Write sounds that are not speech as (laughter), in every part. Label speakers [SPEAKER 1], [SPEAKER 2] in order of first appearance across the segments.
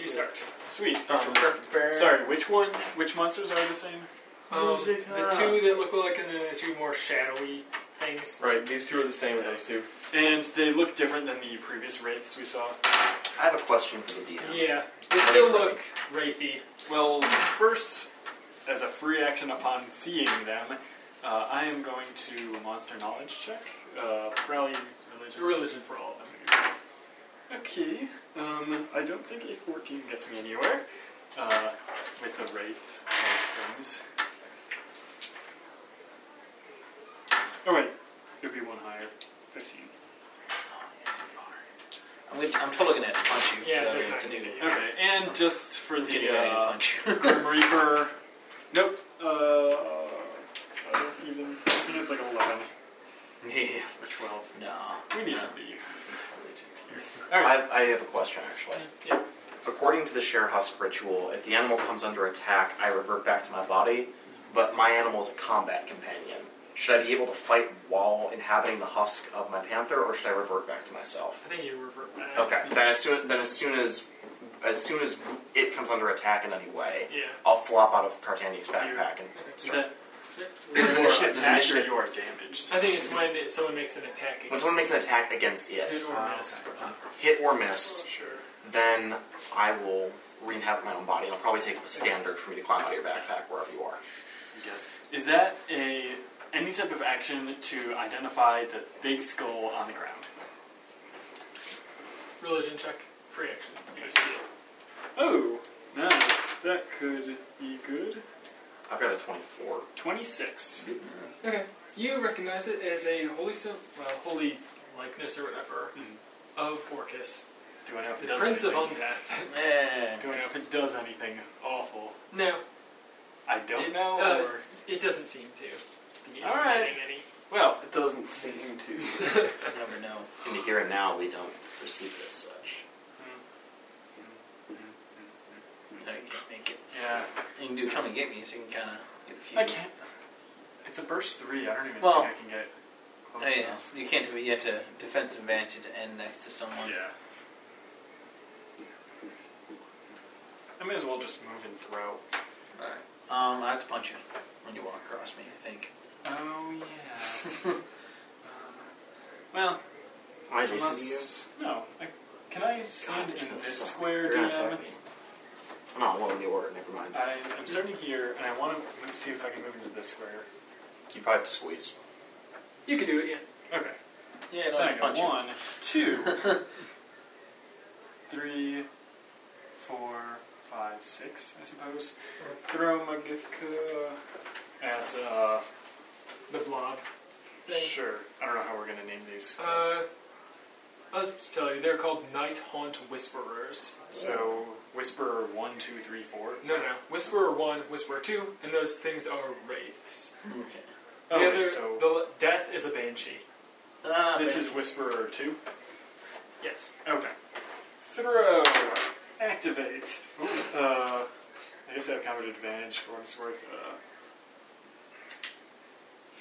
[SPEAKER 1] You start.
[SPEAKER 2] Sweet. Um, sorry, which one? Which monsters are the same?
[SPEAKER 1] Um, the
[SPEAKER 3] Music up.
[SPEAKER 1] two that look alike and then the two more shadowy things.
[SPEAKER 4] Right, these two are the same as those two.
[SPEAKER 2] And they look different than the previous wraiths we saw.
[SPEAKER 3] I have a question for the DM.
[SPEAKER 1] Yeah, they
[SPEAKER 3] What
[SPEAKER 1] still
[SPEAKER 3] is
[SPEAKER 1] look wraithy.
[SPEAKER 2] Well, first, as a free action upon seeing them, uh, I am going to monster knowledge check. Uh, probably religion.
[SPEAKER 1] Religion for all of them.
[SPEAKER 2] Okay. Um, I don't think a 14 gets me anywhere uh, with the wraith of things. Oh wait, it would be one higher. 15.
[SPEAKER 3] I'm, gonna, I'm totally gonna have to punch you.
[SPEAKER 1] Yeah,
[SPEAKER 3] to,
[SPEAKER 1] that's not
[SPEAKER 3] to
[SPEAKER 1] gonna
[SPEAKER 3] do
[SPEAKER 1] be-
[SPEAKER 3] it.
[SPEAKER 2] Okay, and just for
[SPEAKER 3] To do
[SPEAKER 2] the
[SPEAKER 3] it, I need to
[SPEAKER 2] uh,
[SPEAKER 3] punch you. (laughs)
[SPEAKER 2] Grim Reaper. Nope. Uh, I don't even. I think it's like 11
[SPEAKER 3] Yeah.
[SPEAKER 2] or 12.
[SPEAKER 3] No.
[SPEAKER 2] We need
[SPEAKER 3] no.
[SPEAKER 2] somebody who's intelligent here. All right.
[SPEAKER 3] I, I have a question actually.
[SPEAKER 2] Yeah.
[SPEAKER 1] Mm.
[SPEAKER 3] According to the share husk ritual, if the animal comes under attack, I revert back to my body, but my animal is a combat companion. Should I be able to fight while inhabiting the husk of my panther, or should I revert back to myself?
[SPEAKER 1] I think you revert back.
[SPEAKER 3] Okay. Then as soon then as soon as as soon as it comes under attack in any way,
[SPEAKER 1] Yeah.
[SPEAKER 3] I'll flop out of Cartania's backpack and
[SPEAKER 2] Is that
[SPEAKER 3] Does
[SPEAKER 2] more
[SPEAKER 3] initiative- does
[SPEAKER 2] attack or
[SPEAKER 3] initiative-
[SPEAKER 2] you are damaged?
[SPEAKER 1] I think it's when it, someone makes an attack
[SPEAKER 3] when
[SPEAKER 1] against
[SPEAKER 3] someone makes an attack against it,
[SPEAKER 1] hit or
[SPEAKER 2] Ah,
[SPEAKER 1] miss.
[SPEAKER 3] hit or miss,
[SPEAKER 2] Sure.
[SPEAKER 3] then I will re-inhabit my own body. I'll probably take a standard for me to climb out of your backpack wherever you are.
[SPEAKER 2] I guess. Is that a any type of action to identify the big skull on the ground?
[SPEAKER 1] Religion check. Free action. You guys
[SPEAKER 2] Oh, nice. That could be good.
[SPEAKER 3] I've got a 24.
[SPEAKER 2] 26.
[SPEAKER 1] steal. Okay. You recognize it as a holy sim- well, holy likeness or whatever
[SPEAKER 2] Mhm.
[SPEAKER 1] of Orcus,
[SPEAKER 2] Do I know if it
[SPEAKER 1] the
[SPEAKER 2] does
[SPEAKER 1] Prince of
[SPEAKER 2] anything?
[SPEAKER 1] Undeath.
[SPEAKER 2] Do I know if it does anything awful?
[SPEAKER 1] no,
[SPEAKER 2] I don't
[SPEAKER 1] It-
[SPEAKER 2] know.
[SPEAKER 1] uh,
[SPEAKER 2] or...
[SPEAKER 1] it doesn't seem to. be
[SPEAKER 2] All right.
[SPEAKER 1] getting Any.
[SPEAKER 2] Well,
[SPEAKER 4] It doesn't seem to.
[SPEAKER 3] I never know. In the here and now, we don't perceive it as such.
[SPEAKER 5] I can't make it.
[SPEAKER 2] yeah.
[SPEAKER 5] You can do come and get me, so you can kind of get a few.
[SPEAKER 2] I can't. It's a burst three. I don't even
[SPEAKER 5] Well,
[SPEAKER 2] think I can get close
[SPEAKER 5] Hey,
[SPEAKER 2] enough.
[SPEAKER 5] Oh, you can't do it. You have to defense advantage to end next to someone.
[SPEAKER 2] Yeah. I may as well just move and throw.
[SPEAKER 5] Alright. Um, I have to punch you when you walk across me. I think.
[SPEAKER 2] Oh yeah. well,
[SPEAKER 3] Am I adjacent to you?
[SPEAKER 2] unless, no. I, can I stand
[SPEAKER 3] God,
[SPEAKER 2] in
[SPEAKER 3] gonna
[SPEAKER 2] this
[SPEAKER 3] suck.
[SPEAKER 2] square,
[SPEAKER 3] You're gonna
[SPEAKER 2] DM?
[SPEAKER 3] attack me. I'm not well in the order, never mind.
[SPEAKER 2] I, I'm starting here, and I want to see if I can move into this square.
[SPEAKER 3] You probably have to squeeze.
[SPEAKER 1] You could do it, yeah.
[SPEAKER 2] Okay.
[SPEAKER 5] Yeah, I don't have
[SPEAKER 2] I
[SPEAKER 5] to
[SPEAKER 2] got
[SPEAKER 5] punch
[SPEAKER 2] one, two, three, four, five, six, I suppose. Throw Magithka at, uh,
[SPEAKER 1] The blob. Thing.
[SPEAKER 2] sure. I don't know how we're going to name these. guys.
[SPEAKER 1] Uh, I'll just tell you, they're called Night Haunt Whisperers.
[SPEAKER 2] so, Whisperer one, two, three, four.
[SPEAKER 1] No, no, no. Whisperer 1, Whisperer 2, and those things are wraiths.
[SPEAKER 5] you. Okay.
[SPEAKER 1] The
[SPEAKER 2] Oh, wait,
[SPEAKER 1] other,
[SPEAKER 2] so
[SPEAKER 1] the death is a banshee.
[SPEAKER 5] Ah,
[SPEAKER 2] this
[SPEAKER 5] man.
[SPEAKER 2] is Whisperer two?
[SPEAKER 1] Yes.
[SPEAKER 2] Okay. Throw. Activate. Uh, I guess I have combat advantage for what it's worth. Uh,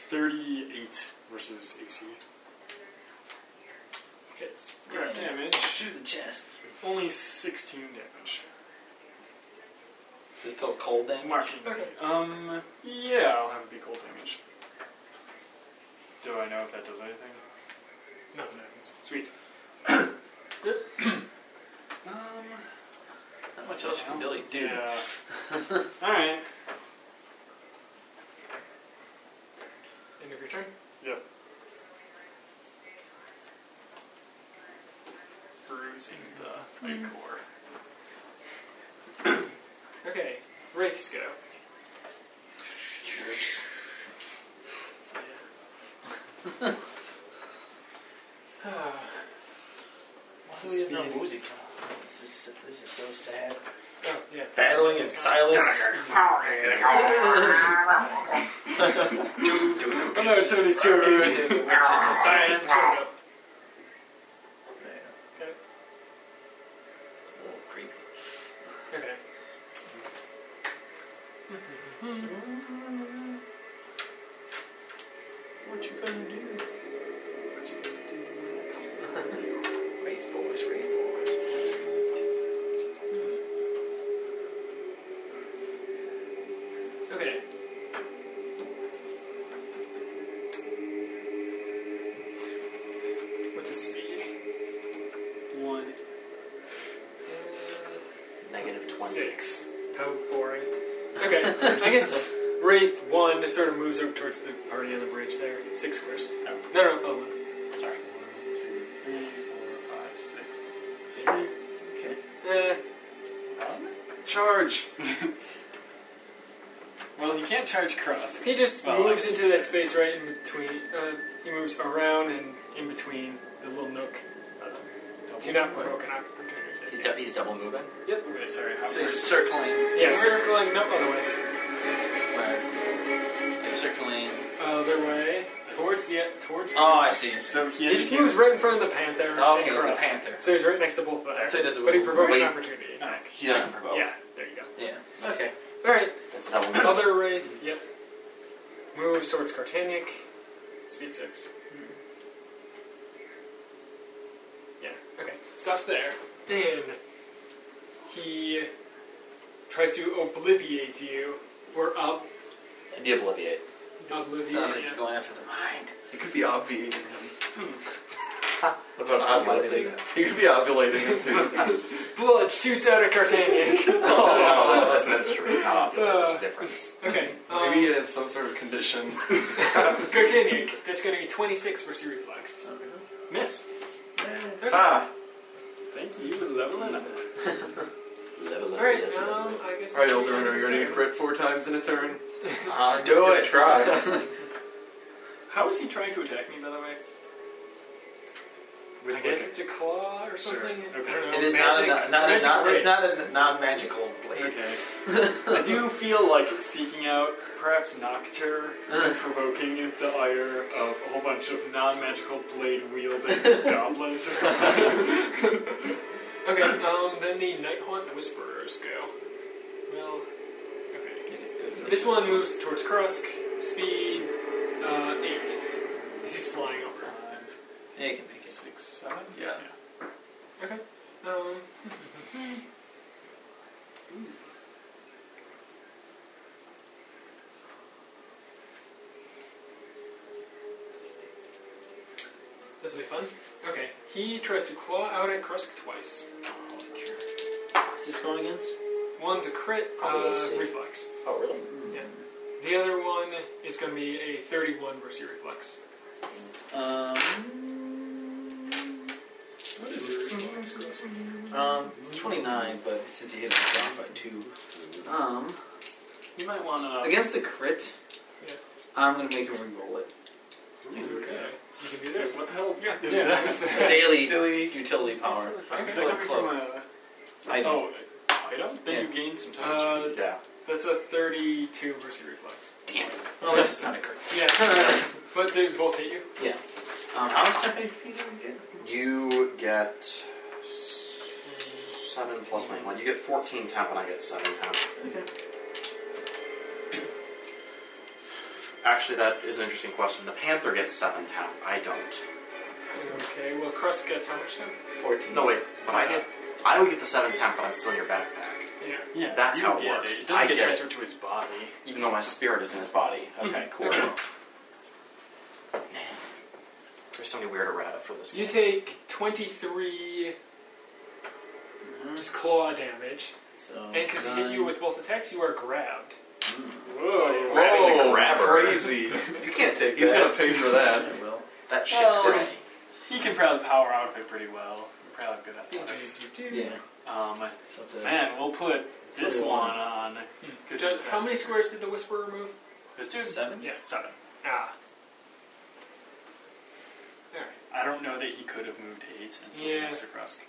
[SPEAKER 2] 38 versus AC.
[SPEAKER 1] Hits.
[SPEAKER 2] Crap
[SPEAKER 5] Yeah.
[SPEAKER 2] damage.
[SPEAKER 5] Shoot the chest.
[SPEAKER 2] Only 16 damage.
[SPEAKER 5] Is it still cold then?
[SPEAKER 2] Marking.
[SPEAKER 1] Okay.
[SPEAKER 2] Um, yeah, I'll have it be cold damage. Do I know if that does anything?
[SPEAKER 1] Nothing happens.
[SPEAKER 2] Sweet. (coughs) um,
[SPEAKER 5] Not much else you can really do.
[SPEAKER 2] yeah. Alright.
[SPEAKER 1] End of your turn.
[SPEAKER 2] Yep. Bruising the core.
[SPEAKER 1] Okay, wraiths go.
[SPEAKER 5] Why
[SPEAKER 2] It's
[SPEAKER 5] do we have
[SPEAKER 2] speed.
[SPEAKER 5] no music? This is, this is so sad.
[SPEAKER 1] Oh, yeah.
[SPEAKER 5] Battling in silence.
[SPEAKER 2] Oh no, Tony's joking.
[SPEAKER 5] Which is a silent
[SPEAKER 1] Turn up.
[SPEAKER 5] little creep.
[SPEAKER 1] Okay.
[SPEAKER 5] What you gonna do? What you gonna do? Race boys, race boys.
[SPEAKER 3] twenty.
[SPEAKER 1] Six.
[SPEAKER 2] Oh,
[SPEAKER 1] How boring. Okay, (laughs) I
[SPEAKER 2] (laughs)
[SPEAKER 1] guess Wraith 1 just sort of moves over towards the party on the bridge there. Six squares.
[SPEAKER 2] Oh.
[SPEAKER 1] No, no, oh, no.
[SPEAKER 2] Sorry. One, two, three, four, five, six.
[SPEAKER 5] Okay.
[SPEAKER 1] Eh,
[SPEAKER 4] Uh, Charge.
[SPEAKER 2] Well, he can't charge cross.
[SPEAKER 1] he just
[SPEAKER 2] Well,
[SPEAKER 1] moves into that space right in between. Uh, he moves around and in between the little nook. Do not provoke an opportunity.
[SPEAKER 3] He's, dou- he's double moving.
[SPEAKER 1] Yep.
[SPEAKER 2] Wait, sorry. How
[SPEAKER 5] So
[SPEAKER 2] much-
[SPEAKER 5] he's circling.
[SPEAKER 1] Yeah, circling no other way.
[SPEAKER 5] Where? He's circling.
[SPEAKER 1] Other way. Towards the towards.
[SPEAKER 5] Oh, I
[SPEAKER 1] Chris.
[SPEAKER 5] see.
[SPEAKER 2] So
[SPEAKER 5] So
[SPEAKER 2] he
[SPEAKER 1] He just
[SPEAKER 2] indicated-
[SPEAKER 1] moves right in front of the panther.
[SPEAKER 5] Okay,
[SPEAKER 1] and
[SPEAKER 5] the
[SPEAKER 1] Chris.
[SPEAKER 5] panther.
[SPEAKER 1] So he's right next to both of them.
[SPEAKER 5] So he does a
[SPEAKER 1] but he
[SPEAKER 5] wiggle.
[SPEAKER 1] provokes
[SPEAKER 3] Wait.
[SPEAKER 1] an opportunity attack.
[SPEAKER 3] He doesn't provoke.
[SPEAKER 1] Yeah, there you go.
[SPEAKER 5] Yeah.
[SPEAKER 3] Okay.
[SPEAKER 1] All right.
[SPEAKER 3] That's double move.
[SPEAKER 1] Other wraith. Yep. Moves towards Cartanic. Speed six. Yeah. Okay. Stops there. Then he tries to obliviate you or uh, ob-
[SPEAKER 3] It'd be obliviate.
[SPEAKER 1] obliviate.
[SPEAKER 5] Sounds like
[SPEAKER 1] you.
[SPEAKER 5] he's going after the mind.
[SPEAKER 4] It could be obviating him.
[SPEAKER 3] What about
[SPEAKER 4] ovulating?
[SPEAKER 3] (laughs)
[SPEAKER 4] He could be ovulating him too.
[SPEAKER 1] Blood shoots out of Cartanic.
[SPEAKER 3] No, no, no, Oh, that's- that's menstruate. Not ovulate. There's a difference.
[SPEAKER 1] okay. Um,
[SPEAKER 4] (laughs) Maybe he has some sort
[SPEAKER 1] (laughs)
[SPEAKER 4] of condition.
[SPEAKER 1] Cartanic. That's going to be 26 versus your reflex. Miss.
[SPEAKER 4] ah.
[SPEAKER 2] Thank you, leveling up.
[SPEAKER 3] Level up,
[SPEAKER 1] All right.
[SPEAKER 3] level up,
[SPEAKER 1] Um,
[SPEAKER 3] level up.
[SPEAKER 1] I guess.
[SPEAKER 4] Alright,
[SPEAKER 1] that's the
[SPEAKER 4] older
[SPEAKER 1] end of
[SPEAKER 4] runner,
[SPEAKER 1] his
[SPEAKER 4] you're gonna
[SPEAKER 1] turn.
[SPEAKER 4] crit four times in a turn.
[SPEAKER 3] Uh,
[SPEAKER 5] I'll do it.
[SPEAKER 4] Try.
[SPEAKER 2] How is he trying to attack me, by the way?
[SPEAKER 1] I guess it's a claw or
[SPEAKER 2] Sure.
[SPEAKER 1] something.
[SPEAKER 2] Okay.
[SPEAKER 1] I don't know.
[SPEAKER 5] It is not
[SPEAKER 1] magic-
[SPEAKER 5] a, not, not, a,
[SPEAKER 1] magic
[SPEAKER 5] not, it's
[SPEAKER 1] blades.
[SPEAKER 5] not a non-magical blade.
[SPEAKER 1] (laughs)
[SPEAKER 2] Okay. I do feel like seeking out, perhaps Noctur, and provoking the ire of a whole bunch of non-magical
[SPEAKER 1] (laughs)
[SPEAKER 2] blade-wielding goblins or something.
[SPEAKER 1] Okay, um, then the Night Haunt and Whisperers go. Well, okay. This one moves towards Krusk, speed uh, 8. This is flying over.
[SPEAKER 5] Yeah, you can make it.
[SPEAKER 2] Six, seven?
[SPEAKER 4] Yeah.
[SPEAKER 1] Okay. Um, (laughs) this will be fun. Okay, he tries to claw out at Krusk twice.
[SPEAKER 5] Is this going against?
[SPEAKER 1] One's a crit,
[SPEAKER 3] Oh,
[SPEAKER 1] uh,
[SPEAKER 3] we'll see.
[SPEAKER 1] reflex.
[SPEAKER 3] Oh, really?
[SPEAKER 1] The other one is going to be a 31 versus your reflex.
[SPEAKER 5] Um,
[SPEAKER 2] What is your
[SPEAKER 1] Mm-hmm.
[SPEAKER 2] response, Chris?
[SPEAKER 5] um, it's 29, but since he hit it down by 2. Um,
[SPEAKER 2] You might want to...
[SPEAKER 5] against the crit,
[SPEAKER 1] Yeah.
[SPEAKER 5] I'm going to make him re-roll (laughs) it.
[SPEAKER 1] Okay. You can do
[SPEAKER 2] Wait,
[SPEAKER 1] that.
[SPEAKER 2] what the hell? Yeah. Is
[SPEAKER 1] Yeah, (laughs)
[SPEAKER 2] that-
[SPEAKER 1] that was the-
[SPEAKER 5] Daily, utility power.
[SPEAKER 2] is
[SPEAKER 5] It's
[SPEAKER 2] that coming
[SPEAKER 5] like
[SPEAKER 2] from
[SPEAKER 5] cloak.
[SPEAKER 2] a...
[SPEAKER 5] I know.
[SPEAKER 2] Oh, item? Then you gain some time.
[SPEAKER 1] Uh,
[SPEAKER 3] Yeah.
[SPEAKER 1] That's a 32 versus your reflex.
[SPEAKER 5] Damn it. Well, Oh, this is not a crit.
[SPEAKER 2] (laughs)
[SPEAKER 1] Yeah. but do both hit you?
[SPEAKER 5] Yeah. Um, how much damage do you get?
[SPEAKER 3] You get s- seven plus my one. You get fourteen temp, and I get seven temp.
[SPEAKER 5] Okay.
[SPEAKER 3] Actually, that is an interesting question. The panther gets seven temp. I don't.
[SPEAKER 1] Okay, well, Crust gets how much time?
[SPEAKER 5] 14.
[SPEAKER 3] No wait, but I get. I would get the seven temp, but I'm still in your backpack,
[SPEAKER 1] Yeah.
[SPEAKER 2] yeah,
[SPEAKER 3] that's
[SPEAKER 2] you
[SPEAKER 3] how it
[SPEAKER 2] get
[SPEAKER 3] works.
[SPEAKER 2] It, doesn't
[SPEAKER 3] I
[SPEAKER 2] get
[SPEAKER 3] get it.
[SPEAKER 2] transferred to his body.
[SPEAKER 3] even though my spirit is in his body. Okay,
[SPEAKER 4] Mm-hmm.
[SPEAKER 3] cool.
[SPEAKER 1] Okay.
[SPEAKER 3] There's so many weird errata for this.
[SPEAKER 1] You
[SPEAKER 3] game.
[SPEAKER 1] take 23 just claw damage.
[SPEAKER 5] So,
[SPEAKER 1] And because he hit you with both attacks, you are grabbed.
[SPEAKER 2] Whoa.
[SPEAKER 3] Grabbing the
[SPEAKER 4] Whoa,
[SPEAKER 3] grabber.
[SPEAKER 4] Crazy. (laughs) You can't take He's
[SPEAKER 5] that.
[SPEAKER 4] gonna pay for that. Oh,
[SPEAKER 5] I will.
[SPEAKER 3] that shit.
[SPEAKER 5] Well-
[SPEAKER 3] fits me.
[SPEAKER 2] He can probably power out of it pretty well. He probably have good athletics.
[SPEAKER 5] Yeah.
[SPEAKER 2] Um,
[SPEAKER 5] So it's a-
[SPEAKER 2] man, we'll put this
[SPEAKER 5] Put it
[SPEAKER 2] one
[SPEAKER 5] on.
[SPEAKER 2] on. Because
[SPEAKER 1] Hmm. Judge, how many squares did the Whisperer move?
[SPEAKER 2] This dude's
[SPEAKER 5] Seven?
[SPEAKER 2] Yeah, seven.
[SPEAKER 1] Ah. Alright.
[SPEAKER 2] I don't know that he could have moved to eight and still
[SPEAKER 1] Yeah.
[SPEAKER 2] yeah. Krusk.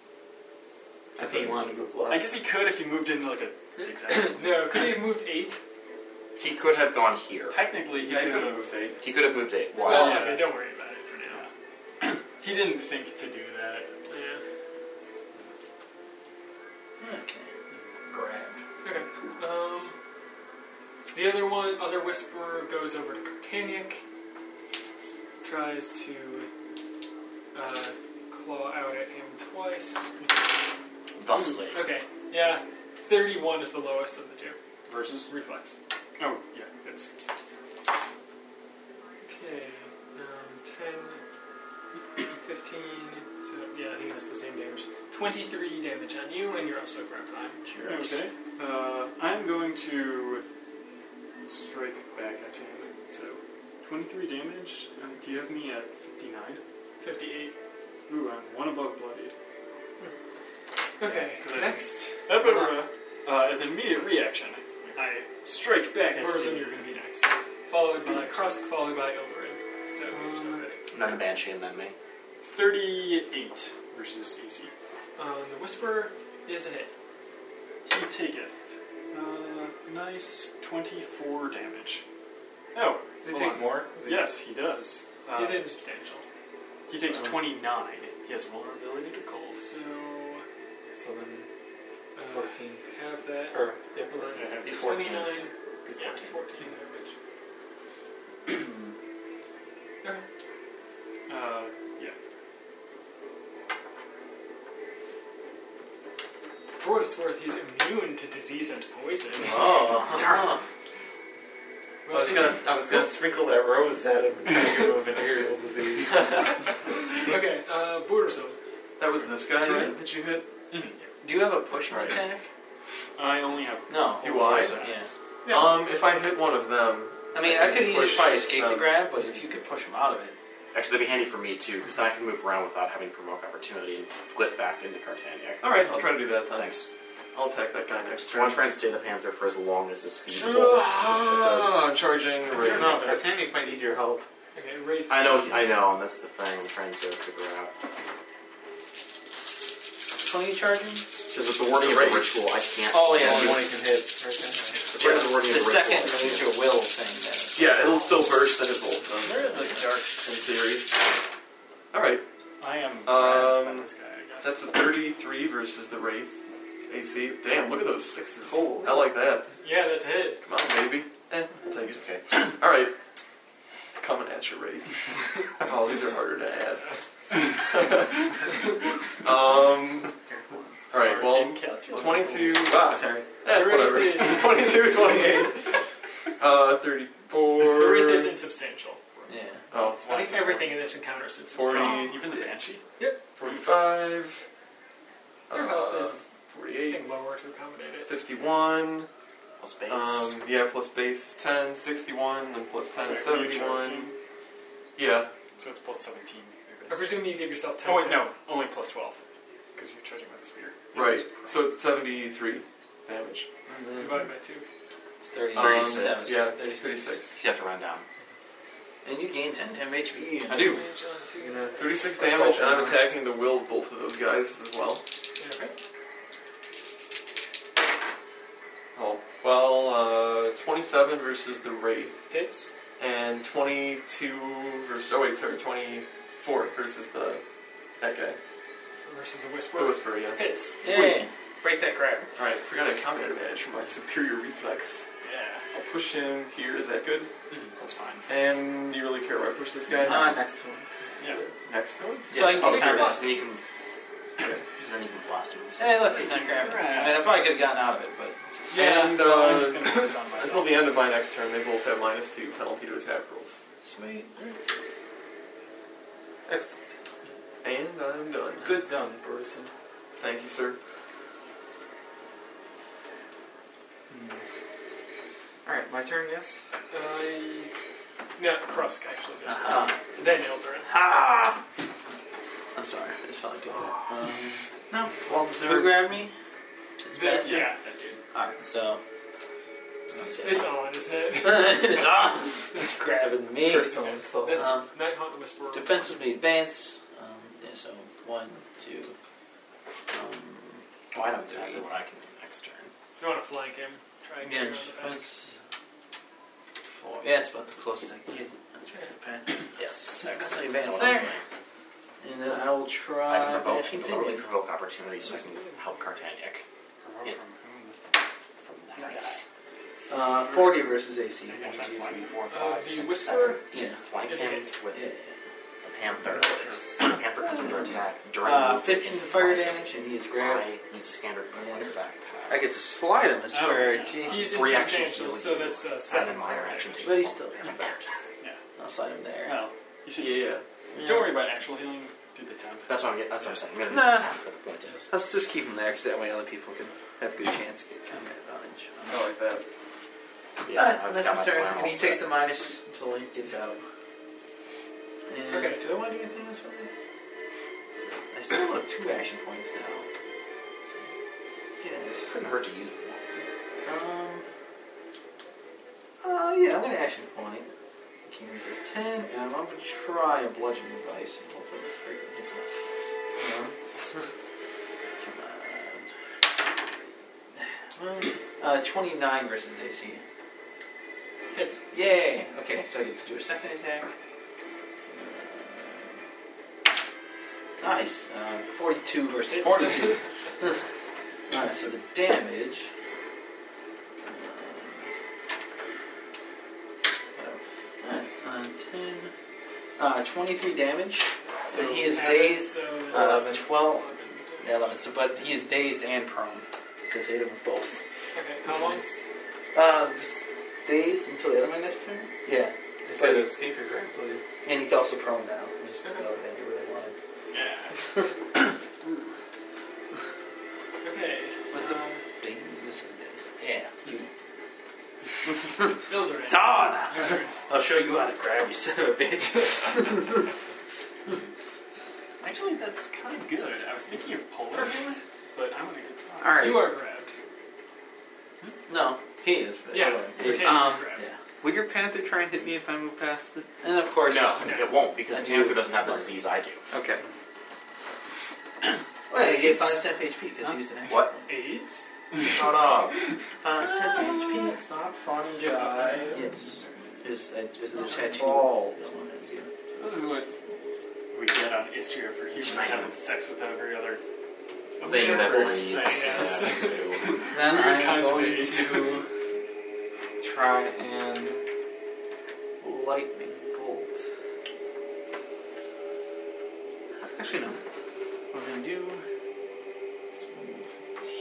[SPEAKER 5] I think he wanted to go plus.
[SPEAKER 2] I guess he could if he moved into like a zigzag.
[SPEAKER 1] (coughs)
[SPEAKER 2] or something.
[SPEAKER 1] (coughs) No, could he have moved eight?
[SPEAKER 3] He could have gone here.
[SPEAKER 2] Technically, he
[SPEAKER 4] Yeah, he
[SPEAKER 2] could
[SPEAKER 4] could've
[SPEAKER 2] have moved eight.
[SPEAKER 3] He could have moved eight.
[SPEAKER 1] Well,
[SPEAKER 3] Why?
[SPEAKER 2] yeah.
[SPEAKER 1] okay, don't worry about it for now.
[SPEAKER 2] (clears throat) He didn't think to do that.
[SPEAKER 1] Yeah.
[SPEAKER 5] Okay. Grabbed.
[SPEAKER 1] Okay. Um, the other one, other whisperer, goes over to Cartanic, tries to uh, claw out at him twice.
[SPEAKER 3] Thusly.
[SPEAKER 1] Okay. Yeah. Thirty-one is the lowest of the two.
[SPEAKER 2] Versus?
[SPEAKER 1] Reflex.
[SPEAKER 2] Oh, yeah, it's.
[SPEAKER 1] Okay. (clears throat) Um, 10, 15, so yeah, I think that's the same damage. 23 damage on you, and you're also ground prime.
[SPEAKER 5] Sure.
[SPEAKER 2] Okay. Uh, I'm going to strike back at him. So, 23 damage. Uh, do you have me at 59?
[SPEAKER 1] 58.
[SPEAKER 2] Ooh, I'm one above bloodied.
[SPEAKER 1] Okay,
[SPEAKER 2] Correct.
[SPEAKER 1] next
[SPEAKER 2] Uh, as an immediate reaction, I strike back at
[SPEAKER 1] person
[SPEAKER 2] him.
[SPEAKER 1] you're going to be next. Followed by Krusk, followed by Eldorin. So,
[SPEAKER 2] Um,
[SPEAKER 1] you're still ready.
[SPEAKER 3] None of Banshee and then me.
[SPEAKER 2] 38 versus AC.
[SPEAKER 1] Um, the Whisperer is a hit.
[SPEAKER 2] He taketh. Uh, nice 24 damage. Oh,
[SPEAKER 4] Does he
[SPEAKER 2] hold
[SPEAKER 4] take
[SPEAKER 2] on.
[SPEAKER 4] more? 'Cause he's-
[SPEAKER 2] Yes, he does. Uh,
[SPEAKER 1] He's insubstantial.
[SPEAKER 2] He takes
[SPEAKER 4] Um,
[SPEAKER 2] 29. He has vulnerability to cold.
[SPEAKER 1] So,
[SPEAKER 4] So then,
[SPEAKER 1] uh,
[SPEAKER 4] 14.
[SPEAKER 1] have that.
[SPEAKER 4] Or, yeah,
[SPEAKER 1] Hold on.
[SPEAKER 2] I have
[SPEAKER 3] It's
[SPEAKER 1] 29.
[SPEAKER 3] 14.
[SPEAKER 1] Yeah,
[SPEAKER 3] 14.
[SPEAKER 1] 14 damage. okay.
[SPEAKER 2] Uh, yeah.
[SPEAKER 1] For what it's worth, he's immune to disease and poison.
[SPEAKER 4] Oh, I
[SPEAKER 1] Well,
[SPEAKER 4] was gonna, I was gonna sprinkle that rose at him and give him a venereal disease.
[SPEAKER 1] (laughs) okay, uh, Burzum.
[SPEAKER 4] (laughs) That was this guy,
[SPEAKER 3] Two.
[SPEAKER 4] right? That you hit.
[SPEAKER 2] Mm-hmm.
[SPEAKER 3] Do you have a push
[SPEAKER 4] Right.
[SPEAKER 3] attack?
[SPEAKER 2] I only have.
[SPEAKER 3] No.
[SPEAKER 4] Do I?
[SPEAKER 2] one
[SPEAKER 3] Yeah.
[SPEAKER 2] axe.
[SPEAKER 1] Yeah.
[SPEAKER 4] Um, if I hit one of them,
[SPEAKER 5] I mean, I could easily
[SPEAKER 4] Push,
[SPEAKER 5] probably escape the
[SPEAKER 4] um,
[SPEAKER 5] grab, but if you could push him out of it,
[SPEAKER 3] Actually, that'd be handy for me too, because then I can move around without having provoke opportunity and flip back into Cartaniac.
[SPEAKER 4] all right, I'll try to do that. Then.
[SPEAKER 3] Thanks.
[SPEAKER 4] I'll attack that guy next
[SPEAKER 3] I want
[SPEAKER 4] turn.
[SPEAKER 3] to try and stay the Panther for as long as is feasible. It's a- it's
[SPEAKER 4] Oh, I'm charging.
[SPEAKER 5] I don't know.
[SPEAKER 4] That's-
[SPEAKER 5] Titanic might need your help.
[SPEAKER 1] Okay, Wraith.
[SPEAKER 3] a- I know, I know, and that's the thing I'm trying to figure out.
[SPEAKER 5] Twenty charging.
[SPEAKER 3] Because with the wording of
[SPEAKER 4] Right.
[SPEAKER 3] the ritual, I can't.
[SPEAKER 5] Oh yeah,
[SPEAKER 3] With
[SPEAKER 5] one can hit. Okay.
[SPEAKER 3] the wording
[SPEAKER 5] The
[SPEAKER 3] of the ritual, I
[SPEAKER 5] second
[SPEAKER 3] can't.
[SPEAKER 5] is your will thing.
[SPEAKER 4] Yeah, it'll still burst and it will.
[SPEAKER 5] Then.
[SPEAKER 4] So,
[SPEAKER 5] There are the dark.
[SPEAKER 4] in theory. All right,
[SPEAKER 2] I am.
[SPEAKER 4] Um,
[SPEAKER 2] grabbed by this guy, I guess.
[SPEAKER 4] that's a 33 versus the wraith AC. Damn, look at those sixes.
[SPEAKER 5] Holy.
[SPEAKER 4] I like that.
[SPEAKER 1] Yeah, that's a hit.
[SPEAKER 4] Come on, baby. Eh, I'll take it.
[SPEAKER 3] It's okay.
[SPEAKER 4] All right, it's coming at you, Wraith. oh, these are harder to add. (laughs) um. All right. Well,
[SPEAKER 2] Arcane calculus.
[SPEAKER 4] 22. Ah, sorry. Eh,
[SPEAKER 1] The Wraith
[SPEAKER 4] whatever. (laughs)
[SPEAKER 1] is-
[SPEAKER 4] 22, 28.
[SPEAKER 1] (laughs)
[SPEAKER 4] Uh, 34.
[SPEAKER 1] The Wraith is insubstantial.
[SPEAKER 5] Yeah.
[SPEAKER 4] Oh,
[SPEAKER 1] I think everything in this encounter is
[SPEAKER 4] 40.
[SPEAKER 1] insubstantial.
[SPEAKER 2] Even the banshee.
[SPEAKER 4] 45.
[SPEAKER 1] Their health
[SPEAKER 4] uh,
[SPEAKER 1] is, I
[SPEAKER 4] 48.
[SPEAKER 1] think, lower to accommodate it.
[SPEAKER 4] 51.
[SPEAKER 3] Plus base.
[SPEAKER 4] Um, yeah, plus base is 10, 61, and plus 10 is
[SPEAKER 2] Okay, were you
[SPEAKER 4] 71.
[SPEAKER 2] charging?
[SPEAKER 4] Yeah.
[SPEAKER 2] So it's plus 17.
[SPEAKER 1] I presume you give yourself 10
[SPEAKER 2] Oh, wait,
[SPEAKER 1] to-
[SPEAKER 2] no. Only plus 12. Because you're charging with the spear.
[SPEAKER 4] Right. So it's 73 damage.
[SPEAKER 1] divided by 2.
[SPEAKER 5] It's thirty.
[SPEAKER 4] Um,
[SPEAKER 5] Thirty-seven.
[SPEAKER 4] Yeah,
[SPEAKER 5] 36.
[SPEAKER 4] 36.
[SPEAKER 3] you have to run down.
[SPEAKER 5] And you gain 10 temp HP.
[SPEAKER 4] I do.
[SPEAKER 1] Damage on two.
[SPEAKER 5] You know,
[SPEAKER 4] 36
[SPEAKER 5] Assault
[SPEAKER 4] damage, and I'm
[SPEAKER 5] rounds.
[SPEAKER 4] attacking the will of both of those guys as well.
[SPEAKER 1] Okay.
[SPEAKER 4] Oh. Well, uh, 27 versus the Wraith,
[SPEAKER 1] Hits.
[SPEAKER 4] and 22 versus. Oh, wait, sorry, 24 versus the. That guy.
[SPEAKER 1] Versus the
[SPEAKER 4] The
[SPEAKER 1] Whisperer.
[SPEAKER 4] Whisperer, yeah.
[SPEAKER 1] Hits.
[SPEAKER 5] Yeah. Break that grab.
[SPEAKER 4] Alright, forgot I combat advantage for my superior reflex.
[SPEAKER 2] Yeah.
[SPEAKER 4] I'll push him here, is that good?
[SPEAKER 2] That's fine.
[SPEAKER 4] And you really care where I push this guy?
[SPEAKER 5] Ah, next one.
[SPEAKER 2] Yeah.
[SPEAKER 4] Next to him?
[SPEAKER 5] So I can
[SPEAKER 3] oh,
[SPEAKER 5] take
[SPEAKER 3] counter
[SPEAKER 5] her
[SPEAKER 3] blast, and you can. Because then you can blast him.
[SPEAKER 5] Hey, look, he's not grabbing. I mean, I probably could have gotten out of it, but
[SPEAKER 4] Yeah, and,
[SPEAKER 2] well, I'm
[SPEAKER 4] uh,
[SPEAKER 2] just going to put this (laughs) on myself.
[SPEAKER 4] Until the end of my next turn, they both have minus 2 penalty to attack rolls.
[SPEAKER 5] sweet.
[SPEAKER 4] Excellent. And I'm done.
[SPEAKER 5] Good done, Burson.
[SPEAKER 4] Thank you, sir.
[SPEAKER 5] All right, my turn, yes.
[SPEAKER 1] Uh, no, Krusk actually goes
[SPEAKER 5] Uh-huh.
[SPEAKER 1] first. Then Eldorin.
[SPEAKER 5] Ha! I'm sorry, I just felt like doing that. Um, no,
[SPEAKER 4] It's well
[SPEAKER 5] who
[SPEAKER 4] deserved.
[SPEAKER 5] grabbed me?
[SPEAKER 1] Then,
[SPEAKER 5] bad.
[SPEAKER 1] yeah, that dude.
[SPEAKER 5] All right, so
[SPEAKER 1] It's (laughs) on, isn't it?
[SPEAKER 5] it's off. (laughs) It's grabbing me.
[SPEAKER 4] Personal insult.
[SPEAKER 1] That's
[SPEAKER 5] Um,
[SPEAKER 1] Night Haunt and Whisperer.
[SPEAKER 5] Defensively advance. Um, yeah, so one, two. Um,
[SPEAKER 3] Oh, I know exactly what I can do next turn.
[SPEAKER 1] You want to flank him? Try and get
[SPEAKER 5] yeah,
[SPEAKER 1] him on the back.
[SPEAKER 5] defense. Four. Yeah, it's about the closest I can get. That's right, pen. Yes, defensively advance there. Uh, And then I will try.
[SPEAKER 3] I can provoke,
[SPEAKER 5] dashing
[SPEAKER 3] totally
[SPEAKER 5] thing.
[SPEAKER 3] provoke opportunity so I can help Cartaniac Yeah. from that
[SPEAKER 5] Nice. Uh, 40 versus AC.
[SPEAKER 3] guy. One, two, three, four,
[SPEAKER 1] Uh,
[SPEAKER 3] five,
[SPEAKER 1] the
[SPEAKER 3] six,
[SPEAKER 1] Whisperer.
[SPEAKER 3] seven.
[SPEAKER 5] Yeah.
[SPEAKER 3] Flank
[SPEAKER 1] Is
[SPEAKER 3] him
[SPEAKER 1] it-
[SPEAKER 3] with
[SPEAKER 5] yeah.
[SPEAKER 3] the Panther. The Panther comes under attack during
[SPEAKER 5] Uh,
[SPEAKER 3] movement
[SPEAKER 5] 15
[SPEAKER 3] into
[SPEAKER 5] fire
[SPEAKER 3] flank.
[SPEAKER 5] damage, and he is grabbed.
[SPEAKER 3] I use a standard point on your
[SPEAKER 5] I
[SPEAKER 3] backpack.
[SPEAKER 5] get to slide him, I swear.
[SPEAKER 2] yeah.
[SPEAKER 5] Jeez.
[SPEAKER 1] He's
[SPEAKER 3] Three actions
[SPEAKER 1] insubstantial,
[SPEAKER 3] really.
[SPEAKER 1] so that's uh,
[SPEAKER 3] Seven
[SPEAKER 1] seven.
[SPEAKER 3] minor action.
[SPEAKER 5] But he's Oh, still
[SPEAKER 3] Yeah, my back.
[SPEAKER 5] I'll slide him there.
[SPEAKER 2] Well, you should.
[SPEAKER 4] Yeah.
[SPEAKER 5] Yeah.
[SPEAKER 2] Don't worry about actual healing. Do the temp.
[SPEAKER 3] That's what I'm. That's what I'm saying. I'm gonna do
[SPEAKER 5] Nah.
[SPEAKER 3] the attack, but the point is,
[SPEAKER 5] Let's just keep them there, because that way other people can have a good chance to get combat advantage.
[SPEAKER 4] I like that.
[SPEAKER 3] yeah, I've
[SPEAKER 5] Uh, that's
[SPEAKER 3] got
[SPEAKER 5] my
[SPEAKER 3] my
[SPEAKER 5] turn,
[SPEAKER 3] plan
[SPEAKER 5] and he
[SPEAKER 3] all
[SPEAKER 5] takes
[SPEAKER 3] set.
[SPEAKER 5] the minus until he gets out. And
[SPEAKER 1] Okay.
[SPEAKER 5] Do I want to do anything this round? I still have two action points now. Yes.
[SPEAKER 3] It couldn't hurt to use one.
[SPEAKER 5] Um. Uh, yeah, I'm gonna action point. King resist 10, and I'm gonna try a bludgeoning device, and hopefully this freaking hits enough. Come on. Well, uh, 29 versus AC.
[SPEAKER 1] Hits.
[SPEAKER 5] Yay! Okay, so I get to do a second attack. Nice. Uh, 42 versus
[SPEAKER 1] Hits.
[SPEAKER 5] 42. Alright, so the damage. um, Alright, uh, 10. Uh, 23 damage.
[SPEAKER 1] (laughs) So
[SPEAKER 5] he is
[SPEAKER 1] average,
[SPEAKER 5] dazed,
[SPEAKER 1] So
[SPEAKER 5] Um,
[SPEAKER 1] that's
[SPEAKER 5] and 12.
[SPEAKER 1] 11.
[SPEAKER 5] Yeah, 11. So, but he is dazed and prone. Because he hit him with both.
[SPEAKER 1] Okay, how long?
[SPEAKER 5] Uh, just dazed until the end of my next turn? Yeah.
[SPEAKER 4] It's like escape your grappling.
[SPEAKER 5] And he's also prone now. Which is another thing you really wanted.
[SPEAKER 1] Yeah. okay.
[SPEAKER 5] What's the
[SPEAKER 1] um,
[SPEAKER 5] ding? This is dazed. Yeah.
[SPEAKER 1] Builder.
[SPEAKER 5] It's on! I'll show you how to grab you son of a bitch.
[SPEAKER 2] (laughs) Actually, that's kind of good. I was thinking of polar bears, but I'm gonna get spot.
[SPEAKER 5] Alright.
[SPEAKER 1] You are grabbed.
[SPEAKER 5] No, he is. But
[SPEAKER 1] Yeah, your
[SPEAKER 5] whatever.
[SPEAKER 1] tank
[SPEAKER 6] Um,
[SPEAKER 1] is grabbed.
[SPEAKER 5] yeah.
[SPEAKER 6] Would your panther try and hit me if I move past it?
[SPEAKER 5] And of course,
[SPEAKER 3] No, it won't because
[SPEAKER 5] I
[SPEAKER 3] the
[SPEAKER 5] do.
[SPEAKER 3] panther doesn't have the disease I do.
[SPEAKER 6] Okay.
[SPEAKER 5] (clears throat) Wait, you get 5 10 HP because
[SPEAKER 6] Huh?
[SPEAKER 5] he used an action.
[SPEAKER 3] What?
[SPEAKER 1] AIDS?
[SPEAKER 3] Shut up.
[SPEAKER 5] 5 10 HP, it's not funny,
[SPEAKER 1] Yeah,
[SPEAKER 5] guy.
[SPEAKER 1] five.
[SPEAKER 5] Yes. Is, uh, is the tattoo.
[SPEAKER 3] Bald.
[SPEAKER 2] This is what we get on Istria for humans
[SPEAKER 3] Man.
[SPEAKER 2] having sex with every other
[SPEAKER 3] They
[SPEAKER 2] Weird
[SPEAKER 3] never
[SPEAKER 2] person,
[SPEAKER 3] leave.
[SPEAKER 2] I guess. (laughs)
[SPEAKER 3] Yeah,
[SPEAKER 6] Then I'm
[SPEAKER 2] Weird kinds of
[SPEAKER 6] going
[SPEAKER 2] AIDS.
[SPEAKER 6] to try and lightning bolt. Actually, no. What I'm gonna do is move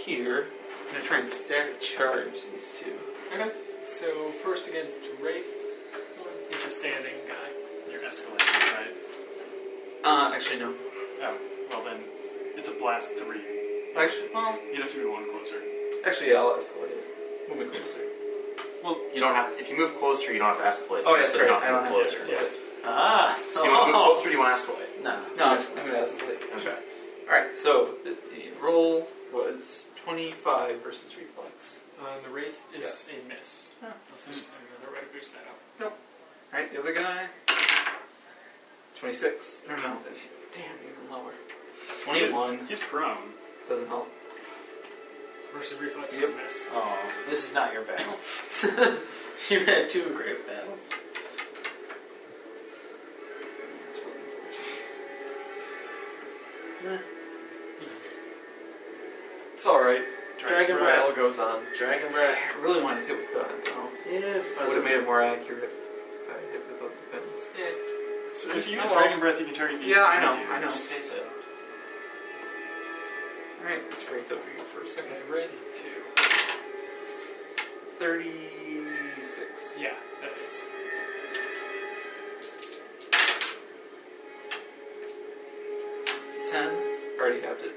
[SPEAKER 6] here. I'm gonna try and stack charge these two.
[SPEAKER 1] Okay. So first against Wraith. He's the standing guy.
[SPEAKER 2] You're escalating, right?
[SPEAKER 6] Uh, actually, no.
[SPEAKER 2] Oh, well then, it's a blast three.
[SPEAKER 6] Actually, well,
[SPEAKER 2] You'd have to be one closer.
[SPEAKER 6] actually, I'll escalate it. Move it closer.
[SPEAKER 3] You don't have. If you move closer, you don't have to escalate.
[SPEAKER 6] Oh,
[SPEAKER 3] You
[SPEAKER 6] yeah, that's
[SPEAKER 3] still
[SPEAKER 6] right. I don't
[SPEAKER 3] Have to move
[SPEAKER 6] have to
[SPEAKER 3] closer.
[SPEAKER 6] escalate.
[SPEAKER 5] Ah!
[SPEAKER 3] So you want to move closer? Or you want to escalate?
[SPEAKER 5] No.
[SPEAKER 6] No, I'm just- I'm gonna escalate.
[SPEAKER 3] Okay.
[SPEAKER 6] Alright, so the, the roll was 25 versus reflex.
[SPEAKER 1] Uh, the Wraith is a miss. Unless there's
[SPEAKER 5] Hmm.
[SPEAKER 1] another way to boost that up.
[SPEAKER 6] Alright, the other guy. 26. Or no, that's, damn, even lower. 21.
[SPEAKER 2] He's prone.
[SPEAKER 6] Doesn't help. (laughs)
[SPEAKER 1] Versus reflex is a miss.
[SPEAKER 5] Oh, this is not your battle. You've had two great battles.
[SPEAKER 6] That's really unfortunate.
[SPEAKER 4] It's alright.
[SPEAKER 5] Dragon
[SPEAKER 4] The
[SPEAKER 5] breath.
[SPEAKER 4] battle goes on.
[SPEAKER 5] Dragon breath.
[SPEAKER 6] I really wanted to hit with that, though.
[SPEAKER 5] Yeah, but
[SPEAKER 6] Would have made it more accurate if I hit with the defense.
[SPEAKER 1] Yeah.
[SPEAKER 2] So if you use
[SPEAKER 6] Oh, well.
[SPEAKER 2] dragon breath, you can target these
[SPEAKER 6] Yeah,
[SPEAKER 2] three
[SPEAKER 6] I know,
[SPEAKER 2] dudes.
[SPEAKER 6] I know.
[SPEAKER 5] So,
[SPEAKER 6] Alright, let's break over here first.
[SPEAKER 1] Okay, Wraith two.
[SPEAKER 6] 36.
[SPEAKER 1] Yeah, that hits.
[SPEAKER 5] ten.
[SPEAKER 6] Already have it.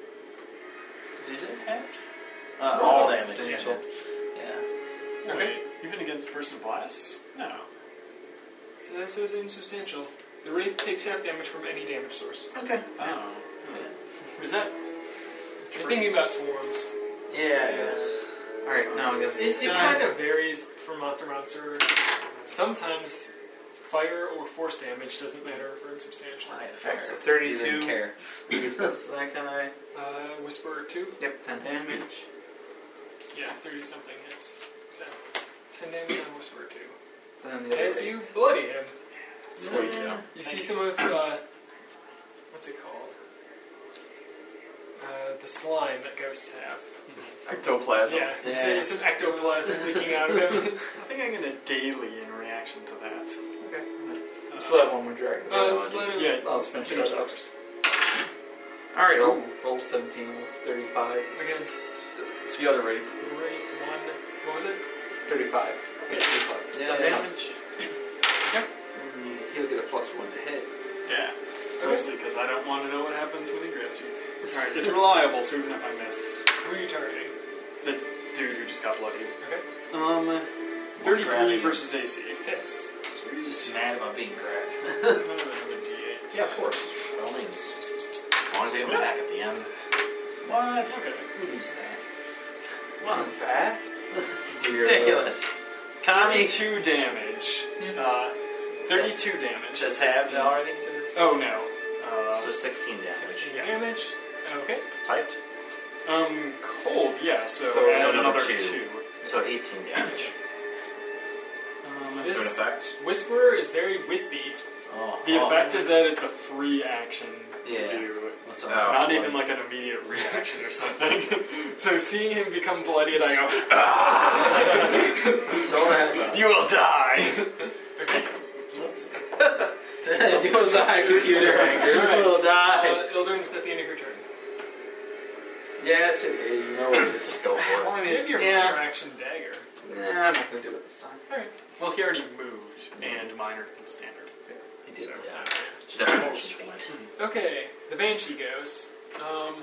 [SPEAKER 5] Does it hack? Uh,
[SPEAKER 6] Roll
[SPEAKER 5] all damage.
[SPEAKER 6] damage,
[SPEAKER 5] Yeah. yeah.
[SPEAKER 1] Okay.
[SPEAKER 2] Wait, even against Burst of Blast? No.
[SPEAKER 1] So that says insubstantial. The Wraith takes half damage from any damage source.
[SPEAKER 5] Okay.
[SPEAKER 2] Oh.
[SPEAKER 1] Is that? You're thinking about swarms.
[SPEAKER 5] Yeah.
[SPEAKER 6] Alright, now I guess
[SPEAKER 1] It,
[SPEAKER 6] this
[SPEAKER 1] it
[SPEAKER 6] guy.
[SPEAKER 1] kind of varies from monster to monster. Sometimes fire or force damage doesn't matter for insubstantial.
[SPEAKER 6] Alright, so
[SPEAKER 5] You didn't
[SPEAKER 6] 32.
[SPEAKER 5] care.
[SPEAKER 6] That's that guy.
[SPEAKER 1] Uh, Whisper two.
[SPEAKER 6] Yep, 10 damage.
[SPEAKER 1] Yeah, thirty something hits. So ten damage on Whisper two.
[SPEAKER 6] Then the other
[SPEAKER 1] As
[SPEAKER 6] guy.
[SPEAKER 1] you bloody him,
[SPEAKER 3] Sweet. Yeah.
[SPEAKER 1] you see some of uh, what's it called? Uh, the slime that ghosts
[SPEAKER 2] (laughs)
[SPEAKER 1] have.
[SPEAKER 4] Ectoplasm.
[SPEAKER 1] Yeah, you
[SPEAKER 5] Yeah.
[SPEAKER 1] see some
[SPEAKER 5] (laughs)
[SPEAKER 1] ectoplasm leaking out of him.
[SPEAKER 2] I think I'm gonna daily in reaction to that.
[SPEAKER 6] Okay.
[SPEAKER 2] Uh,
[SPEAKER 6] We still have one more dragon.
[SPEAKER 1] Uh, let him
[SPEAKER 2] yeah,
[SPEAKER 6] Oh, let's finish
[SPEAKER 1] finish
[SPEAKER 6] that
[SPEAKER 1] up
[SPEAKER 6] up. Alright, roll, roll 17, that's 35.
[SPEAKER 1] against
[SPEAKER 6] It's the other wave.
[SPEAKER 1] the Wraith one. What was it?
[SPEAKER 6] 35. It's reflex.
[SPEAKER 5] Yeah,
[SPEAKER 6] Does
[SPEAKER 5] yeah.
[SPEAKER 6] damage. Okay. Mm, He'll get a plus 1 to hit.
[SPEAKER 1] Yeah,
[SPEAKER 2] Yeah. Mostly because I don't want to know what happens when he grabs you. Alright, it's reliable, so even if I miss,
[SPEAKER 1] Who are you targeting?
[SPEAKER 2] the dude who just got bloodied.
[SPEAKER 1] Okay.
[SPEAKER 2] Um,
[SPEAKER 5] grabbing
[SPEAKER 2] 33
[SPEAKER 5] him.
[SPEAKER 2] versus AC. Hits. (laughs)
[SPEAKER 5] Just mad about being grabbed.
[SPEAKER 2] I'm gonna have a D8.
[SPEAKER 3] Yeah, of course. By all means. As long as they have me back at the end.
[SPEAKER 5] What?
[SPEAKER 2] Okay.
[SPEAKER 5] Who needs that?
[SPEAKER 3] (laughs)
[SPEAKER 6] Back?
[SPEAKER 3] uh,
[SPEAKER 5] Ridiculous. Tommy
[SPEAKER 2] 32 damage. Uh, 32 damage.
[SPEAKER 5] just halved already.
[SPEAKER 2] Oh no. Uh,
[SPEAKER 3] So 16 damage.
[SPEAKER 1] 16 damage. Okay.
[SPEAKER 3] Typed.
[SPEAKER 2] Um, cold, yeah, so,
[SPEAKER 3] So
[SPEAKER 2] add
[SPEAKER 3] it's another
[SPEAKER 2] another
[SPEAKER 3] two.
[SPEAKER 2] two.
[SPEAKER 3] So 18 damage.
[SPEAKER 2] Um,
[SPEAKER 3] So an
[SPEAKER 1] This
[SPEAKER 3] effect.
[SPEAKER 1] whisperer is very wispy.
[SPEAKER 5] Oh,
[SPEAKER 2] the
[SPEAKER 5] oh,
[SPEAKER 2] effect is
[SPEAKER 5] it's-
[SPEAKER 2] that it's a free action to
[SPEAKER 5] Yeah.
[SPEAKER 2] do.
[SPEAKER 5] What's up?
[SPEAKER 3] Oh.
[SPEAKER 2] Not even like an immediate reaction or something. (laughs) so seeing him become bloodied, I go, ah!
[SPEAKER 6] So mad about
[SPEAKER 2] you will
[SPEAKER 1] (laughs)
[SPEAKER 2] die! okay.
[SPEAKER 5] it was a high computer.
[SPEAKER 1] Alright.
[SPEAKER 5] You will die.
[SPEAKER 1] Uh, Ildren's at the end of your turn.
[SPEAKER 6] Yes, it is. You know what it is.
[SPEAKER 3] Just go for
[SPEAKER 6] Well, I mean,
[SPEAKER 1] Give
[SPEAKER 6] it's-
[SPEAKER 1] your
[SPEAKER 6] yeah.
[SPEAKER 1] minor action dagger.
[SPEAKER 6] Nah, I'm not gonna do it this time.
[SPEAKER 2] Well, he already moved, and minor and standard.
[SPEAKER 3] it.
[SPEAKER 2] So,
[SPEAKER 3] Yeah. It's definitely sweet.
[SPEAKER 1] Okay, the banshee goes. Um,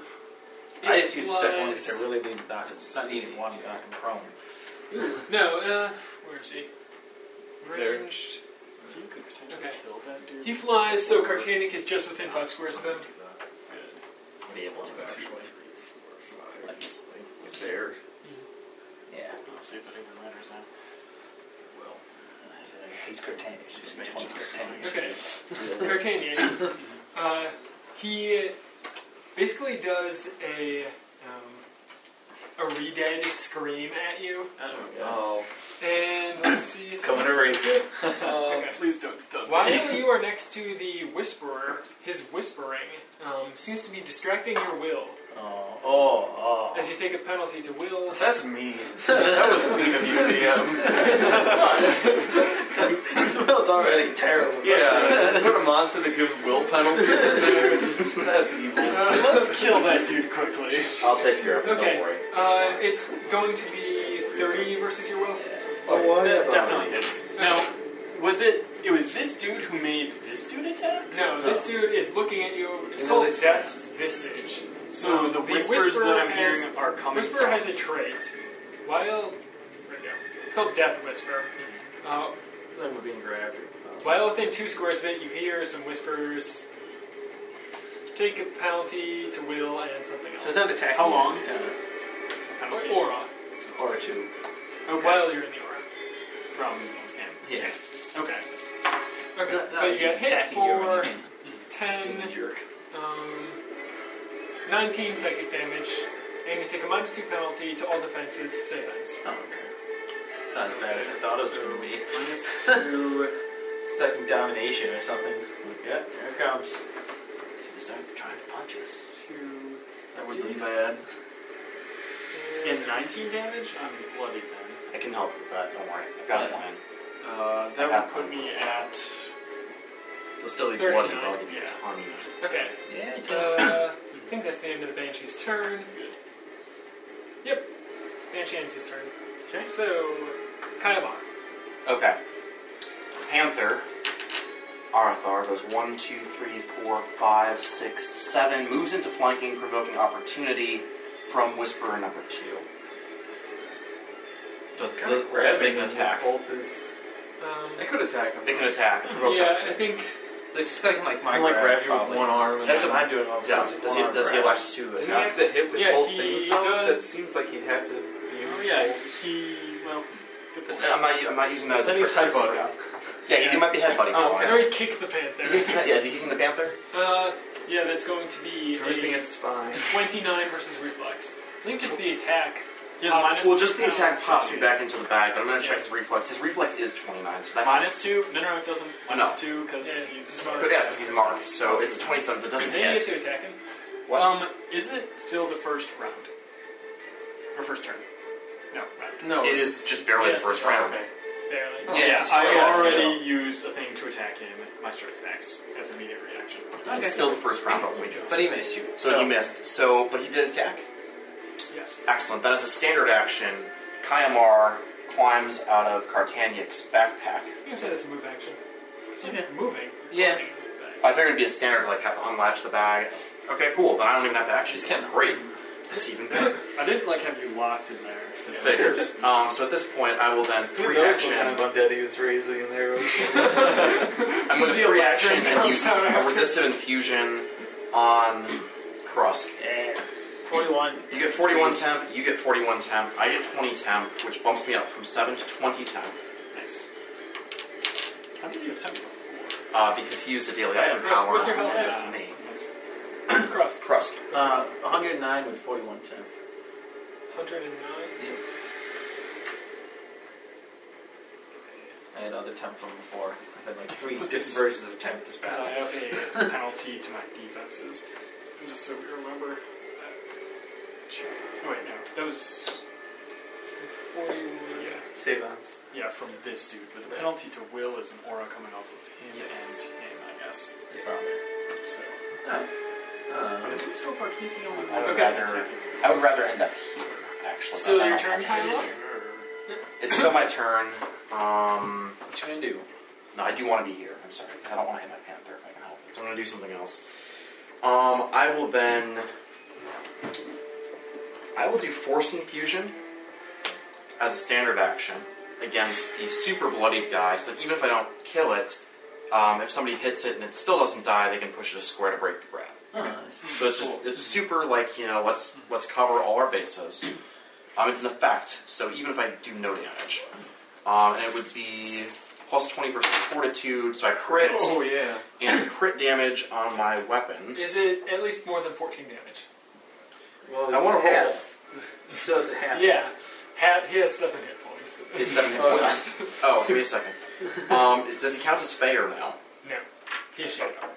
[SPEAKER 5] I
[SPEAKER 1] it
[SPEAKER 5] just used the second one because
[SPEAKER 1] flies-
[SPEAKER 5] I really need to knock it. Not needed one, you knock him prone.
[SPEAKER 1] No, uh, where is he? Ranged.
[SPEAKER 2] if you could potentially
[SPEAKER 1] Okay.
[SPEAKER 2] kill that dude.
[SPEAKER 1] He flies, so Cartanic is just within five squares of him.
[SPEAKER 3] I'll Be able to actually. Like,
[SPEAKER 4] There.
[SPEAKER 6] (laughs)
[SPEAKER 5] Yeah.
[SPEAKER 2] I'll see if it even matters now.
[SPEAKER 5] Well, he's Curtanic. He's made one Curtanic.
[SPEAKER 1] Okay, Cartanic. Uh, he basically does a um, a redead scream at you,
[SPEAKER 4] Oh.
[SPEAKER 1] and let's see.
[SPEAKER 3] It's coming to raise you.
[SPEAKER 1] (laughs) Okay.
[SPEAKER 2] Please don't stun me.
[SPEAKER 1] While you are next to the whisperer, his whispering um, seems to be distracting your will.
[SPEAKER 5] Oh, oh, oh.
[SPEAKER 1] As you take a penalty to will,
[SPEAKER 4] That's mean. that was mean of you, DM.
[SPEAKER 5] This smells already terrible.
[SPEAKER 4] Yeah. (laughs) Put a monster that gives will penalties in there. That's
[SPEAKER 3] (laughs)
[SPEAKER 4] evil.
[SPEAKER 2] Let's kill that dude quickly.
[SPEAKER 3] I'll take care of it.
[SPEAKER 1] Okay.
[SPEAKER 3] Don't worry.
[SPEAKER 1] Uh, it's going to be 30 versus your will.
[SPEAKER 4] Oh, why?
[SPEAKER 2] That definitely hits. Now, was it? It was this dude who made this dude attack.
[SPEAKER 1] No, this dude is looking at you. It's
[SPEAKER 6] No,
[SPEAKER 1] called
[SPEAKER 6] they-
[SPEAKER 1] Death's Visage.
[SPEAKER 2] So
[SPEAKER 1] Um,
[SPEAKER 2] the
[SPEAKER 1] the
[SPEAKER 2] whispers
[SPEAKER 1] whisperer
[SPEAKER 2] that I'm
[SPEAKER 1] has-
[SPEAKER 2] hearing are coming.
[SPEAKER 1] Whisper
[SPEAKER 2] from-
[SPEAKER 1] has a trait. While. There we go. It's called Death Whisper. Uh,
[SPEAKER 6] Then we're being grabbed.
[SPEAKER 1] while within two squares of it, you hear some whispers. Take a penalty to will and something
[SPEAKER 6] So it's
[SPEAKER 1] else.
[SPEAKER 6] not attacking.
[SPEAKER 2] How
[SPEAKER 6] you,
[SPEAKER 2] long?
[SPEAKER 6] It's kind of
[SPEAKER 1] Or
[SPEAKER 2] penalty
[SPEAKER 1] aura.
[SPEAKER 6] or two.
[SPEAKER 1] While you're in the aura.
[SPEAKER 2] from him.
[SPEAKER 6] Yeah.
[SPEAKER 2] Okay.
[SPEAKER 1] Okay.
[SPEAKER 5] Not- not
[SPEAKER 1] but you get hit
[SPEAKER 5] attacking you or
[SPEAKER 1] for
[SPEAKER 5] anything. Mm-hmm.
[SPEAKER 1] 10.
[SPEAKER 6] jerk.
[SPEAKER 1] Um, 19 psychic damage, and you take a minus 2 penalty to all defenses, save ends.
[SPEAKER 6] Oh, okay.
[SPEAKER 5] Not as bad as I thought it was going to be.
[SPEAKER 6] Minus two.
[SPEAKER 5] It's like domination or something. Look, yeah, here it comes. He's trying to punch us.
[SPEAKER 6] two.
[SPEAKER 4] That would be bad.
[SPEAKER 2] And 19 damage. I'm bloody then.
[SPEAKER 3] I can help with that. Don't worry. I've got a plan.
[SPEAKER 2] Uh,
[SPEAKER 3] I've
[SPEAKER 2] that
[SPEAKER 3] had
[SPEAKER 2] would put
[SPEAKER 3] one.
[SPEAKER 2] me at.
[SPEAKER 3] You'll still be bloody, but I'll
[SPEAKER 1] 39,
[SPEAKER 3] give you
[SPEAKER 2] yeah.
[SPEAKER 3] tons.
[SPEAKER 1] Okay,
[SPEAKER 5] Yeah, it does.
[SPEAKER 1] uh, I think that's the end of the Banshee's turn. Yep, Banshee ends his turn.
[SPEAKER 2] Okay.
[SPEAKER 1] So, Kaiba.
[SPEAKER 3] Okay. Panther. Arathar goes one, two, three, four, five, six, seven. Moves into flanking, provoking opportunity from Whisperer number 2. Does, does, does make an attack.
[SPEAKER 6] Bolt is.
[SPEAKER 1] Um,
[SPEAKER 6] I could attack him.
[SPEAKER 3] Make an attack. It provokes
[SPEAKER 1] yeah, I think
[SPEAKER 5] Like, it's like, like my
[SPEAKER 6] I like grab
[SPEAKER 5] grab,
[SPEAKER 6] you with
[SPEAKER 5] probably.
[SPEAKER 6] one arm. And
[SPEAKER 3] That's
[SPEAKER 6] then
[SPEAKER 3] what
[SPEAKER 6] I'm doing. All
[SPEAKER 3] Yeah, does he, does he elect to
[SPEAKER 4] Didn't he have
[SPEAKER 3] attack?
[SPEAKER 4] to hit with
[SPEAKER 1] Yeah,
[SPEAKER 4] both
[SPEAKER 1] he
[SPEAKER 4] things? though? That
[SPEAKER 1] does-
[SPEAKER 4] seems like he'd have to
[SPEAKER 2] Oh
[SPEAKER 4] use.
[SPEAKER 2] yeah. He well. Good
[SPEAKER 3] It's-
[SPEAKER 2] point.
[SPEAKER 3] I'm not, I'm not using that as
[SPEAKER 6] Then
[SPEAKER 3] a
[SPEAKER 6] he's
[SPEAKER 3] trick.
[SPEAKER 6] headbutting.
[SPEAKER 3] Yeah, he- he might be headbutting.
[SPEAKER 6] Oh,
[SPEAKER 1] I
[SPEAKER 3] Colin.
[SPEAKER 1] know he kicks the Panther.
[SPEAKER 3] Yeah, is he kicking the panther?
[SPEAKER 1] Uh, yeah, that's going to be a
[SPEAKER 6] Bruising its spine.
[SPEAKER 1] 29 versus Reflex. I think just the attack.
[SPEAKER 2] He has minus
[SPEAKER 3] Well, just the
[SPEAKER 2] two
[SPEAKER 3] attack
[SPEAKER 2] now.
[SPEAKER 3] pops me back into the bag, but I'm gonna check his reflex. His reflex is 29, so that
[SPEAKER 2] Minus two? No, no, it doesn't. Minus
[SPEAKER 3] Oh, No.
[SPEAKER 2] two because
[SPEAKER 1] Yeah,
[SPEAKER 2] he's
[SPEAKER 1] it's
[SPEAKER 2] smart.
[SPEAKER 3] Yeah, because he's marked, so it's 27. It doesn't
[SPEAKER 1] Then you
[SPEAKER 3] hit.
[SPEAKER 1] get to attack him.
[SPEAKER 2] Um, is it still the first round or first turn? No, round.
[SPEAKER 5] Um,
[SPEAKER 6] No.
[SPEAKER 3] It is just barely the
[SPEAKER 1] Yes,
[SPEAKER 3] first
[SPEAKER 1] yes.
[SPEAKER 3] round.
[SPEAKER 1] Barely.
[SPEAKER 6] Oh,
[SPEAKER 2] yeah,
[SPEAKER 6] it's
[SPEAKER 2] I
[SPEAKER 6] fair.
[SPEAKER 2] already used a thing to attack him. My strike max as immediate reaction.
[SPEAKER 6] Okay.
[SPEAKER 3] It's still the first round, but we just.
[SPEAKER 5] But he missed you.
[SPEAKER 3] So he missed. So, but he did attack.
[SPEAKER 2] Yes.
[SPEAKER 3] Excellent. That is a standard action. Kayamar climbs out of Cartanic's backpack.
[SPEAKER 1] I'm gonna say that's a move action. 'Cause you're
[SPEAKER 5] Okay.
[SPEAKER 1] moving.
[SPEAKER 5] Yeah.
[SPEAKER 1] Climbing, moving back.
[SPEAKER 3] I figured it'd be a standard, like have to unlatch the bag. Okay, cool. Then I don't even have to actually
[SPEAKER 5] Just kinda-
[SPEAKER 3] scan. Great. That's even better.
[SPEAKER 2] I didn't like have you locked in there. So.
[SPEAKER 3] Figures. Um, so at this point, I will then
[SPEAKER 4] Who
[SPEAKER 3] free
[SPEAKER 4] knows
[SPEAKER 3] action.
[SPEAKER 4] what kind of undead he was raising in there?
[SPEAKER 3] I'm going to free action and use a resistive infusion on Krusk.
[SPEAKER 5] Yeah. 41.
[SPEAKER 3] You get 41 temp, you get 41 temp, I get 20 temp, which bumps me up from 7 to 20 temp. Nice.
[SPEAKER 2] How did you have time before?
[SPEAKER 3] Uh, because he used a daily item
[SPEAKER 1] Krusk,
[SPEAKER 3] power
[SPEAKER 1] what's your
[SPEAKER 3] and
[SPEAKER 1] health
[SPEAKER 3] it goes
[SPEAKER 1] at?
[SPEAKER 3] to me.
[SPEAKER 2] (coughs)
[SPEAKER 1] Krusk.
[SPEAKER 3] Krusk.
[SPEAKER 5] Uh, 109 with 41 10.
[SPEAKER 1] 109.
[SPEAKER 5] I had other temp from before. I've had like
[SPEAKER 4] (laughs)
[SPEAKER 5] three different
[SPEAKER 2] Yes.
[SPEAKER 5] versions of temp this
[SPEAKER 2] Because
[SPEAKER 5] past
[SPEAKER 2] I have a penalty to my defenses.
[SPEAKER 1] Just so we remember. that.
[SPEAKER 2] Oh, wait, no. That was,
[SPEAKER 1] 41.
[SPEAKER 2] yeah.
[SPEAKER 6] Save ons.
[SPEAKER 2] Yeah, from this dude. But the penalty to Will is an aura coming off of him
[SPEAKER 5] Yes.
[SPEAKER 2] and him, I guess. So.
[SPEAKER 3] Uh,
[SPEAKER 2] But so far, he's the only
[SPEAKER 3] I
[SPEAKER 2] one.
[SPEAKER 3] would,
[SPEAKER 2] Okay.
[SPEAKER 3] rather, I would rather end up here, actually.
[SPEAKER 1] Still
[SPEAKER 3] That's
[SPEAKER 1] your turn,
[SPEAKER 3] not-
[SPEAKER 1] Kylo?
[SPEAKER 3] It's still my turn. Um,
[SPEAKER 6] What you gonna do?
[SPEAKER 3] no, I do want to be here. I'm sorry, because I don't want to hit my panther if I can help it. So I'm going to do something else. Um, I will then. I will do force infusion as a standard action against the super bloodied guy, so that even if I don't kill it, um, if somebody hits it and it still doesn't die, they can push it a square to break the grab.
[SPEAKER 4] Ah,
[SPEAKER 3] So it's just it's super like you know let's let's cover all our bases. Um, it's an effect, so even if I do no damage, um, and it would be plus twenty versus fortitude, so I crit
[SPEAKER 4] Oh yeah.
[SPEAKER 3] and crit damage on my weapon.
[SPEAKER 1] Is it at least more than 14 damage?
[SPEAKER 6] Well,
[SPEAKER 3] I want to roll.
[SPEAKER 6] (laughs) So it's a half.
[SPEAKER 1] Yeah. Ha- he has 7 hit points.
[SPEAKER 3] It's seven hit
[SPEAKER 6] (laughs) Oh, (laughs)
[SPEAKER 3] points. Oh, give me a second. Um, does it count as fair now?
[SPEAKER 1] No. He is shut up.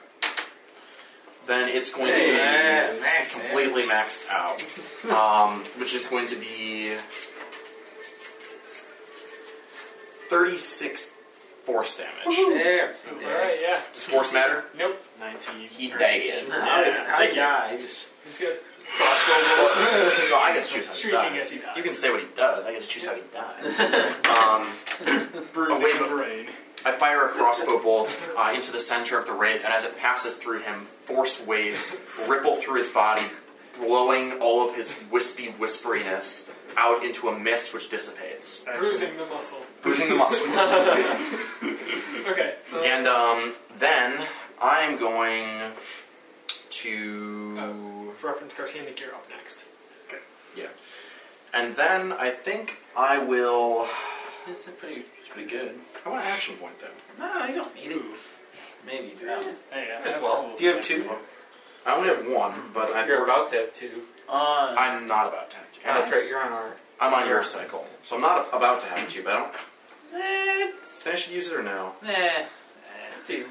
[SPEAKER 3] Then it's going to be
[SPEAKER 6] Yeah, nice, man.
[SPEAKER 3] completely maxed out, um, which is going to be thirty-six force damage.
[SPEAKER 6] There.
[SPEAKER 1] Alright, yeah.
[SPEAKER 3] Does force matter?
[SPEAKER 1] Nope.
[SPEAKER 2] 19.
[SPEAKER 3] He died.
[SPEAKER 6] No, I didn't- I die. I just
[SPEAKER 1] He just goes
[SPEAKER 3] Well, I get to choose how he
[SPEAKER 1] shrieking as
[SPEAKER 3] dies.
[SPEAKER 1] he dies.
[SPEAKER 3] You can say what he does. I get to choose how he dies. Um,
[SPEAKER 2] Bruising
[SPEAKER 3] wave
[SPEAKER 2] the
[SPEAKER 3] of-
[SPEAKER 2] brain.
[SPEAKER 3] I fire a crossbow bolt uh, into the center of the wraith, and as it passes through him, force waves ripple through his body, blowing all of his wispy whisperiness out into a mist which dissipates,
[SPEAKER 1] bruising the muscle.
[SPEAKER 3] bruising (laughs) the muscle.
[SPEAKER 1] Okay. uh,
[SPEAKER 3] and um, then I'm going to.
[SPEAKER 1] for reference, Cartanic, you're up next.
[SPEAKER 3] Yeah. And then I think I will.
[SPEAKER 6] it's a pretty, it's pretty good.
[SPEAKER 3] I want an action point though.
[SPEAKER 6] No, I Ah, don't need it. Maybe you do.
[SPEAKER 2] Hey, I
[SPEAKER 4] As
[SPEAKER 2] have
[SPEAKER 4] well.
[SPEAKER 2] all of
[SPEAKER 6] Do you have
[SPEAKER 2] them.
[SPEAKER 6] two?
[SPEAKER 3] I only have one, but I,
[SPEAKER 4] You're about to have two.
[SPEAKER 6] On.
[SPEAKER 3] I'm not about to have two.
[SPEAKER 4] Yeah, that's right. You're on our.
[SPEAKER 3] I'm on your cycle, so I'm not about to have two. But I don't. Then I should use it or no?
[SPEAKER 6] Nah. eh,
[SPEAKER 4] Two.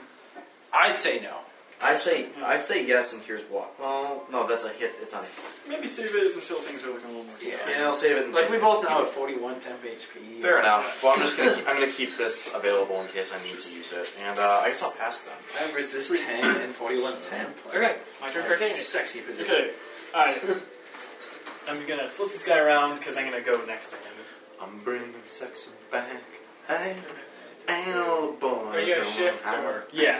[SPEAKER 6] I'd say no.
[SPEAKER 3] I say I say yes, and here's what. Well, no, that's a hit. It's not. A hit.
[SPEAKER 2] Maybe save it until things are looking a little more.
[SPEAKER 3] Yeah, I'll save it. In
[SPEAKER 6] Like we
[SPEAKER 3] case-
[SPEAKER 6] both know at 41 temp HP.
[SPEAKER 3] Fair enough. Well, I'm just gonna keep, I'm gonna keep this available in case I need to use it, and uh, I guess I'll pass them.
[SPEAKER 6] I have resist 10 and (laughs) 41 temp. Like,
[SPEAKER 1] Okay. My turn, Cartanic.
[SPEAKER 6] Sexy position.
[SPEAKER 2] Okay. Alright. (laughs) I'm gonna flip this guy around because I'm gonna go next to him.
[SPEAKER 3] I'm bringing sex back. Hey, animal boy.
[SPEAKER 1] Are you gonna shift or?
[SPEAKER 2] Yeah.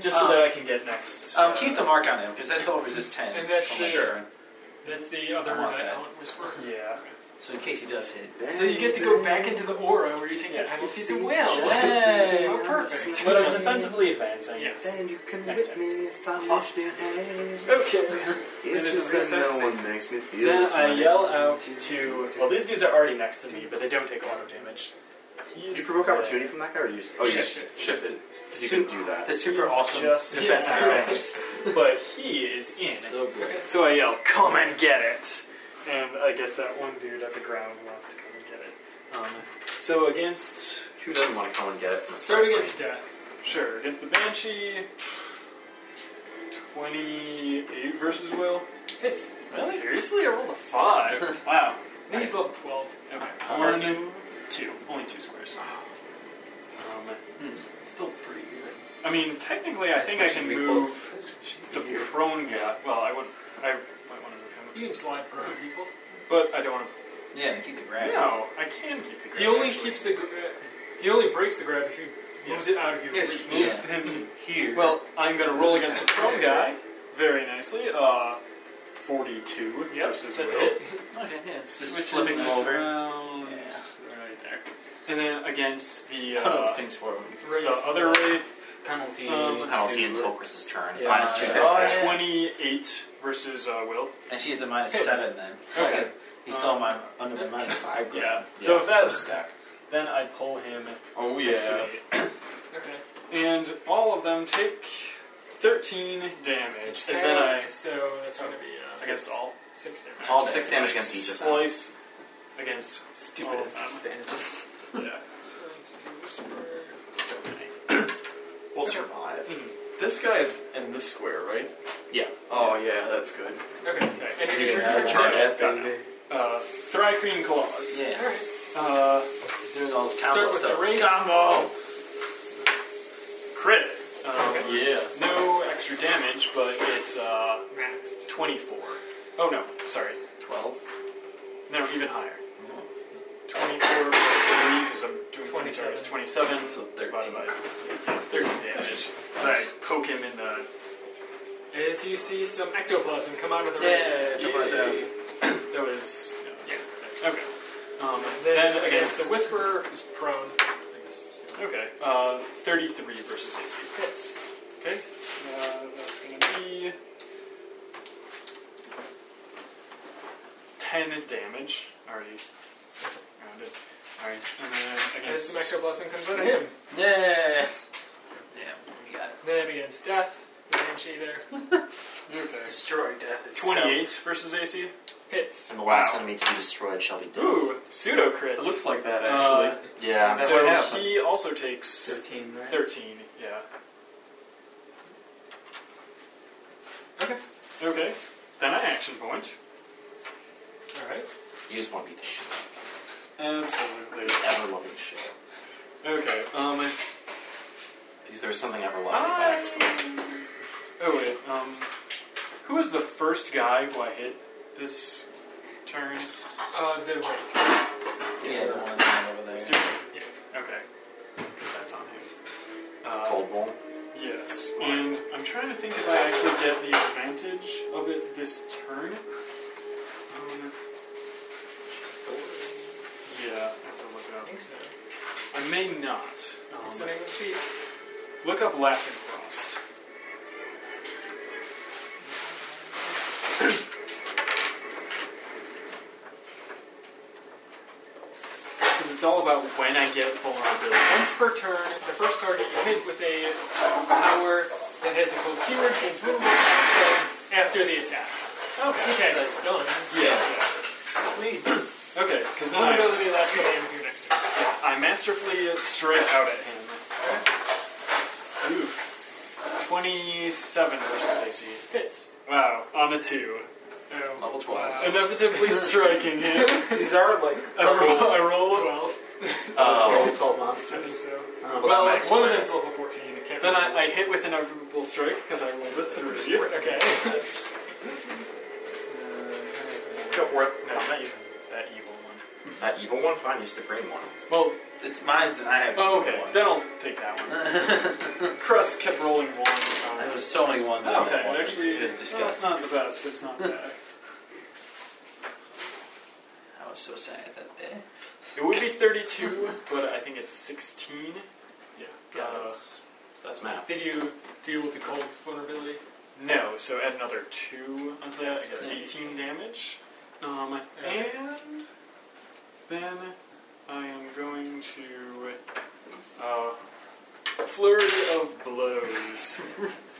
[SPEAKER 2] Just so
[SPEAKER 6] Um,
[SPEAKER 2] that I can get next.
[SPEAKER 6] Um,
[SPEAKER 2] uh,
[SPEAKER 6] keep the mark on him because I still resist 10.
[SPEAKER 1] And that's
[SPEAKER 6] on my
[SPEAKER 1] the-
[SPEAKER 6] turn.
[SPEAKER 1] That's the other
[SPEAKER 6] I want
[SPEAKER 1] one that
[SPEAKER 6] that.
[SPEAKER 1] Alan Whisper.
[SPEAKER 2] Yeah.
[SPEAKER 6] So in case he does hit.
[SPEAKER 1] So you get to go back into the aura where you take the penalty to will.
[SPEAKER 6] Hey.
[SPEAKER 1] Oh, perfect.
[SPEAKER 2] But I'm defensively advancing.
[SPEAKER 1] Yes.
[SPEAKER 3] Then you can
[SPEAKER 2] Next
[SPEAKER 3] whip
[SPEAKER 2] time.
[SPEAKER 3] me if I misbehave.
[SPEAKER 2] Okay.
[SPEAKER 3] It's
[SPEAKER 2] It is
[SPEAKER 3] just that
[SPEAKER 2] very
[SPEAKER 3] no
[SPEAKER 2] sexy.
[SPEAKER 3] one makes me feel
[SPEAKER 2] Then
[SPEAKER 3] this
[SPEAKER 2] I
[SPEAKER 3] way.
[SPEAKER 2] yell out to. Well, these dudes are already next to me, but they don't take auto damage. He's
[SPEAKER 3] Did you provoke opportunity from that guy, or you? Oh, you
[SPEAKER 2] Shift.
[SPEAKER 3] just shifted. 'Cause You can do that.
[SPEAKER 6] The super
[SPEAKER 2] He's
[SPEAKER 6] awesome
[SPEAKER 2] just-
[SPEAKER 6] defense
[SPEAKER 2] Yeah.
[SPEAKER 6] (laughs) guys.
[SPEAKER 2] But he is in.
[SPEAKER 6] So good.
[SPEAKER 2] So I yell, "Come and get it!" And I guess that one dude at the ground wants to come and get it. Um, so against
[SPEAKER 3] Who doesn't want to come and get it from the
[SPEAKER 1] Start against death.
[SPEAKER 2] Sure, against the Banshee. 28 versus Will.
[SPEAKER 1] Hits.
[SPEAKER 2] Seriously? I rolled
[SPEAKER 1] (laughs)
[SPEAKER 2] a 5. wow.
[SPEAKER 1] I think he's level 12.
[SPEAKER 2] Okay. One, two. Only two squares.
[SPEAKER 1] Ah.
[SPEAKER 2] Um,
[SPEAKER 6] Still pretty good.
[SPEAKER 2] I mean, technically, I think I can move the prone guy. Well, I would. I might want to move him.
[SPEAKER 1] You can slide for other people.
[SPEAKER 2] But I don't want to.
[SPEAKER 6] Yeah, keep the grab.
[SPEAKER 2] No, I can keep the
[SPEAKER 1] He
[SPEAKER 2] grab,
[SPEAKER 1] only
[SPEAKER 2] actually.
[SPEAKER 1] keeps the. Gra- he only breaks the grab if you moves it out of your
[SPEAKER 4] Yeah,
[SPEAKER 1] reach.
[SPEAKER 4] just move him here.
[SPEAKER 2] Well, I'm going to roll against the prone guy very nicely. Uh, 42. Yep, versus
[SPEAKER 1] That's
[SPEAKER 2] will.
[SPEAKER 1] it.
[SPEAKER 5] Okay, yeah.
[SPEAKER 2] Just
[SPEAKER 5] Switch
[SPEAKER 2] flipping
[SPEAKER 5] flipping
[SPEAKER 2] this
[SPEAKER 5] over.
[SPEAKER 2] around.
[SPEAKER 5] Yeah.
[SPEAKER 2] Right there. And then against the,
[SPEAKER 5] I don't
[SPEAKER 2] uh,
[SPEAKER 5] think so.
[SPEAKER 2] the other wraith,
[SPEAKER 6] Penalty.
[SPEAKER 2] Um,
[SPEAKER 6] to-
[SPEAKER 3] Penalty until Chris's turn.
[SPEAKER 5] Yeah.
[SPEAKER 3] Minus two
[SPEAKER 5] Yeah.
[SPEAKER 3] to
[SPEAKER 5] Oh,
[SPEAKER 3] attack.
[SPEAKER 5] yeah.
[SPEAKER 2] 28 versus uh, Will.
[SPEAKER 5] And she's a minus
[SPEAKER 1] Hits.
[SPEAKER 5] seven then.
[SPEAKER 2] Okay.
[SPEAKER 5] He's still on my, under my minus five.
[SPEAKER 2] Yeah.
[SPEAKER 5] grade.
[SPEAKER 2] So if that was
[SPEAKER 5] stack.
[SPEAKER 2] then I pull him
[SPEAKER 4] oh
[SPEAKER 2] next to
[SPEAKER 4] yeah.
[SPEAKER 2] me.
[SPEAKER 1] Okay.
[SPEAKER 2] And all of them take 13 damage. And then I,
[SPEAKER 1] Attack, so that's going to be uh,
[SPEAKER 2] against
[SPEAKER 1] six-
[SPEAKER 2] all,
[SPEAKER 1] six damage.
[SPEAKER 3] All six damage against each of them.
[SPEAKER 2] slice against.
[SPEAKER 6] Stupid
[SPEAKER 2] Oh,
[SPEAKER 6] as
[SPEAKER 2] um,
[SPEAKER 6] substantive.
[SPEAKER 2] (laughs) Yeah.
[SPEAKER 1] So let's see, whisper.
[SPEAKER 3] We'll survive.
[SPEAKER 4] This guy's in this square, right?
[SPEAKER 3] Yeah.
[SPEAKER 4] Oh yeah, that's good.
[SPEAKER 1] Okay. And if
[SPEAKER 5] Yeah,
[SPEAKER 1] you're
[SPEAKER 5] yeah,
[SPEAKER 1] turn-
[SPEAKER 3] Charge it.
[SPEAKER 2] Uh, Thrycreen Claws.
[SPEAKER 5] Yeah.
[SPEAKER 1] Alright.
[SPEAKER 2] Uh,
[SPEAKER 5] He's doing all this
[SPEAKER 1] Start
[SPEAKER 5] combo
[SPEAKER 1] with the
[SPEAKER 5] stuff.
[SPEAKER 1] raid.
[SPEAKER 2] combo! Crit. Um,
[SPEAKER 4] Yeah.
[SPEAKER 2] No extra damage, but it's uh,
[SPEAKER 1] Maxed.
[SPEAKER 2] 24. Oh no, sorry.
[SPEAKER 5] 12.
[SPEAKER 2] No, even higher.
[SPEAKER 1] Mm-hmm.
[SPEAKER 2] 24 plus 3, because I'm doing 27. 27
[SPEAKER 5] So
[SPEAKER 2] divided
[SPEAKER 5] 13.
[SPEAKER 2] by yeah, so 13 damage. As I poke him in the.
[SPEAKER 1] As you see some ectoplasm come out of the
[SPEAKER 5] Yeah,
[SPEAKER 1] raid.
[SPEAKER 5] yeah, yeah, yeah.
[SPEAKER 2] That was.
[SPEAKER 1] Yeah.
[SPEAKER 2] Okay. Um,
[SPEAKER 1] Then,
[SPEAKER 2] then
[SPEAKER 1] against the
[SPEAKER 2] against.
[SPEAKER 1] whisperer, who's prone. I guess.
[SPEAKER 2] Okay. Uh, 33 versus AC. Hits. Okay. Uh, that's going to be. 10 damage. Already rounded. Alright. And then
[SPEAKER 1] As
[SPEAKER 2] against.
[SPEAKER 1] some ectoplasm comes out of him.
[SPEAKER 5] Yeah. Damn, you got it.
[SPEAKER 1] Then begins death. The banshee there
[SPEAKER 2] Okay.
[SPEAKER 6] Destroy death. itself.
[SPEAKER 2] 28 versus AC.
[SPEAKER 1] hits.
[SPEAKER 3] And the last
[SPEAKER 2] Wow.
[SPEAKER 3] enemy to be destroyed shall be dead.
[SPEAKER 2] Ooh, pseudo crits.
[SPEAKER 4] It looks like that
[SPEAKER 2] Uh,
[SPEAKER 4] actually.
[SPEAKER 3] Yeah.
[SPEAKER 4] That's
[SPEAKER 2] so
[SPEAKER 4] what happened.
[SPEAKER 2] he also takes
[SPEAKER 6] Thirteen, right?
[SPEAKER 2] 13, yeah.
[SPEAKER 1] Okay.
[SPEAKER 2] Okay, then I action point.
[SPEAKER 1] Alright.
[SPEAKER 3] Use one beat the shit.
[SPEAKER 2] Absolutely.
[SPEAKER 3] Ever loving shit.
[SPEAKER 2] Okay, um,
[SPEAKER 3] Because there's something ever loving about
[SPEAKER 2] I...
[SPEAKER 3] it.
[SPEAKER 2] Oh wait, um, who was the first guy who I hit this turn?
[SPEAKER 1] Uh, the raid.
[SPEAKER 5] Yeah, the one down over
[SPEAKER 2] Let's
[SPEAKER 5] there.
[SPEAKER 2] do it. Yeah, okay. 'Cause that's on him. Uh,
[SPEAKER 3] Cold roll.
[SPEAKER 2] Yes, and I'm trying to think if I actually get the advantage of it this turn. Um, yeah, I have to look it
[SPEAKER 1] I
[SPEAKER 2] up.
[SPEAKER 1] think so.
[SPEAKER 2] I may not.
[SPEAKER 1] It's the
[SPEAKER 2] Um,
[SPEAKER 1] name of the feat.
[SPEAKER 2] look up Laughing (clears throat) Frost. Because it's all about when I get vulnerability.
[SPEAKER 1] Once per turn, the first target you hit with a power that has the code keyword transmittable attack code after the attack.
[SPEAKER 2] Okay.
[SPEAKER 1] Attack stuns.
[SPEAKER 2] Yeah. Okay, because then
[SPEAKER 1] One
[SPEAKER 2] I,
[SPEAKER 1] ability lasts till the end of your next turn.
[SPEAKER 2] I masterfully strike out at him. Oof. 27 versus AC.
[SPEAKER 1] Hits.
[SPEAKER 2] Wow, on a 2.
[SPEAKER 1] Oh.
[SPEAKER 3] Level 12.
[SPEAKER 2] Inevitably striking him.
[SPEAKER 6] (laughs) These are like
[SPEAKER 2] I roll, I roll
[SPEAKER 1] Twelve.
[SPEAKER 3] Oh.
[SPEAKER 6] level twelve
[SPEAKER 1] I think
[SPEAKER 6] monsters.
[SPEAKER 1] so.
[SPEAKER 3] Well,
[SPEAKER 2] well,
[SPEAKER 3] that makes
[SPEAKER 1] One of
[SPEAKER 3] sense.
[SPEAKER 1] them's level fourteen. I can't
[SPEAKER 2] Then I,
[SPEAKER 1] remember
[SPEAKER 2] I hit with an unfavorable strike because I rolled a 3.
[SPEAKER 1] which. Okay.
[SPEAKER 2] (laughs)
[SPEAKER 5] Uh,
[SPEAKER 3] Go for it.
[SPEAKER 2] No, I'm not using that evil one.
[SPEAKER 3] That evil one? Fine, use the green one.
[SPEAKER 2] Well,
[SPEAKER 5] It's mine that I have.
[SPEAKER 2] oh, okay,
[SPEAKER 5] One.
[SPEAKER 2] then I'll take that
[SPEAKER 5] (laughs)
[SPEAKER 2] one. Crust kept rolling ones on
[SPEAKER 5] There was
[SPEAKER 2] it.
[SPEAKER 5] so many ones. on
[SPEAKER 2] Oh, Okay,
[SPEAKER 5] that one.
[SPEAKER 2] actually, uh,
[SPEAKER 5] it was
[SPEAKER 2] well, it's
[SPEAKER 5] disgusting.
[SPEAKER 2] not the best, but it's
[SPEAKER 5] (laughs)
[SPEAKER 2] not bad.
[SPEAKER 5] I was so sad that day.
[SPEAKER 2] it would be 32, but I think it's 16. Yeah.
[SPEAKER 3] Yeah,
[SPEAKER 2] Uh,
[SPEAKER 3] that's, that's math.
[SPEAKER 1] Did you deal with the cold vulnerability?
[SPEAKER 2] no, so add another 2 onto that. I guess
[SPEAKER 5] Yeah.
[SPEAKER 2] 18 damage. Um,
[SPEAKER 1] Okay.
[SPEAKER 2] And then I am going to uh, flurry of (laughs) blows.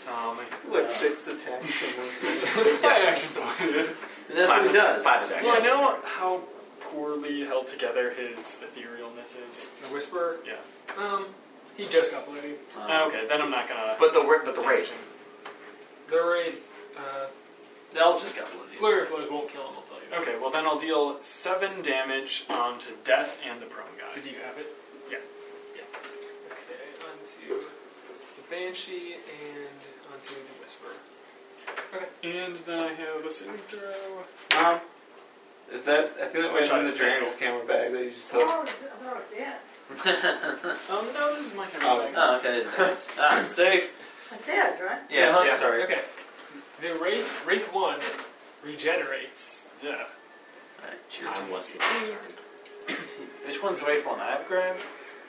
[SPEAKER 2] um,
[SPEAKER 1] Uh,
[SPEAKER 6] Like six attacks.
[SPEAKER 2] (laughs) I accidentally.
[SPEAKER 5] And that's what he does.
[SPEAKER 3] Five attacks.
[SPEAKER 2] Do I know how poorly held together his etherealness is?
[SPEAKER 1] The whisperer.
[SPEAKER 2] Yeah.
[SPEAKER 1] Um, he just got bloodied.
[SPEAKER 5] Um,
[SPEAKER 2] Uh, okay, then I'm not gonna.
[SPEAKER 3] But the wor- but the rage.
[SPEAKER 1] The raid. Uh,
[SPEAKER 5] They all just got bloody.
[SPEAKER 1] flurry of blows won't kill him. I'll tell you. that.
[SPEAKER 2] Okay, well then I'll deal seven damage onto death and the prone guy.
[SPEAKER 1] Did you have it?
[SPEAKER 2] Yeah.
[SPEAKER 1] Yeah. Okay, onto the Banshee and onto the Whisperer.
[SPEAKER 2] And then I have a saving throw.
[SPEAKER 6] Mom, is that? I feel like
[SPEAKER 2] Which
[SPEAKER 6] when
[SPEAKER 2] I
[SPEAKER 6] in the
[SPEAKER 2] failed.
[SPEAKER 6] Dragons camera bag that you just took.
[SPEAKER 7] about that.
[SPEAKER 1] Um, no, this is my kind
[SPEAKER 4] Oh.
[SPEAKER 1] of thing.
[SPEAKER 5] oh, okay. That's, ah, safe.
[SPEAKER 7] Like that, right?
[SPEAKER 5] Yes,
[SPEAKER 4] Yeah.
[SPEAKER 5] sorry.
[SPEAKER 1] Okay. The Wraith, Wraith 1 regenerates. Yeah.
[SPEAKER 3] I must be concerned.
[SPEAKER 5] Which one's the wave one I've grabbed?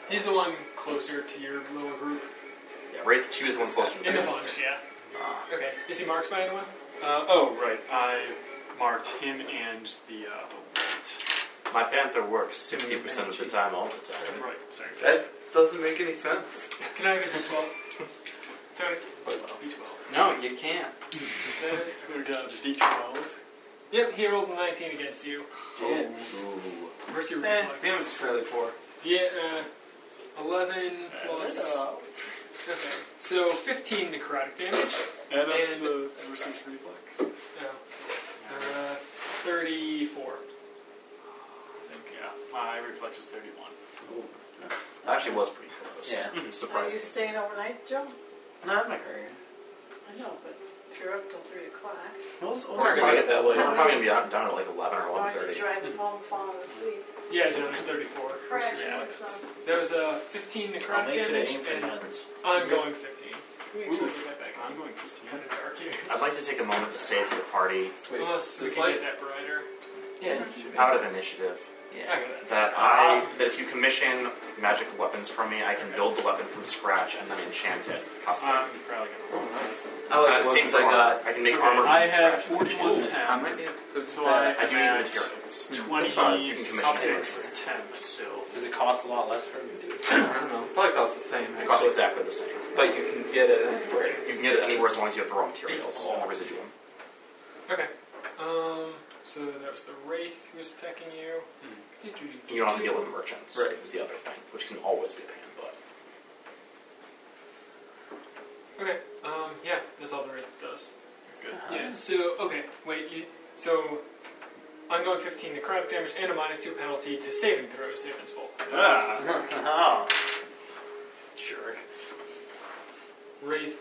[SPEAKER 1] He's the one closer to your little group.
[SPEAKER 3] Wraith 2 is one closer to
[SPEAKER 1] In the
[SPEAKER 3] me.
[SPEAKER 1] bunch, yeah. Okay. Is he marked by anyone?
[SPEAKER 2] Uh, oh, right. I marked him and the, uh, the white.
[SPEAKER 3] My Panther works 60% of the time all the time.
[SPEAKER 2] Right, sorry.
[SPEAKER 4] That doesn't make any sense.
[SPEAKER 1] Can I have a D12? Tony, D12.
[SPEAKER 6] No, you can't.
[SPEAKER 1] Uh,
[SPEAKER 2] We got the D12.
[SPEAKER 1] yep, he rolled a 19 against you.
[SPEAKER 5] Yeah.
[SPEAKER 3] Ooh.
[SPEAKER 1] Where's your
[SPEAKER 6] Eh,
[SPEAKER 1] reflex?
[SPEAKER 6] damage fairly poor.
[SPEAKER 1] Yeah, uh, 11 plus. Okay, so 15 necrotic damage.
[SPEAKER 2] And
[SPEAKER 1] And-
[SPEAKER 2] then the versus reflex.
[SPEAKER 1] No. Uh, 34.
[SPEAKER 2] I think, yeah. My reflex is 31.
[SPEAKER 3] That actually was pretty close.
[SPEAKER 5] Yeah.
[SPEAKER 7] Are
[SPEAKER 3] Surprising.
[SPEAKER 7] you staying overnight, Joe?
[SPEAKER 5] No, I'm not grabbing.
[SPEAKER 7] I know, but if you're up till 3 o'clock,
[SPEAKER 6] What's
[SPEAKER 3] We're probably gonna
[SPEAKER 6] get
[SPEAKER 3] get
[SPEAKER 6] that
[SPEAKER 3] We're
[SPEAKER 6] later.
[SPEAKER 3] probably gonna be out- done at like 11 or
[SPEAKER 7] why are you
[SPEAKER 3] 11.30.
[SPEAKER 7] driving home falling asleep?
[SPEAKER 1] Yeah, John, it's 34.
[SPEAKER 7] Crash
[SPEAKER 1] versus
[SPEAKER 7] or
[SPEAKER 1] reflex.
[SPEAKER 7] something.
[SPEAKER 1] There was a 15
[SPEAKER 5] I'll
[SPEAKER 1] necrotic
[SPEAKER 5] make sure to
[SPEAKER 1] damage
[SPEAKER 5] aim for
[SPEAKER 1] and
[SPEAKER 5] guns.
[SPEAKER 1] ongoing 15.
[SPEAKER 7] We
[SPEAKER 1] Ooh,
[SPEAKER 7] actually-
[SPEAKER 1] get that back.
[SPEAKER 2] I'm going to steal.
[SPEAKER 1] Kind of dark here.
[SPEAKER 3] I'd like to take a moment to say to the party,
[SPEAKER 4] Wait,
[SPEAKER 1] Unless we
[SPEAKER 4] this
[SPEAKER 1] can get
[SPEAKER 4] light-
[SPEAKER 1] that brighter.
[SPEAKER 5] Yeah, should be.
[SPEAKER 3] out of initiative,
[SPEAKER 5] Yeah.
[SPEAKER 1] Okay, that's
[SPEAKER 3] that I that if you commission magical weapons from me, I can build the weapon from scratch and then enchant it custom.
[SPEAKER 2] I'm probably going
[SPEAKER 4] Oh, nice.
[SPEAKER 5] I
[SPEAKER 3] Uh,
[SPEAKER 5] like
[SPEAKER 3] it
[SPEAKER 5] the
[SPEAKER 3] seems
[SPEAKER 5] ones
[SPEAKER 3] like
[SPEAKER 5] I got.
[SPEAKER 3] uh, I can make
[SPEAKER 2] to. Okay,
[SPEAKER 3] armor. from
[SPEAKER 2] I have
[SPEAKER 3] scratch with
[SPEAKER 2] 41
[SPEAKER 3] magic.
[SPEAKER 4] I
[SPEAKER 2] ten.
[SPEAKER 4] might be a
[SPEAKER 2] So I,
[SPEAKER 3] I do need the
[SPEAKER 2] am at
[SPEAKER 3] materials. That's fine. You can commit
[SPEAKER 2] Twenty-six ten still.
[SPEAKER 6] Does it cost a lot less for me to do it?
[SPEAKER 4] I don't know. Probably costs the same.
[SPEAKER 3] It costs exactly
[SPEAKER 4] actually.
[SPEAKER 3] the same.
[SPEAKER 4] But you can get it anywhere.
[SPEAKER 3] You can get it anywhere as long as you have the raw materials or residuum.
[SPEAKER 1] Okay. Um, so that was the Wraith who was attacking you.
[SPEAKER 3] You don't have to deal with merchants.
[SPEAKER 4] Right.
[SPEAKER 3] Is the other thing, which can always be a pain in the butt.
[SPEAKER 1] Okay, um, yeah, that's all the Wraith does.
[SPEAKER 2] Good.
[SPEAKER 1] Yeah, so, okay, wait, you, so ongoing 15 necrotic damage and a minus 2 penalty to saving throws, save and spell.
[SPEAKER 6] oh.
[SPEAKER 2] Ah,
[SPEAKER 6] Jerk.
[SPEAKER 1] Wraith.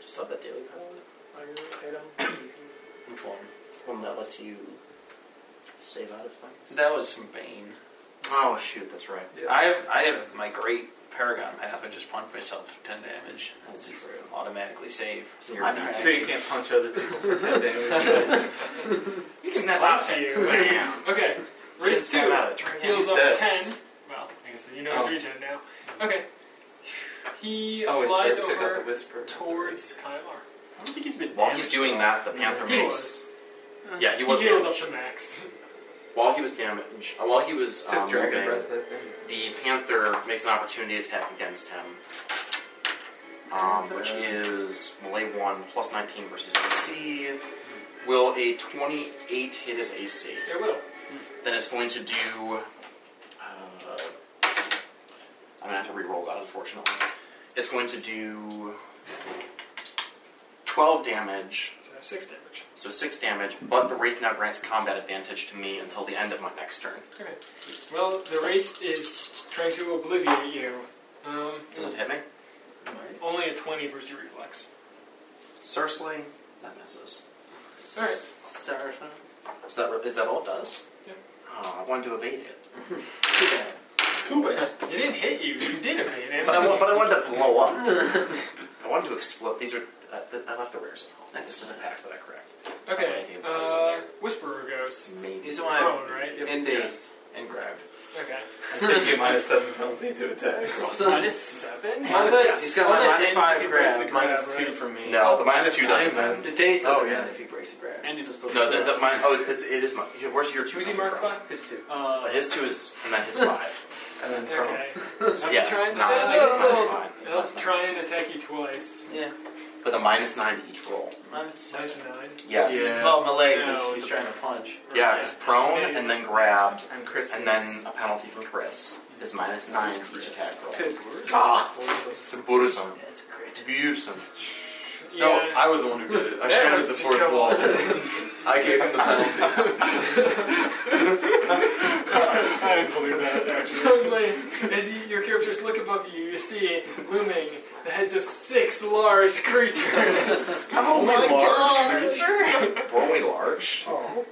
[SPEAKER 3] Just have that daily item.
[SPEAKER 6] Which one?
[SPEAKER 3] One that lets you save out of things.
[SPEAKER 5] That was from Bane.
[SPEAKER 3] Oh shoot, that's right.
[SPEAKER 5] I have, I have my great Paragon path. I just punched myself for 10 damage.
[SPEAKER 3] That's
[SPEAKER 5] It's
[SPEAKER 3] true.
[SPEAKER 5] automatically save. So
[SPEAKER 3] You're
[SPEAKER 5] my
[SPEAKER 3] not-
[SPEAKER 5] action-
[SPEAKER 6] So you can't punch other people for 10 damage.
[SPEAKER 1] You can clap
[SPEAKER 5] (laughs)
[SPEAKER 1] at you. (laughs)
[SPEAKER 3] Bam!
[SPEAKER 1] Okay, Wraith 2
[SPEAKER 3] out of it.
[SPEAKER 1] heals up
[SPEAKER 4] dead.
[SPEAKER 1] 10. Well, I guess you know his
[SPEAKER 4] Oh.
[SPEAKER 1] regen now. Okay. He
[SPEAKER 4] Oh, it's
[SPEAKER 1] flies
[SPEAKER 4] right, took out the
[SPEAKER 1] over
[SPEAKER 4] whisper.
[SPEAKER 1] towards Kylar.
[SPEAKER 2] I don't think he's been.
[SPEAKER 3] While he's
[SPEAKER 2] damaged
[SPEAKER 3] doing
[SPEAKER 2] at
[SPEAKER 3] that, the panther
[SPEAKER 1] He
[SPEAKER 3] makes.
[SPEAKER 1] was.
[SPEAKER 3] Yeah, he
[SPEAKER 1] He,
[SPEAKER 3] was.
[SPEAKER 1] healed up
[SPEAKER 3] damaged.
[SPEAKER 1] to max.
[SPEAKER 3] While he was damaged, uh, while he was
[SPEAKER 4] Took
[SPEAKER 3] um,
[SPEAKER 4] dragon
[SPEAKER 3] moving,
[SPEAKER 4] breath, that thing.
[SPEAKER 3] the panther makes an opportunity attack against him, um, which is melee one plus nineteen versus AC. Will a twenty-eight hit his AC?
[SPEAKER 1] It will.
[SPEAKER 3] Then it's going to do. Uh, I'm gonna have to re-roll that, unfortunately. It's going to do twelve damage.
[SPEAKER 1] So 6 damage.
[SPEAKER 3] So six damage, but the Wraith now grants combat advantage to me until the end of my next turn.
[SPEAKER 1] Okay. Well, the Wraith is trying to obliviate you. Um,
[SPEAKER 3] Does it hit me?
[SPEAKER 1] only a 20 versus your reflex.
[SPEAKER 3] Cersei, that misses.
[SPEAKER 1] Alright.
[SPEAKER 5] Sorry.
[SPEAKER 3] Is that is that all it does?
[SPEAKER 1] Yeah.
[SPEAKER 3] Oh, I wanted to evade it,
[SPEAKER 5] Too bad.
[SPEAKER 1] It didn't hit you, you did evade
[SPEAKER 3] (laughs)
[SPEAKER 1] him.
[SPEAKER 3] but I, wa- but I wanted to blow up. (laughs) I wanted to explode. These are uh, th- I left the rares at home.
[SPEAKER 5] That's
[SPEAKER 3] this is a pack that I cracked.
[SPEAKER 1] Okay, uh, Whisperer goes.
[SPEAKER 3] Maybe.
[SPEAKER 5] He's the one I
[SPEAKER 1] Prone, right?
[SPEAKER 5] and dazed and grabbed.
[SPEAKER 1] Okay.
[SPEAKER 4] It's taking a minus seven penalty to attack.
[SPEAKER 1] Minus 7?
[SPEAKER 6] All that,
[SPEAKER 3] Yes.
[SPEAKER 6] he's got all
[SPEAKER 5] Well,
[SPEAKER 6] that
[SPEAKER 5] that
[SPEAKER 6] ends
[SPEAKER 5] five
[SPEAKER 6] if he breaks
[SPEAKER 5] grab.
[SPEAKER 6] the
[SPEAKER 4] Minus
[SPEAKER 1] grab,
[SPEAKER 4] two
[SPEAKER 1] right?
[SPEAKER 4] for me.
[SPEAKER 3] No, the minus two doesn't
[SPEAKER 4] nine,
[SPEAKER 3] matter.
[SPEAKER 6] The daze doesn't
[SPEAKER 4] Oh, yeah.
[SPEAKER 6] matter if he breaks the grab.
[SPEAKER 2] And he's still.
[SPEAKER 3] No, the, the, my, oh, it's, it is my. Where's your two?
[SPEAKER 1] Who's he
[SPEAKER 3] coming
[SPEAKER 1] marked
[SPEAKER 3] from?
[SPEAKER 1] by?
[SPEAKER 4] His two.
[SPEAKER 2] Uh,
[SPEAKER 3] Uh, his two is and then his five.
[SPEAKER 4] And then prone.
[SPEAKER 1] Okay.
[SPEAKER 3] So yes,
[SPEAKER 6] trying to
[SPEAKER 3] nine.
[SPEAKER 6] stand
[SPEAKER 3] I guess
[SPEAKER 1] up.
[SPEAKER 3] minus nine. It's
[SPEAKER 1] He'll
[SPEAKER 3] minus nine.
[SPEAKER 1] try and attack you twice.
[SPEAKER 5] Yeah.
[SPEAKER 3] With a minus nine to each roll.
[SPEAKER 5] Minus seven.
[SPEAKER 1] Minus 9.
[SPEAKER 3] Yes.
[SPEAKER 4] Yeah.
[SPEAKER 5] Well, melee, 'cause
[SPEAKER 2] No,
[SPEAKER 5] he's
[SPEAKER 2] the-
[SPEAKER 5] trying to punch.
[SPEAKER 3] Yeah, because prone
[SPEAKER 1] Intimidated.
[SPEAKER 3] and then grabbed
[SPEAKER 4] And Chris.
[SPEAKER 3] and then a penalty from Chris is minus nine to each attack roll.
[SPEAKER 4] Good
[SPEAKER 3] Ah, (laughs) it's to Buddhism.
[SPEAKER 5] That's great.
[SPEAKER 3] Buddhism.
[SPEAKER 1] Yeah.
[SPEAKER 4] No,
[SPEAKER 1] (laughs)
[SPEAKER 4] I was the one who did it. I
[SPEAKER 1] Yeah,
[SPEAKER 4] shattered
[SPEAKER 1] it's
[SPEAKER 4] the
[SPEAKER 1] just
[SPEAKER 4] fourth
[SPEAKER 1] go
[SPEAKER 4] wall.
[SPEAKER 1] on.
[SPEAKER 4] I gave him the penalty. (laughs)
[SPEAKER 2] I didn't believe that actually.
[SPEAKER 1] Suddenly, as you, your characters look above you, you see looming the heads of six large creatures.
[SPEAKER 3] Oh my
[SPEAKER 5] God.
[SPEAKER 3] We're only large.
[SPEAKER 5] Oh.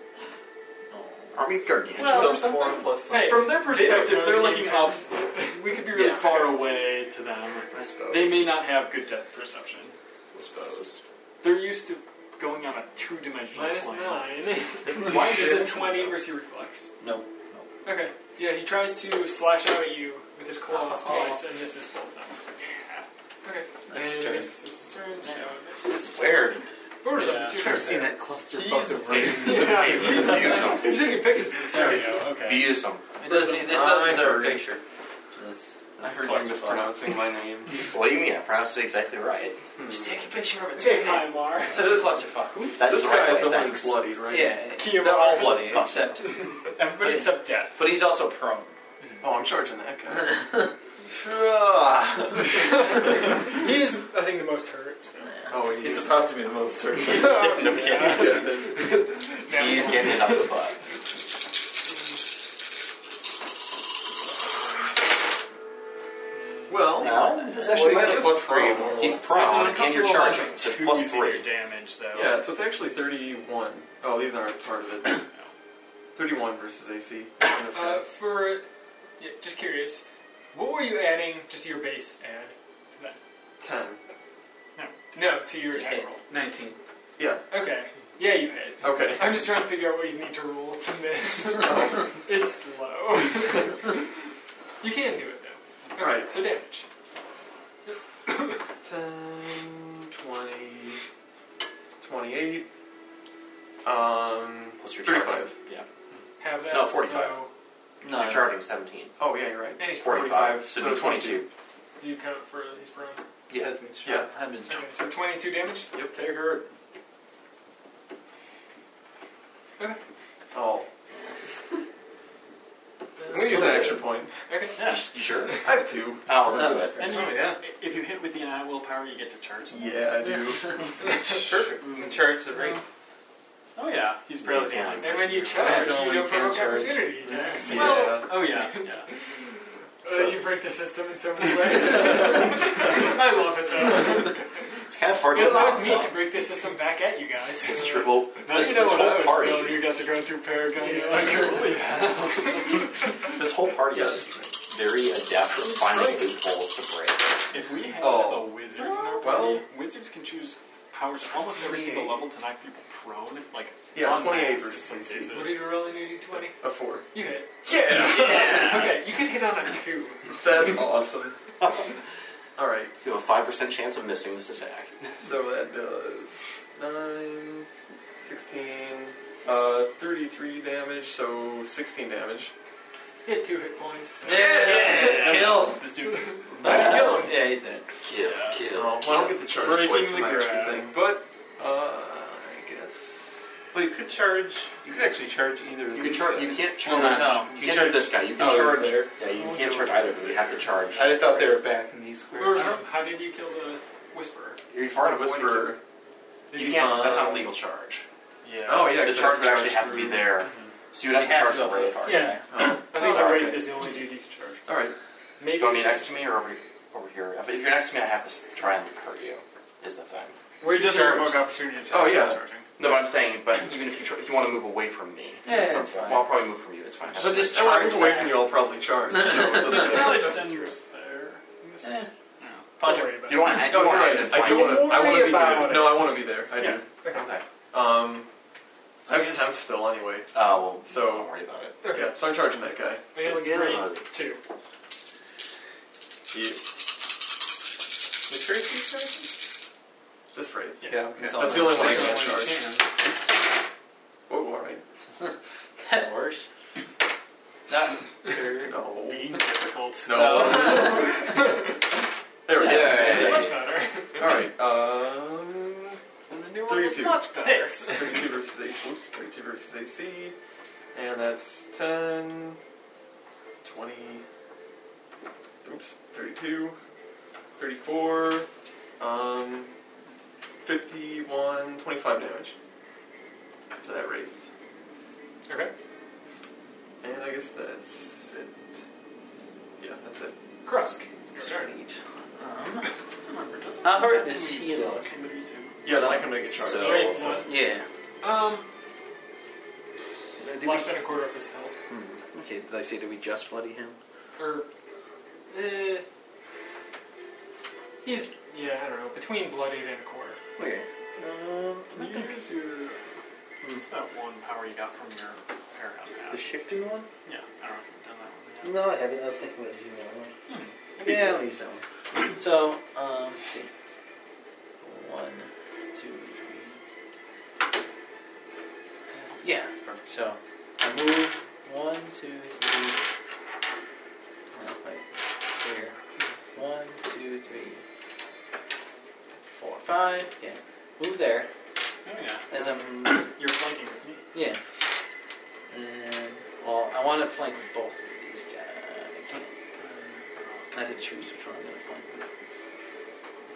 [SPEAKER 3] Aren't we gargantuan?
[SPEAKER 7] Well,
[SPEAKER 3] or
[SPEAKER 4] so
[SPEAKER 3] something?
[SPEAKER 4] four plus.
[SPEAKER 1] Hey,
[SPEAKER 2] From their perspective,
[SPEAKER 1] don't
[SPEAKER 2] they're
[SPEAKER 1] really
[SPEAKER 2] looking
[SPEAKER 1] need
[SPEAKER 2] up. We could be really
[SPEAKER 3] Yeah.
[SPEAKER 2] far away to them.
[SPEAKER 3] I suppose.
[SPEAKER 2] They may not have good depth perception.
[SPEAKER 3] I suppose.
[SPEAKER 2] They're used to going on a two-dimensional
[SPEAKER 1] Minus
[SPEAKER 2] plane.
[SPEAKER 1] nine.
[SPEAKER 3] Why
[SPEAKER 1] Is it 20 versus your reflex?
[SPEAKER 5] No.
[SPEAKER 1] Okay. Yeah, he tries to slash out at you with his claws twice and misses both times. Okay.
[SPEAKER 6] That's
[SPEAKER 1] and
[SPEAKER 6] turn.
[SPEAKER 1] it's his turn, so it misses.
[SPEAKER 6] It's weird.
[SPEAKER 1] Boris,
[SPEAKER 2] Yeah.
[SPEAKER 1] it's your turn.
[SPEAKER 6] I've seen that clusterfuck
[SPEAKER 2] He's-
[SPEAKER 6] of rings.
[SPEAKER 1] Yeah. You're taking pictures of this, aren't you?
[SPEAKER 2] Okay.
[SPEAKER 3] Be some
[SPEAKER 5] It doesn't. It doesn't deserve a picture. So that's,
[SPEAKER 4] I
[SPEAKER 5] that's
[SPEAKER 4] heard
[SPEAKER 5] plus
[SPEAKER 4] you
[SPEAKER 5] the plus.
[SPEAKER 4] mispronouncing my name.
[SPEAKER 3] Believe me, I pronounced it exactly right.
[SPEAKER 5] Just take a picture of it.
[SPEAKER 1] Take time, Mar.
[SPEAKER 5] It's such a clusterfuck.
[SPEAKER 3] That's
[SPEAKER 4] this
[SPEAKER 3] the
[SPEAKER 4] guy
[SPEAKER 3] right
[SPEAKER 4] is
[SPEAKER 3] way,
[SPEAKER 4] the one
[SPEAKER 3] thanks.
[SPEAKER 4] who's bloodied, right?
[SPEAKER 5] Yeah,
[SPEAKER 1] Kiamar.
[SPEAKER 5] they're all bloody except,
[SPEAKER 2] Everybody except death.
[SPEAKER 5] but he's also prone.
[SPEAKER 4] Oh, I'm charging that guy.
[SPEAKER 1] He is, I think, the most hurt. So.
[SPEAKER 4] Oh, he's.
[SPEAKER 6] He's about to be the most hurt.
[SPEAKER 3] No kidding. He's getting (laughs) it up his butt.
[SPEAKER 6] Well,
[SPEAKER 3] Now, this actually
[SPEAKER 6] you
[SPEAKER 3] might
[SPEAKER 6] got
[SPEAKER 3] be
[SPEAKER 6] a plus
[SPEAKER 3] prone.
[SPEAKER 6] three, more or
[SPEAKER 3] He's
[SPEAKER 6] less.
[SPEAKER 3] prone,
[SPEAKER 2] It's an
[SPEAKER 3] and you're
[SPEAKER 2] uncomfortable
[SPEAKER 3] charging,
[SPEAKER 2] amount of
[SPEAKER 3] so
[SPEAKER 2] two
[SPEAKER 3] plus
[SPEAKER 2] using
[SPEAKER 3] three.
[SPEAKER 2] your damage though.
[SPEAKER 4] yeah, so it's actually 31. Oh, these aren't part of it. (coughs) 31 versus AC. in this
[SPEAKER 1] Uh,
[SPEAKER 4] guy.
[SPEAKER 1] for, yeah, just curious, what were you adding, just your base add to that?
[SPEAKER 4] 10.
[SPEAKER 1] No, to your
[SPEAKER 5] To
[SPEAKER 1] attack
[SPEAKER 5] hit.
[SPEAKER 1] roll.
[SPEAKER 6] 19.
[SPEAKER 4] Yeah,
[SPEAKER 1] Okay. Yeah, you hit.
[SPEAKER 4] okay.
[SPEAKER 1] I'm just trying to figure out what you need to roll to miss. (laughs) it's low. you can do it though. Okay,
[SPEAKER 4] Right.
[SPEAKER 1] So damage.
[SPEAKER 4] 10, 20, 28, um,
[SPEAKER 3] Plus your
[SPEAKER 4] 35.
[SPEAKER 3] charging. Yeah.
[SPEAKER 1] Have that.
[SPEAKER 3] No, 45.
[SPEAKER 1] So
[SPEAKER 3] No. You're charging 17.
[SPEAKER 4] Oh, yeah, you're right.
[SPEAKER 1] and he's prone.
[SPEAKER 3] 45,
[SPEAKER 4] 45,
[SPEAKER 3] so,
[SPEAKER 4] so
[SPEAKER 3] it'd be 22.
[SPEAKER 1] Do you count for he's prone?
[SPEAKER 5] Yeah, that means
[SPEAKER 4] Yeah.
[SPEAKER 5] I've been
[SPEAKER 1] Okay. So 22 damage.
[SPEAKER 4] Yep.
[SPEAKER 1] Take her.
[SPEAKER 4] Oh. I'm
[SPEAKER 1] Uh,
[SPEAKER 4] going to use an action point.
[SPEAKER 1] okay.
[SPEAKER 3] You sure?
[SPEAKER 4] I have two.
[SPEAKER 3] I'll do it.
[SPEAKER 2] And you,
[SPEAKER 6] Oh, yeah.
[SPEAKER 2] if you hit with the eye willpower, you get to charge. them.
[SPEAKER 4] Yeah, I do.
[SPEAKER 6] Perfect. We can charge the ring.
[SPEAKER 2] Oh yeah, he's
[SPEAKER 3] Yeah.
[SPEAKER 2] barely damaged.
[SPEAKER 1] And when you charge,
[SPEAKER 6] That's
[SPEAKER 1] you
[SPEAKER 6] only
[SPEAKER 1] don't
[SPEAKER 6] can
[SPEAKER 1] provoke
[SPEAKER 6] charge.
[SPEAKER 1] opportunity attacks.
[SPEAKER 4] Yeah.
[SPEAKER 2] Oh yeah, yeah.
[SPEAKER 1] Uh, you break the system in so many ways. I love it though.
[SPEAKER 3] It's kind of hard
[SPEAKER 1] It
[SPEAKER 3] to
[SPEAKER 1] allows
[SPEAKER 3] balance
[SPEAKER 1] me
[SPEAKER 3] out.
[SPEAKER 1] to break the system back at you guys. (laughs)
[SPEAKER 3] It's true. Well,
[SPEAKER 2] Now
[SPEAKER 3] this,
[SPEAKER 2] you know
[SPEAKER 3] this
[SPEAKER 2] what I
[SPEAKER 3] whole
[SPEAKER 2] was
[SPEAKER 3] party,
[SPEAKER 2] feeling. You guys are going through Paragon. You're like,
[SPEAKER 3] this whole party is just very adept at finding loopholes to break.
[SPEAKER 2] if we had
[SPEAKER 4] Oh.
[SPEAKER 2] a wizard in our party,
[SPEAKER 4] Well-
[SPEAKER 2] wizards can choose powers from almost every single level to knock people prone. Like
[SPEAKER 4] Yeah,
[SPEAKER 2] on mass
[SPEAKER 4] 28
[SPEAKER 2] in some
[SPEAKER 4] versus
[SPEAKER 2] cases.
[SPEAKER 4] AC.
[SPEAKER 1] What are you rolling in d20?
[SPEAKER 4] A 4.
[SPEAKER 1] You hit.
[SPEAKER 4] Yeah!
[SPEAKER 1] Okay, you could hit on a 2.
[SPEAKER 4] That's
[SPEAKER 6] (laughs)
[SPEAKER 4] awesome. Alright,
[SPEAKER 3] You have a 5% chance of missing this attack.
[SPEAKER 4] so that does 9, 16, uh, 33 damage, so 16 damage.
[SPEAKER 1] You had 2 hit points.
[SPEAKER 5] Yeah, yeah, kill.
[SPEAKER 2] This dude. (laughs)
[SPEAKER 1] How do you kill him?
[SPEAKER 5] Yeah, he's dead.
[SPEAKER 3] Kill,
[SPEAKER 2] Yeah.
[SPEAKER 3] kill.
[SPEAKER 4] Oh, well, I don't get to charge
[SPEAKER 2] Breaking
[SPEAKER 4] twice for
[SPEAKER 2] the
[SPEAKER 4] my extra
[SPEAKER 2] grab.
[SPEAKER 4] thing, but, uh, I guess...
[SPEAKER 6] Well, you could charge. You could actually charge either of
[SPEAKER 3] You
[SPEAKER 6] these.
[SPEAKER 3] can charge. You
[SPEAKER 6] guys.
[SPEAKER 3] can't charge.
[SPEAKER 6] no.
[SPEAKER 3] you
[SPEAKER 6] You
[SPEAKER 3] can't
[SPEAKER 6] charge-
[SPEAKER 3] charge this guy. You can
[SPEAKER 6] oh, he's
[SPEAKER 3] charge.
[SPEAKER 6] there.
[SPEAKER 3] Yeah, you can't charge either. of them. You have to charge.
[SPEAKER 6] I thought they were back in these
[SPEAKER 1] Or
[SPEAKER 6] squares.
[SPEAKER 1] how did you kill the Whisperer?
[SPEAKER 3] You're far enough away to
[SPEAKER 4] Whisperer.
[SPEAKER 3] keep- You can't. 'cause that's not a legal charge.
[SPEAKER 2] Yeah.
[SPEAKER 4] Oh, yeah,
[SPEAKER 3] The
[SPEAKER 4] 'cause I
[SPEAKER 3] charge would actually have to be
[SPEAKER 4] through-
[SPEAKER 3] there. So you
[SPEAKER 5] So
[SPEAKER 3] would
[SPEAKER 5] he
[SPEAKER 3] have
[SPEAKER 5] has
[SPEAKER 3] to
[SPEAKER 5] to go
[SPEAKER 3] charge the
[SPEAKER 5] for the
[SPEAKER 3] wave.
[SPEAKER 5] far.
[SPEAKER 1] Yeah.
[SPEAKER 4] Oh,
[SPEAKER 1] (coughs) I think
[SPEAKER 3] sorry.
[SPEAKER 1] the Wraith is the only dude you can charge.
[SPEAKER 4] alright.
[SPEAKER 1] Maybe.
[SPEAKER 3] You want me next to me or over, over here? If, if you're next to me, I have to s- try and hurt you. Is the thing.
[SPEAKER 1] Where he doesn't
[SPEAKER 6] Charge.
[SPEAKER 1] provoke opportunity attacks.
[SPEAKER 4] Oh,
[SPEAKER 1] while
[SPEAKER 4] yeah.
[SPEAKER 1] Charging.
[SPEAKER 3] No, but I'm saying, but even if you tr- if you want to move away from me,
[SPEAKER 5] Yeah,
[SPEAKER 3] at some
[SPEAKER 5] it's
[SPEAKER 3] point-
[SPEAKER 5] fine.
[SPEAKER 3] Well, I'll probably move from you. It's fine.
[SPEAKER 5] So just
[SPEAKER 4] Oh, I
[SPEAKER 5] charge
[SPEAKER 4] move away
[SPEAKER 5] back.
[SPEAKER 4] from you, I'll probably charge.
[SPEAKER 6] (laughs)
[SPEAKER 4] So it doesn't matter.
[SPEAKER 2] Probably just ends there.
[SPEAKER 5] Eh.
[SPEAKER 1] Don't
[SPEAKER 5] Punch him.
[SPEAKER 1] worry about
[SPEAKER 3] you want.
[SPEAKER 4] No,
[SPEAKER 3] you
[SPEAKER 4] you're
[SPEAKER 3] want
[SPEAKER 4] right.
[SPEAKER 3] to
[SPEAKER 4] I do want
[SPEAKER 3] want.
[SPEAKER 4] to. I want
[SPEAKER 1] worry
[SPEAKER 4] to be
[SPEAKER 1] about
[SPEAKER 4] there.
[SPEAKER 1] it.
[SPEAKER 4] No, I want to be there. I
[SPEAKER 1] Yeah.
[SPEAKER 4] do.
[SPEAKER 3] Okay. Uh,
[SPEAKER 4] Um,
[SPEAKER 1] So
[SPEAKER 4] I have
[SPEAKER 1] it's-
[SPEAKER 4] ten still anyway.
[SPEAKER 3] Oh well.
[SPEAKER 4] So-
[SPEAKER 3] don't worry about it.
[SPEAKER 1] it. Okay.
[SPEAKER 4] Yeah, so I'm charging that guy.
[SPEAKER 1] I mean, it's
[SPEAKER 3] Yeah.
[SPEAKER 1] three, two.
[SPEAKER 6] The church is charging?
[SPEAKER 4] This right.
[SPEAKER 6] Yeah. okay.
[SPEAKER 5] That's
[SPEAKER 4] That's the only one I
[SPEAKER 6] That's
[SPEAKER 4] can
[SPEAKER 6] the only
[SPEAKER 4] charge.
[SPEAKER 6] one you
[SPEAKER 4] Oh, all right.
[SPEAKER 5] That works. That
[SPEAKER 4] No.
[SPEAKER 2] Being difficult.
[SPEAKER 4] No. there we go.
[SPEAKER 5] Yeah, yeah,
[SPEAKER 1] Much better.
[SPEAKER 4] All right. Um,
[SPEAKER 1] And the new one is
[SPEAKER 4] thirty-two.
[SPEAKER 1] much better.
[SPEAKER 4] Hits. Thirty-two versus AC. Whoops. Thirty-two versus AC, and that's 10, 20. Oops. Thirty-two. Thirty-four. Um, 51, 25 damage to that wraith.
[SPEAKER 1] Okay.
[SPEAKER 4] And I guess that's it. Yeah, that's it.
[SPEAKER 1] Krusk. Your turn.
[SPEAKER 5] Sweet. Um,
[SPEAKER 2] Remember, doesn't
[SPEAKER 5] How hurt
[SPEAKER 2] that
[SPEAKER 5] is
[SPEAKER 2] mean
[SPEAKER 5] he
[SPEAKER 2] you
[SPEAKER 5] like?
[SPEAKER 2] kill somebody too?
[SPEAKER 4] Oh, Yeah, then I can make a charge.
[SPEAKER 3] So-
[SPEAKER 1] Wraith one.
[SPEAKER 5] yeah.
[SPEAKER 1] Um,
[SPEAKER 5] Uh, did
[SPEAKER 1] Less
[SPEAKER 5] we-
[SPEAKER 1] than a quarter of his health.
[SPEAKER 5] Hmm. Okay, did I say, did we just bloody him?
[SPEAKER 1] Or, eh, he's yeah, I don't know, between bloodied and a quarter.
[SPEAKER 5] Okay. Um,
[SPEAKER 2] Can you use your. What's that one power you got from your paragon
[SPEAKER 5] the
[SPEAKER 2] patch?
[SPEAKER 5] shifting one?
[SPEAKER 2] Yeah, I don't know if you've done that one.
[SPEAKER 5] No, I haven't. I was thinking about using that one.
[SPEAKER 1] That'd be
[SPEAKER 5] Yeah,
[SPEAKER 1] cool.
[SPEAKER 5] I'll use that one. Hmm. So, um, let's see. One, two, three. Yeah, perfect. So, I move one, two, three. No, wait. Here. One, two, three, four, five. Yeah. Move there
[SPEAKER 2] Oh, yeah.
[SPEAKER 5] as I'm.
[SPEAKER 2] You're flanking with me.
[SPEAKER 5] Yeah. Um, And, well, I want to flank with both of these guys. I can't. I had to choose which one I'm gonna flank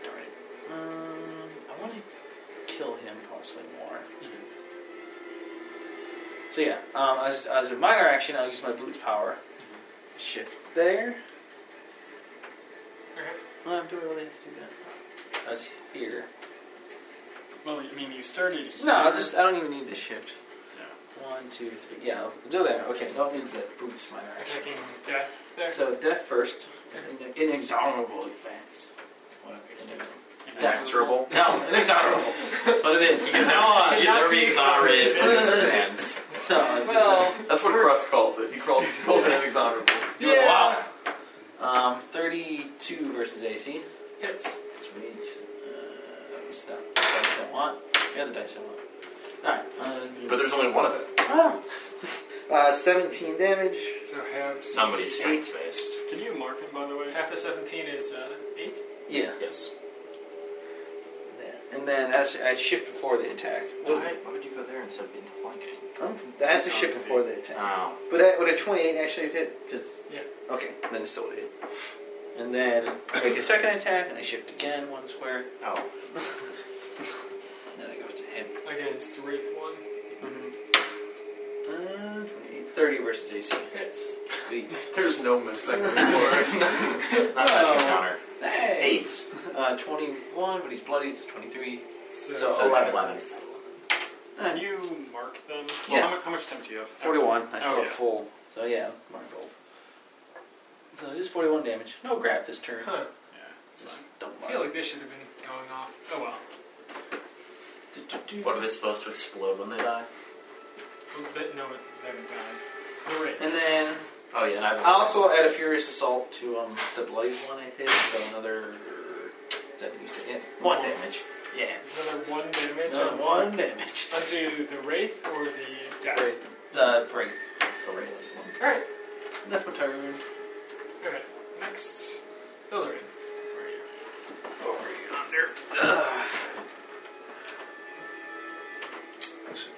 [SPEAKER 5] with. Darn it. Um, I want to kill him possibly more. Mm-hmm. So yeah, um, as, as a minor action, I'll use my boots power. Shift Mm-hmm. there.
[SPEAKER 1] Okay.
[SPEAKER 5] Um, do I really have to do that? I was here.
[SPEAKER 2] Well, I mean, you started here.
[SPEAKER 5] No, I'll just I don't even need the shift.
[SPEAKER 2] Yeah.
[SPEAKER 5] One, two, three. Yeah, I'll do that. Okay, don't need the boots minor action.
[SPEAKER 1] Attacking death there.
[SPEAKER 5] So death first. An inexorable advance.
[SPEAKER 3] Inexorable.
[SPEAKER 5] No, inexorable. That's what it is. You can now
[SPEAKER 3] You'll never be exonerated if it just ends.
[SPEAKER 5] (laughs) So it's
[SPEAKER 1] well,
[SPEAKER 4] That's what Cross calls it. He calls, he calls it inexonerable.
[SPEAKER 5] just a,
[SPEAKER 1] yeah.
[SPEAKER 5] wow. Um, 32 versus AC.
[SPEAKER 1] Hits.
[SPEAKER 5] Sweet. Uh, that was that dice I want. The other dice I want. Alright. Uh,
[SPEAKER 3] But there's only one of it.
[SPEAKER 5] Oh. (laughs) Uh, 17 damage.
[SPEAKER 1] So have
[SPEAKER 3] Somebody's strength based.
[SPEAKER 2] Can you mark him, by the way?
[SPEAKER 1] half of seventeen is uh, eight.
[SPEAKER 5] Yeah.
[SPEAKER 3] Yes.
[SPEAKER 5] And then as I shift before the attack.
[SPEAKER 3] Why, why would you go there instead of into flanking?
[SPEAKER 5] Um, That's a shift before the attack.
[SPEAKER 3] Oh.
[SPEAKER 5] Would that would a twenty eight actually hit? Just
[SPEAKER 1] Yeah.
[SPEAKER 5] Okay, then it still would hit. And then I make a second attack, and I shift again one square.
[SPEAKER 3] Oh.
[SPEAKER 5] And then I go to him.
[SPEAKER 1] Against Wraith one.
[SPEAKER 5] Uh, 28, Thirty versus AC.
[SPEAKER 1] Hits.
[SPEAKER 5] Please.
[SPEAKER 4] There's no
[SPEAKER 6] (laughs)
[SPEAKER 4] missing before.
[SPEAKER 3] Not
[SPEAKER 5] Oh.
[SPEAKER 3] that's counter.
[SPEAKER 5] hey.
[SPEAKER 3] Eight.
[SPEAKER 5] Uh, twenty one, but he's bloody. It's twenty three.
[SPEAKER 1] So,
[SPEAKER 5] So,
[SPEAKER 3] So
[SPEAKER 5] eleven.
[SPEAKER 3] 11.
[SPEAKER 2] Can you mark them?
[SPEAKER 5] Yeah.
[SPEAKER 2] Well, how, much, how much time do you have?
[SPEAKER 5] Forty one. I still
[SPEAKER 2] Oh,
[SPEAKER 5] have
[SPEAKER 2] yeah.
[SPEAKER 5] full. So yeah, mark gold. So just forty one damage. No grab this turn.
[SPEAKER 1] huh?
[SPEAKER 2] Yeah, it's
[SPEAKER 5] Just
[SPEAKER 2] fine.
[SPEAKER 5] don't
[SPEAKER 1] I feel
[SPEAKER 5] mark.
[SPEAKER 1] like this should have been going off. Oh well.
[SPEAKER 3] What are they supposed to explode when they die?
[SPEAKER 1] Oh, that- no, it- they haven't died. The Wraith.
[SPEAKER 5] And then
[SPEAKER 3] Oh yeah, neither.
[SPEAKER 5] I also add a furious assault to um the bloody one I hit, so another is that what you said? Yeah. One damage. Yeah.
[SPEAKER 1] Another one damage.
[SPEAKER 5] Another
[SPEAKER 1] onto-
[SPEAKER 5] one damage.
[SPEAKER 1] Onto the wraith or the death.
[SPEAKER 5] Great. The break.
[SPEAKER 1] All right.
[SPEAKER 5] That's my turn.
[SPEAKER 1] Okay. Next, Illyrin. Where are you?
[SPEAKER 5] Over and under. Ugh.
[SPEAKER 6] Actually,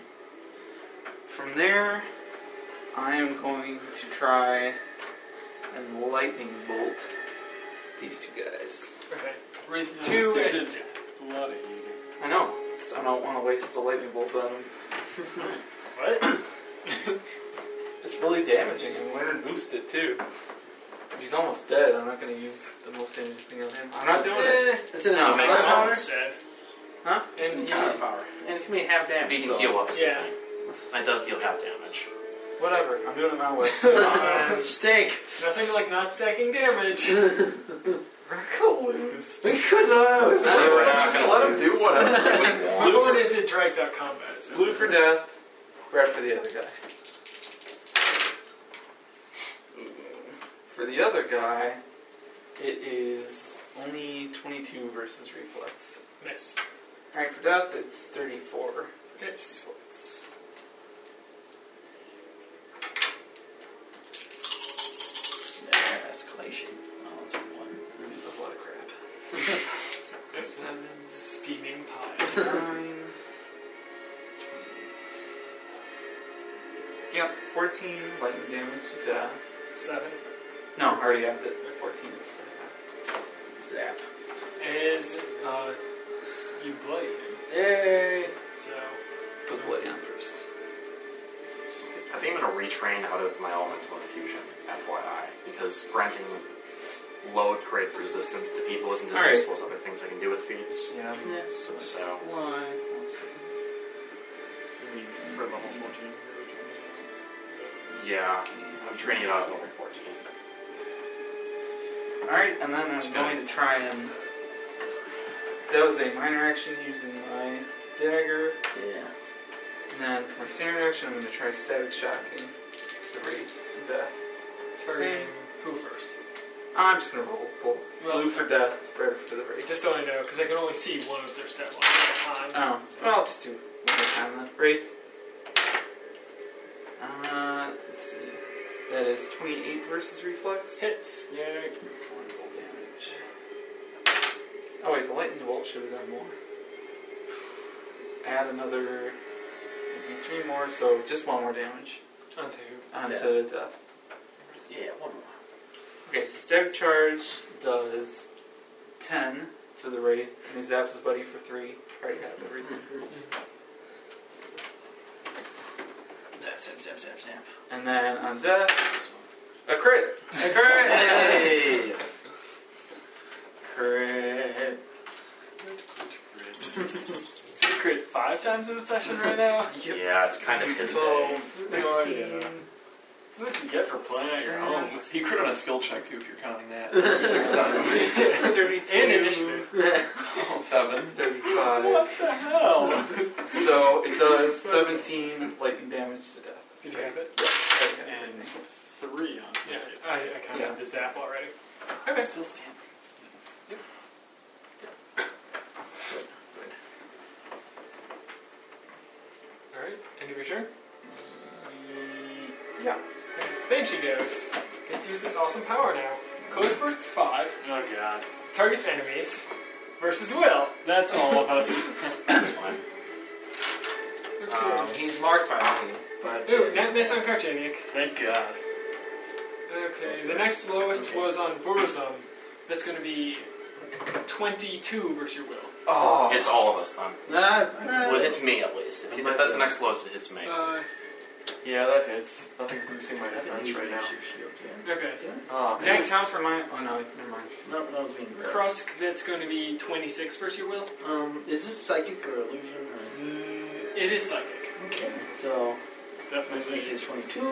[SPEAKER 6] From there, I am going to try and lightning bolt these two guys.
[SPEAKER 1] Okay. Wraith
[SPEAKER 2] Two
[SPEAKER 1] two
[SPEAKER 2] it
[SPEAKER 1] and
[SPEAKER 2] is bloody.
[SPEAKER 6] I know. it's- I don't want to waste the lightning bolt on them.
[SPEAKER 2] What?
[SPEAKER 6] (coughs) It's really damaging, and we're gonna boost it too. If he's almost dead, I'm not gonna use the most damaging thing on him. I'm not doing it.
[SPEAKER 5] That's Eh, in
[SPEAKER 3] No,
[SPEAKER 5] a
[SPEAKER 3] it makes
[SPEAKER 5] blood
[SPEAKER 3] sense.
[SPEAKER 5] powder,
[SPEAKER 1] Said.
[SPEAKER 6] Huh?
[SPEAKER 5] And counter
[SPEAKER 6] power.
[SPEAKER 5] and it's gonna be half
[SPEAKER 3] But you
[SPEAKER 5] damage.
[SPEAKER 3] can heal up.
[SPEAKER 1] Yeah.
[SPEAKER 3] That does deal half damage.
[SPEAKER 6] Whatever. I'm doing it my way. (laughs)
[SPEAKER 1] Um,
[SPEAKER 5] Uh, Stink.
[SPEAKER 1] (laughs) nothing like not stacking damage.
[SPEAKER 5] We could lose.
[SPEAKER 4] Just let him do whatever.
[SPEAKER 1] My one is it drags out combat. So.
[SPEAKER 6] Blue for death, red for the other guy. For the other guy, it is only 22 versus reflex.
[SPEAKER 1] Miss.
[SPEAKER 6] Alright, for death, it's 34. versus
[SPEAKER 1] Hits.
[SPEAKER 6] reflex.
[SPEAKER 5] escalation. Oh, that's a one.
[SPEAKER 6] That's a lot of crap. Seven,
[SPEAKER 1] Steaming pie.
[SPEAKER 6] (laughs) nine, 28. Yep, 14 lightning damage. Yeah.
[SPEAKER 1] Seven
[SPEAKER 6] No, I already have the 14. is-
[SPEAKER 5] Zap.
[SPEAKER 1] is uh, s- you bloody him.
[SPEAKER 5] Yay.
[SPEAKER 1] So
[SPEAKER 6] Put the blade down first.
[SPEAKER 3] I think I'm gonna retrain out of my elemental infusion, FYI, because granting low grade resistance to people isn't as
[SPEAKER 6] All right.
[SPEAKER 3] useful as other things I can do with feats.
[SPEAKER 6] Yeah.
[SPEAKER 5] Yes.
[SPEAKER 3] So
[SPEAKER 6] Why?
[SPEAKER 2] I mean, for level 14.
[SPEAKER 3] Yeah, I'm training it out at level 14.
[SPEAKER 6] Alright, and then I'm going to try and. That was a minor action using my dagger.
[SPEAKER 5] Yeah.
[SPEAKER 6] And then for my standard action, I'm going to try static shocking the rate to death.
[SPEAKER 1] Targeting who first?
[SPEAKER 6] I'm just going to roll both.
[SPEAKER 1] Well,
[SPEAKER 6] Blue for death, red for the rate.
[SPEAKER 1] Just so I know, because I can only see one of their stat lines at a time.
[SPEAKER 6] Oh, well, I'll just do one more time then. Wraith. Uh, let's see. That is 28 versus reflex.
[SPEAKER 1] Hits.
[SPEAKER 6] Yay. One roll damage. Oh, wait, the lightning bolt should have done more. (sighs) Add another. Maybe three more, so just one more damage
[SPEAKER 1] Onto who?
[SPEAKER 6] onto
[SPEAKER 5] Death.
[SPEAKER 6] death.
[SPEAKER 5] Yeah, one more.
[SPEAKER 6] Okay, so static charge does 10 to the rate, and he zaps his buddy for 3. Already have everything.
[SPEAKER 5] Zap, zap, zap, zap, zap.
[SPEAKER 6] And then on death, a crit. A crit.
[SPEAKER 3] Hey!
[SPEAKER 6] Crit.
[SPEAKER 2] It's a crit five times in a session right now.
[SPEAKER 6] (laughs)
[SPEAKER 3] Yeah, it's kind of his day.
[SPEAKER 6] So,
[SPEAKER 2] no idea. That's what you get for playing at your home.
[SPEAKER 4] You crit on a skill check too if you're counting that. Six times.
[SPEAKER 6] 32,
[SPEAKER 1] And initiative.
[SPEAKER 4] Oh, seven.
[SPEAKER 6] 35.
[SPEAKER 2] the hell?
[SPEAKER 6] So it does 17 lightning damage to death.
[SPEAKER 1] Did you have it?
[SPEAKER 6] Right, yeah.
[SPEAKER 2] and three on
[SPEAKER 1] Yeah, I, I kind
[SPEAKER 6] Yeah.
[SPEAKER 1] of have the zap already.
[SPEAKER 2] Okay. Still standing.
[SPEAKER 1] Alright, end of your turn.
[SPEAKER 6] Yeah.
[SPEAKER 1] Okay, Banshee goes. Gets to use this awesome power now. Close burst 5,
[SPEAKER 2] Oh god.
[SPEAKER 1] targets enemies, versus Will.
[SPEAKER 2] That's all of
[SPEAKER 1] (laughs)
[SPEAKER 2] us.
[SPEAKER 1] Okay.
[SPEAKER 3] Um, he's marked by me, but.
[SPEAKER 1] Ooh, that miss on Karchenik.
[SPEAKER 2] Thank god.
[SPEAKER 1] Okay, the next lowest was on Burzum. That's going to be 22 versus your will.
[SPEAKER 6] Oh.
[SPEAKER 3] It's all of us then.
[SPEAKER 5] Nah,
[SPEAKER 3] Well, it's me at least. If, if that's the next lowest, it hits me.
[SPEAKER 1] Uh,
[SPEAKER 4] Yeah, that hits. Nothing's boosting my defense right now.
[SPEAKER 1] okay,
[SPEAKER 6] Oh, did
[SPEAKER 1] Next.
[SPEAKER 6] that count for mine? Oh no, never mind.
[SPEAKER 5] No, no, it's being grabbed.
[SPEAKER 1] Krusk, that's going to be 26 versus your will.
[SPEAKER 5] Um, is this psychic or illusion? Or...
[SPEAKER 1] Mm, it is psychic.
[SPEAKER 5] Okay, so this makes
[SPEAKER 2] Definitely.
[SPEAKER 5] it 22. Um,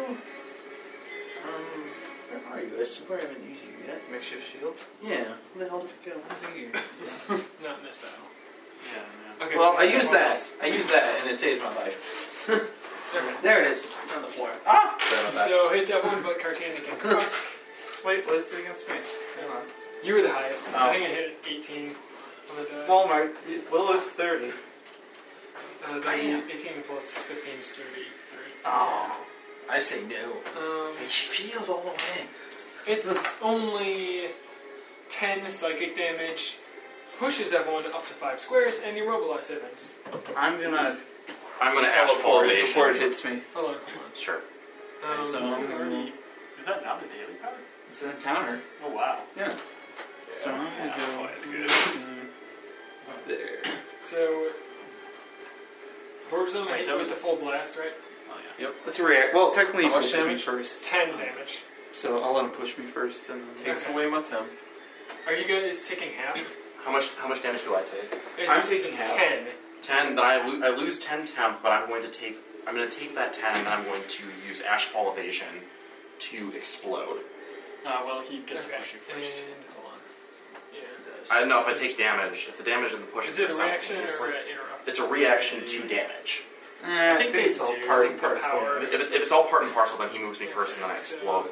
[SPEAKER 5] where are you? I swear I haven't used you yet.
[SPEAKER 6] Makeshift shield.
[SPEAKER 5] Yeah. Where the hell did it go?
[SPEAKER 1] (laughs) Not in this battle.
[SPEAKER 2] Yeah, no.
[SPEAKER 1] Okay,
[SPEAKER 5] well,
[SPEAKER 1] we
[SPEAKER 5] I
[SPEAKER 1] got
[SPEAKER 5] used
[SPEAKER 1] someone
[SPEAKER 5] that.
[SPEAKER 1] else.
[SPEAKER 5] I used that, and it saves my
[SPEAKER 6] (laughs)
[SPEAKER 5] life. there it is. It's on the floor.
[SPEAKER 3] So that-
[SPEAKER 1] So hits everyone but Kartanik and Krusk.
[SPEAKER 6] Wait, what is it against me? Hang on.
[SPEAKER 1] You were the highest.
[SPEAKER 6] Oh.
[SPEAKER 1] I think I hit 18 on the die.
[SPEAKER 6] Well, my Will is 30.
[SPEAKER 1] uh, the 18 plus 15 is 33.
[SPEAKER 6] Ah.
[SPEAKER 5] Oh, I say no.
[SPEAKER 1] Um,
[SPEAKER 5] And she feels all the way.
[SPEAKER 1] It's only 10 psychic damage, pushes everyone up to 5 squares, and you robilize savings.
[SPEAKER 6] I'm gonna
[SPEAKER 3] I'm gonna ash
[SPEAKER 6] teleport
[SPEAKER 3] Pulsation.
[SPEAKER 6] before it hits me.
[SPEAKER 1] Hold on, hold
[SPEAKER 3] Sure.
[SPEAKER 1] on. Um,
[SPEAKER 2] So I'm already. Is that not a daily power?
[SPEAKER 6] It's an encounter.
[SPEAKER 2] Oh wow.
[SPEAKER 6] So I'm
[SPEAKER 2] Yeah,
[SPEAKER 6] gonna
[SPEAKER 2] that's
[SPEAKER 6] go
[SPEAKER 2] why it's good.
[SPEAKER 6] up there.
[SPEAKER 1] so, Burzum
[SPEAKER 2] Wait,
[SPEAKER 1] hit
[SPEAKER 2] that
[SPEAKER 1] you
[SPEAKER 2] was
[SPEAKER 1] with the full blast, right?
[SPEAKER 2] Oh yeah.
[SPEAKER 6] Yep. Let's react. Well, technically, he
[SPEAKER 4] How much
[SPEAKER 6] pushed me
[SPEAKER 4] damage?
[SPEAKER 6] first,
[SPEAKER 1] 10 damage.
[SPEAKER 6] so I'll let him push me first, and then
[SPEAKER 4] Takes away my temp.
[SPEAKER 1] Are you guys taking half?
[SPEAKER 3] How much? How much damage do I take?
[SPEAKER 1] It's,
[SPEAKER 6] taking
[SPEAKER 1] it's
[SPEAKER 6] half.
[SPEAKER 1] 10.
[SPEAKER 3] Ten. Then I, lo- I lose ten temp, but I'm going to take. I'm going to take that ten, and I'm going to use ash fall evasion to explode.
[SPEAKER 2] Uh, well, he gets to
[SPEAKER 1] Okay,
[SPEAKER 2] push you first.
[SPEAKER 1] And, hold on. Yeah.
[SPEAKER 3] I don't know if I take damage. If the damage in the push
[SPEAKER 1] Is it a
[SPEAKER 3] something,
[SPEAKER 1] reaction or
[SPEAKER 3] it's, like-
[SPEAKER 1] a interrupt?
[SPEAKER 3] it's a reaction to damage.
[SPEAKER 6] Eh,
[SPEAKER 2] I think they
[SPEAKER 6] it's all
[SPEAKER 2] do.
[SPEAKER 6] part
[SPEAKER 2] I
[SPEAKER 6] and
[SPEAKER 2] think the
[SPEAKER 6] parcel.
[SPEAKER 2] power-
[SPEAKER 3] If, it's- if it's all part and parcel, then he moves me first, and then I
[SPEAKER 5] (clears throat)
[SPEAKER 3] explode.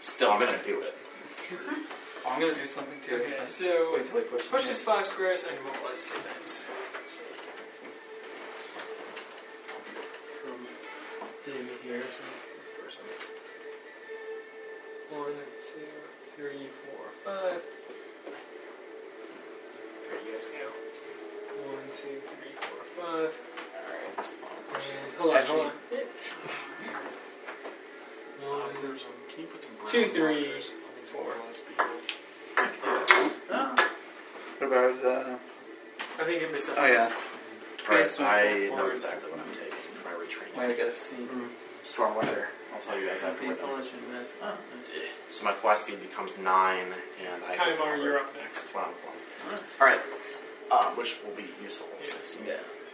[SPEAKER 3] Still, I'm going to do it.
[SPEAKER 6] Oh, I'm gonna do something too.
[SPEAKER 1] Okay, so
[SPEAKER 6] Wait till he pushes.
[SPEAKER 1] pushes 5 squares and mobilize events.
[SPEAKER 5] From David here, so or something.
[SPEAKER 1] One, two, three, four, five. There you guys go. One, two, three, four, five. And hold on, hold on. One,
[SPEAKER 2] Can you put some
[SPEAKER 1] Two,
[SPEAKER 2] brown
[SPEAKER 1] three,
[SPEAKER 2] markers on these
[SPEAKER 1] four.
[SPEAKER 2] wireless people?
[SPEAKER 6] me. What about his, uh,
[SPEAKER 1] I think it missed. a
[SPEAKER 2] Uh,
[SPEAKER 6] Oh, yeah.
[SPEAKER 1] focus.
[SPEAKER 3] All right,
[SPEAKER 6] so
[SPEAKER 3] I
[SPEAKER 6] it's
[SPEAKER 3] know
[SPEAKER 6] four.
[SPEAKER 3] exactly what I'm taking for my retraining.
[SPEAKER 6] wait, I gotta see.
[SPEAKER 3] Storm weather. I'll tell you guys after we're done.
[SPEAKER 6] Oh,
[SPEAKER 3] So my fly speed becomes nine, and I. can
[SPEAKER 1] Kaimar,
[SPEAKER 3] teleport.
[SPEAKER 1] you're up next.
[SPEAKER 3] That's what I'm flying. All right, uh, which will be useful.
[SPEAKER 1] Yeah.
[SPEAKER 3] since-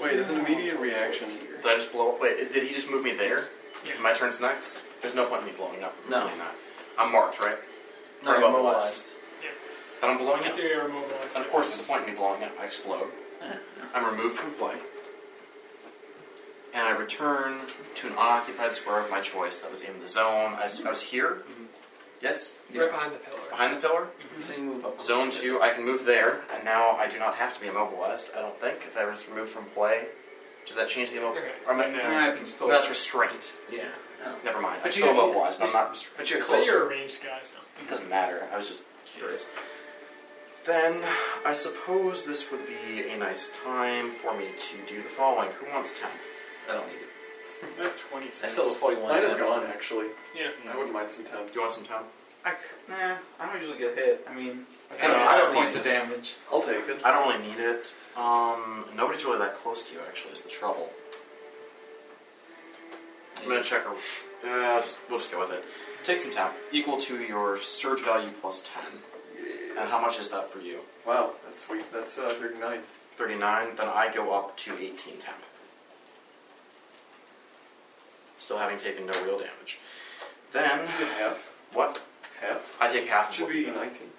[SPEAKER 4] Wait, it's an immediate reaction.
[SPEAKER 3] Did I just blow? Wait, did he just move me there?
[SPEAKER 1] Yeah.
[SPEAKER 3] My turn's next. There's no point in me blowing up. I'm
[SPEAKER 5] No.
[SPEAKER 3] really not. I'm marked, right?
[SPEAKER 5] No,
[SPEAKER 3] Or
[SPEAKER 5] you're mobilized.
[SPEAKER 3] Then I'm blowing
[SPEAKER 1] If
[SPEAKER 3] up.
[SPEAKER 1] you're immobilized.
[SPEAKER 3] And of course, there's a point in me blowing up.
[SPEAKER 5] (laughs)
[SPEAKER 3] I explode.
[SPEAKER 5] Yeah.
[SPEAKER 3] I'm removed from play. And I return to an unoccupied square of my choice that was in the zone. I, was- I was here.
[SPEAKER 5] Mm-hmm.
[SPEAKER 3] Yes?
[SPEAKER 1] Right behind the pillar.
[SPEAKER 3] Behind the pillar.
[SPEAKER 5] So you move up.
[SPEAKER 3] Zone 2, I can move there. And now I do not have to be immobilized, I don't think. If I was removed from play, does that change the immobilization?
[SPEAKER 1] Okay.
[SPEAKER 5] Yeah, I'm still-
[SPEAKER 3] That's restraint.
[SPEAKER 5] Yeah. Oh.
[SPEAKER 3] Never mind. I'm
[SPEAKER 5] But you-
[SPEAKER 3] still immobilized, but I'm not restrained.
[SPEAKER 5] But you're
[SPEAKER 1] But
[SPEAKER 5] closer.
[SPEAKER 1] you're a ranged guy, so.
[SPEAKER 3] It doesn't matter. I was just curious. Then I suppose this would be a nice time for me to do the following. Who wants temp?
[SPEAKER 5] I don't need it.
[SPEAKER 2] I have 20
[SPEAKER 5] I still have 41.
[SPEAKER 4] Mine is
[SPEAKER 5] temp.
[SPEAKER 4] gone, actually.
[SPEAKER 1] Yeah.
[SPEAKER 4] I wouldn't mind some temp.
[SPEAKER 3] Do you want some temp?
[SPEAKER 6] I, c- nah, I don't usually get hit. I mean, I
[SPEAKER 3] don't
[SPEAKER 6] don't
[SPEAKER 3] know,
[SPEAKER 6] know.
[SPEAKER 3] I don't
[SPEAKER 6] points
[SPEAKER 3] mind.
[SPEAKER 6] of damage.
[SPEAKER 4] I'll take it.
[SPEAKER 3] I don't really need it. Um, nobody's really that close to you, actually, is the trouble. I'm gonna check. A, uh, just, we'll just go with it. Take some temp, equal to your surge value plus ten. And how much is that for you?
[SPEAKER 4] Wow, that's sweet. That's uh, 39.
[SPEAKER 3] Thirty-nine. Then I go up to eighteen temp. Still having taken no real damage. Then
[SPEAKER 4] Is it half?
[SPEAKER 3] what?
[SPEAKER 4] Half?
[SPEAKER 3] I take half.
[SPEAKER 4] It
[SPEAKER 3] of
[SPEAKER 4] should
[SPEAKER 3] what-
[SPEAKER 4] be 19.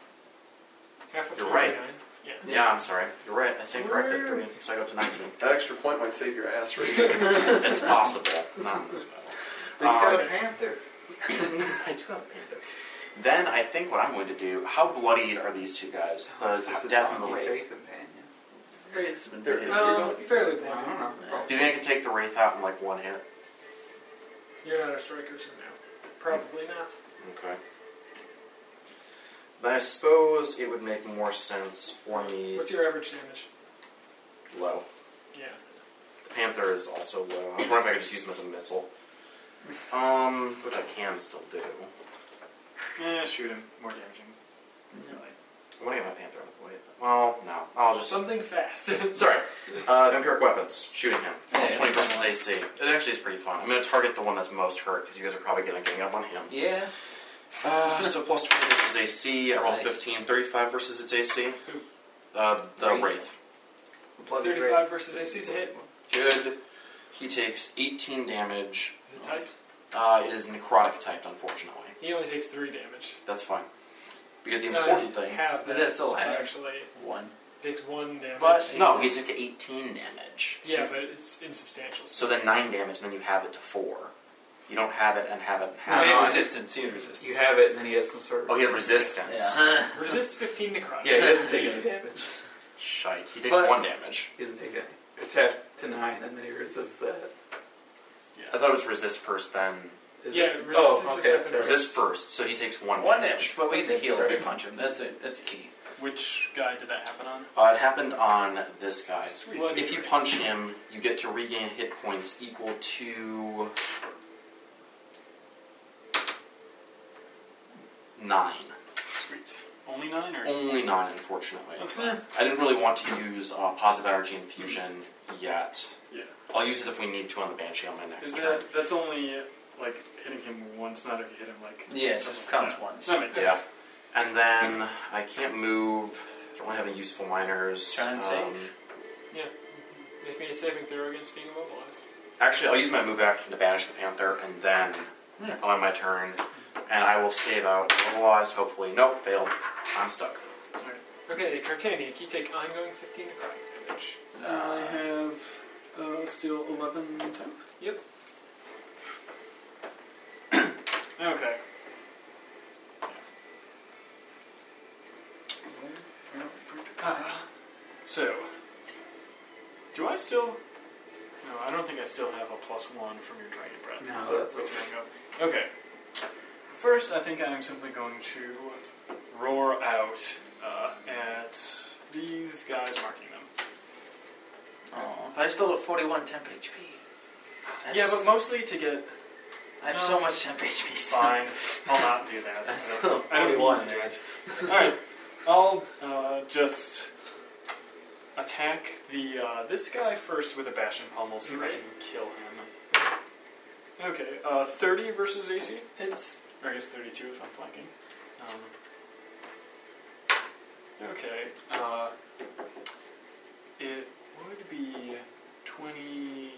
[SPEAKER 1] Half of
[SPEAKER 3] You're right.
[SPEAKER 1] 49. Yeah.
[SPEAKER 3] Yeah, I'm sorry. You're right. That's incorrect. I think So I go up to nineteen.
[SPEAKER 4] That extra point might save your ass (laughs) right now.
[SPEAKER 3] It's possible. Not in this battle.
[SPEAKER 6] But he's got a
[SPEAKER 3] Um,
[SPEAKER 6] panther.
[SPEAKER 3] (laughs) I do have a panther. Then I think what I'm going to do. How bloodied are these two guys? The
[SPEAKER 6] This is a
[SPEAKER 3] death and the
[SPEAKER 6] donkey
[SPEAKER 3] wraith.
[SPEAKER 6] faith companion.
[SPEAKER 5] Wraith's been
[SPEAKER 6] There
[SPEAKER 5] dead.
[SPEAKER 6] is.
[SPEAKER 1] Um, fairly
[SPEAKER 6] I
[SPEAKER 1] blind.
[SPEAKER 6] don't know.
[SPEAKER 3] Do you think I could take the wraith out in like one hit?
[SPEAKER 1] You're not a striker, so no. Probably not.
[SPEAKER 3] Okay. Then I suppose it would make more sense for me.
[SPEAKER 1] What's your average damage?
[SPEAKER 3] Low.
[SPEAKER 1] Yeah.
[SPEAKER 3] The panther is also low. I was wondering if I could just use him as a missile. Um, which I can still do.
[SPEAKER 2] Yeah, shoot him. More damaging.
[SPEAKER 3] What do I have my panther on the blade? Well, no. I'll just.
[SPEAKER 1] Something fast.
[SPEAKER 3] Sorry. Uh, vampiric weapons. Shooting him. Plus
[SPEAKER 5] Yeah,
[SPEAKER 3] 20
[SPEAKER 5] that's
[SPEAKER 3] versus
[SPEAKER 5] fine.
[SPEAKER 3] AC. It actually is pretty fun. I'm going to target the one that's most hurt because you guys are probably going to gang up on him.
[SPEAKER 5] Yeah.
[SPEAKER 3] Uh, so plus 20 versus AC. I rolled
[SPEAKER 5] Nice.
[SPEAKER 3] 15. 35 versus its AC. Uh, the
[SPEAKER 5] Wraith.
[SPEAKER 3] Wraith.
[SPEAKER 2] (laughs)
[SPEAKER 1] 35 versus AC is a hit.
[SPEAKER 3] Good. He takes 18 damage.
[SPEAKER 1] Is it typed?
[SPEAKER 3] Uh, it is necrotic typed, unfortunately.
[SPEAKER 1] He only takes 3 damage.
[SPEAKER 3] That's fine. Because the
[SPEAKER 1] No,
[SPEAKER 3] important thing.
[SPEAKER 1] Half
[SPEAKER 5] Is that still
[SPEAKER 1] so
[SPEAKER 5] half?
[SPEAKER 1] actually
[SPEAKER 5] One.
[SPEAKER 1] takes 1 damage.
[SPEAKER 5] But-
[SPEAKER 3] No, he took 18 damage.
[SPEAKER 1] yeah, but it's insubstantial.
[SPEAKER 3] So then 9 damage, and then you have it to 4. You don't have it and have it and
[SPEAKER 5] No, he
[SPEAKER 3] have it.
[SPEAKER 5] had
[SPEAKER 6] no, I-
[SPEAKER 5] resistance. He had resistance.
[SPEAKER 6] You have it, and then he has some sort of.
[SPEAKER 3] Oh, he had resistance.
[SPEAKER 5] Yeah.
[SPEAKER 1] Resist 15 necrotic.
[SPEAKER 6] Yeah, he doesn't take any damage.
[SPEAKER 3] Shite. He takes
[SPEAKER 6] But-
[SPEAKER 3] 1 damage.
[SPEAKER 6] He doesn't take any. It's half to nine, and then he resists that.
[SPEAKER 2] uh,
[SPEAKER 3] I thought it was resist first, then.
[SPEAKER 6] Is
[SPEAKER 1] Yeah,
[SPEAKER 6] it?
[SPEAKER 1] resistance
[SPEAKER 6] oh,
[SPEAKER 1] is
[SPEAKER 6] okay.
[SPEAKER 1] half
[SPEAKER 6] sorry.
[SPEAKER 1] the
[SPEAKER 3] Resist first, so he takes 1
[SPEAKER 5] One damage, but we get to
[SPEAKER 6] That's
[SPEAKER 5] heal if we
[SPEAKER 6] right.
[SPEAKER 5] punch him. That's it. That's the key.
[SPEAKER 2] Which guy did that happen on?
[SPEAKER 3] Uh, it happened on this guy.
[SPEAKER 1] Sweet.
[SPEAKER 3] If you punch him, you get to regain hit points equal to nine.
[SPEAKER 2] Sweet. Only nine or?
[SPEAKER 3] Only nine, unfortunately.
[SPEAKER 2] That's fine.
[SPEAKER 3] I didn't really want to use uh, positive energy infusion yet.
[SPEAKER 2] Yeah.
[SPEAKER 3] I'll use it if we need to on the banshee on my next
[SPEAKER 2] Is
[SPEAKER 3] turn.
[SPEAKER 2] that, that's only uh, like hitting him once, not if you hit him like.
[SPEAKER 5] Yeah, it just counts once.
[SPEAKER 2] That makes
[SPEAKER 3] Yeah.
[SPEAKER 2] sense.
[SPEAKER 3] And then I can't move. I don't really have any useful miners. Um,
[SPEAKER 5] Try and save.
[SPEAKER 1] Make me a saving throw against being immobilized.
[SPEAKER 3] Actually, I'll use my move action to banish the panther, and then
[SPEAKER 1] Hmm.
[SPEAKER 3] on my turn, and I will save out immobilized. Hopefully, nope, failed. I'm stuck.
[SPEAKER 1] Okay, Cartaniac, you take ongoing 15 necrotic damage.
[SPEAKER 2] I have uh, still 11 temp.
[SPEAKER 1] Yep.
[SPEAKER 2] (coughs) Okay. Uh, So, do I still? No, I don't think I still have a plus one from your dragon breath.
[SPEAKER 6] No,
[SPEAKER 4] Uh-huh.
[SPEAKER 2] So
[SPEAKER 6] that's
[SPEAKER 2] what I'm going- Okay. First, I think I am simply going to roar out uh, at these guys marking them.
[SPEAKER 5] Aw, but I still have 41 temp HP. That's-
[SPEAKER 2] Yeah, but mostly to get
[SPEAKER 5] I have so much temp (laughs) HP. still.
[SPEAKER 2] Fine, I'll not do that.
[SPEAKER 5] I'm
[SPEAKER 2] I
[SPEAKER 5] still
[SPEAKER 2] don't, I don't want to do it. Alright, I'll uh, just attack the uh, this guy first with a Bastion Pommel so that I can kill him. Okay, uh, 30 versus AC?
[SPEAKER 1] Hits.
[SPEAKER 2] Or I guess 32 if I'm flanking. Um, okay, uh, it would be 20.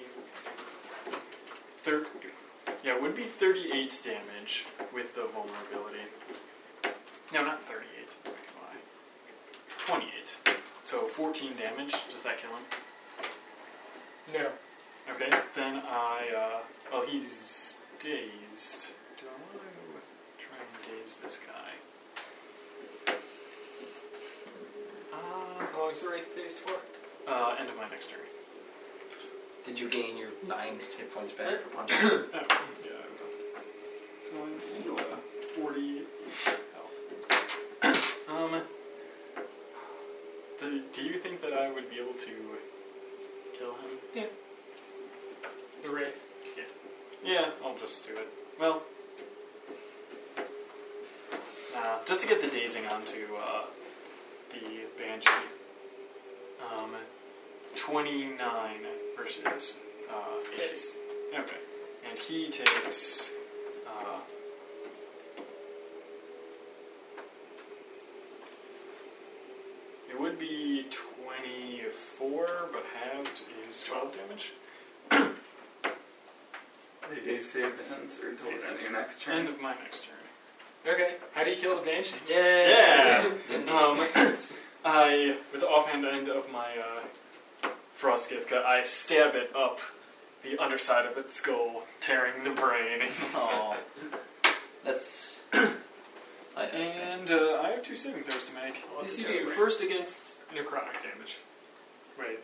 [SPEAKER 2] 30. Yeah, it would be 38 damage with the vulnerability. No, not 38. That's a big lie. 28. So 14 damage. Does that kill him?
[SPEAKER 1] No.
[SPEAKER 2] Okay, then I. Uh, well, he's dazed. Do I want to try and daze this guy? Uh,
[SPEAKER 1] How long is the right phase for?
[SPEAKER 2] uh, end of my next turn.
[SPEAKER 3] Did you gain your nine hit points back for
[SPEAKER 5] (coughs)
[SPEAKER 3] punching?
[SPEAKER 2] Oh, yeah. I've got that. So I'm heal at 40 health. um, do, do you think that I would be able to kill him?
[SPEAKER 1] The ray.
[SPEAKER 2] Yeah, I'll just do it. Well, nah, uh, just to get the dazing onto uh, the banshee. Um, 29 versus uh, AC. Okay. And he takes. Uh, it would be 24, but halved is 12 damage.
[SPEAKER 4] They do save the ends or until the end of your next turn.
[SPEAKER 2] End of my next turn.
[SPEAKER 1] Okay. How do you kill the banshee? (laughs)
[SPEAKER 2] Yeah. um, I, with the offhand end of my uh, frost gifka, I stab it up the underside of its skull, tearing the brain.
[SPEAKER 5] Oh, that's. (coughs) I, I
[SPEAKER 2] And uh, I have two saving throws to make.
[SPEAKER 1] Yes, you do. First against necrotic damage.
[SPEAKER 2] Wait.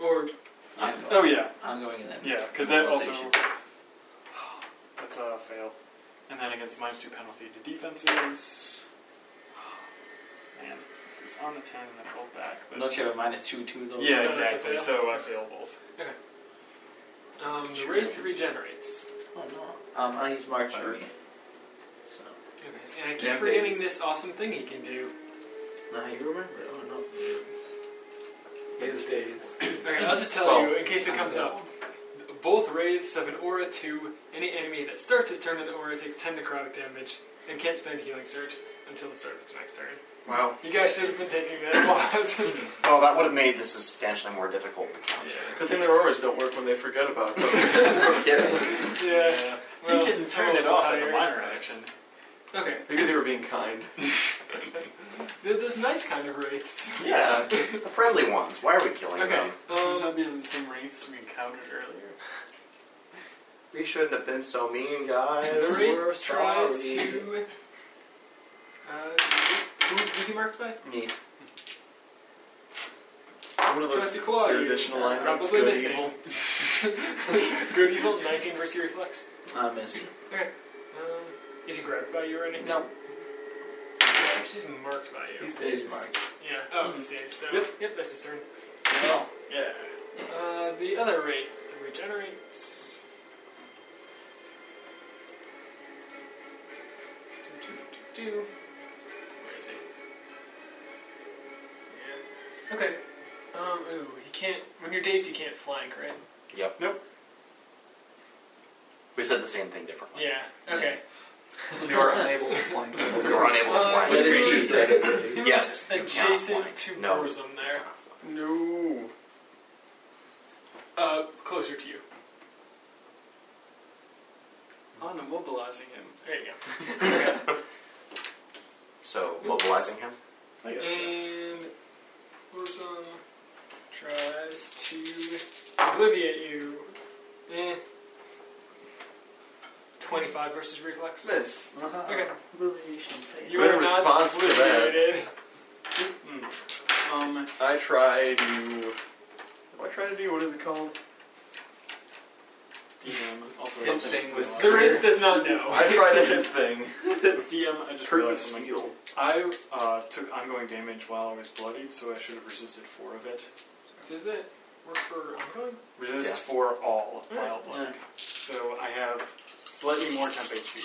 [SPEAKER 1] Or
[SPEAKER 5] I'm going,
[SPEAKER 2] Oh yeah,
[SPEAKER 5] I'm going in that.
[SPEAKER 2] yeah, because that also
[SPEAKER 5] mobilization.
[SPEAKER 2] (sighs) that's a fail. And then against minus two penalty to defenses. Man, it was on the ten and I pulled back. But
[SPEAKER 5] Don't you have a minus two two though?
[SPEAKER 2] yeah,
[SPEAKER 1] So that's a
[SPEAKER 2] exactly.
[SPEAKER 1] fail?
[SPEAKER 2] So I fail both.
[SPEAKER 1] um, the
[SPEAKER 5] Sure.
[SPEAKER 1] wraith regenerates.
[SPEAKER 5] Oh no. Um, he's marked by me. So.
[SPEAKER 1] Okay. And I keep
[SPEAKER 5] Damn
[SPEAKER 1] forgetting
[SPEAKER 5] days.
[SPEAKER 1] this awesome thing he can do.
[SPEAKER 5] Now you remember? Oh no.
[SPEAKER 4] His days.
[SPEAKER 1] Okay, I'll just tell
[SPEAKER 3] So-
[SPEAKER 1] you in case it comes up. Both wraiths have an aura two. Any enemy that starts its turn with an aura takes 10 necrotic damage and can't spend healing surge until the start of its next turn.
[SPEAKER 3] Wow.
[SPEAKER 1] You guys should have been taking that a
[SPEAKER 2] (laughs)
[SPEAKER 1] lot.
[SPEAKER 3] Well, that would have made this substantially more (laughs) difficult.
[SPEAKER 4] Good thing their auras don't work when they forget about them.
[SPEAKER 3] No kidding.
[SPEAKER 1] yeah. Well,
[SPEAKER 2] he can
[SPEAKER 1] I'm
[SPEAKER 2] turn
[SPEAKER 1] a
[SPEAKER 2] it
[SPEAKER 1] little
[SPEAKER 2] off as a
[SPEAKER 1] tired.
[SPEAKER 2] minor action.
[SPEAKER 1] Okay.
[SPEAKER 4] Maybe they were being kind.
[SPEAKER 1] They're those nice kind of wraiths.
[SPEAKER 3] Yeah, the friendly ones. Why are we killing
[SPEAKER 1] Okay.
[SPEAKER 3] them?
[SPEAKER 2] Turns
[SPEAKER 1] Um,
[SPEAKER 2] out these are the same wraiths we encountered earlier.
[SPEAKER 3] We shouldn't have been so mean, guys.
[SPEAKER 1] the
[SPEAKER 3] We're
[SPEAKER 1] wraith tries
[SPEAKER 3] sorry.
[SPEAKER 1] to. Uh, who, who's he marked by?
[SPEAKER 5] Me.
[SPEAKER 4] One of
[SPEAKER 1] Tries
[SPEAKER 4] those
[SPEAKER 1] to claw
[SPEAKER 4] third
[SPEAKER 1] you.
[SPEAKER 4] edition alignments.
[SPEAKER 1] Probably
[SPEAKER 4] good
[SPEAKER 1] missing.
[SPEAKER 4] evil.
[SPEAKER 1] Good evil, (laughs) 19 versus your reflex.
[SPEAKER 5] I miss.
[SPEAKER 1] Um, is he grabbed by you or anything?
[SPEAKER 5] No.
[SPEAKER 1] She's marked by you.
[SPEAKER 4] These days, Mark.
[SPEAKER 1] Yeah. Oh, he stays. So.
[SPEAKER 2] Yep.
[SPEAKER 1] that's his turn.
[SPEAKER 4] (laughs)
[SPEAKER 5] No.
[SPEAKER 2] Yeah.
[SPEAKER 1] Uh, the other wraith regenerates. Do, do, do, do. Where is he? Yeah. Okay. Um. Ooh. He can't. When you're dazed, you can't flank, right?
[SPEAKER 3] Yep.
[SPEAKER 2] Nope.
[SPEAKER 3] We said the same thing differently.
[SPEAKER 1] Yeah. Okay.
[SPEAKER 4] You are unable to flank them.
[SPEAKER 3] We were unable to
[SPEAKER 1] Uh,
[SPEAKER 3] fly.
[SPEAKER 1] That is
[SPEAKER 5] true.
[SPEAKER 1] He was
[SPEAKER 3] Yes, you cannot
[SPEAKER 1] Adjacent
[SPEAKER 3] flank.
[SPEAKER 1] to
[SPEAKER 3] No.
[SPEAKER 1] Burzum there.
[SPEAKER 4] No.
[SPEAKER 1] Uh, closer to you. On immobilizing him. There you go.
[SPEAKER 3] So mobilizing him.
[SPEAKER 2] I guess.
[SPEAKER 1] And Burzum tries to obliviate you. Eh. 25 versus reflex.
[SPEAKER 4] Miss.
[SPEAKER 5] Uh-huh.
[SPEAKER 1] Okay. You
[SPEAKER 4] Good
[SPEAKER 1] are
[SPEAKER 4] response
[SPEAKER 1] not
[SPEAKER 4] to that.
[SPEAKER 1] obliterated.
[SPEAKER 2] Hmm. Um,
[SPEAKER 4] I try to. I try to do what is it called?
[SPEAKER 2] DM also
[SPEAKER 4] Something with
[SPEAKER 1] The wraith does not know.
[SPEAKER 4] I try to (laughs) hit thing.
[SPEAKER 2] (laughs) DM. I just
[SPEAKER 4] Hurt with
[SPEAKER 2] realized something.
[SPEAKER 4] steel.
[SPEAKER 2] I uh, took ongoing damage while I was bloodied, so I should have resisted four of it.
[SPEAKER 1] Does that work for ongoing?
[SPEAKER 2] Resist
[SPEAKER 3] Yeah.
[SPEAKER 2] for all
[SPEAKER 1] Alright.
[SPEAKER 2] while bloodied. So I have slightly more temp HP.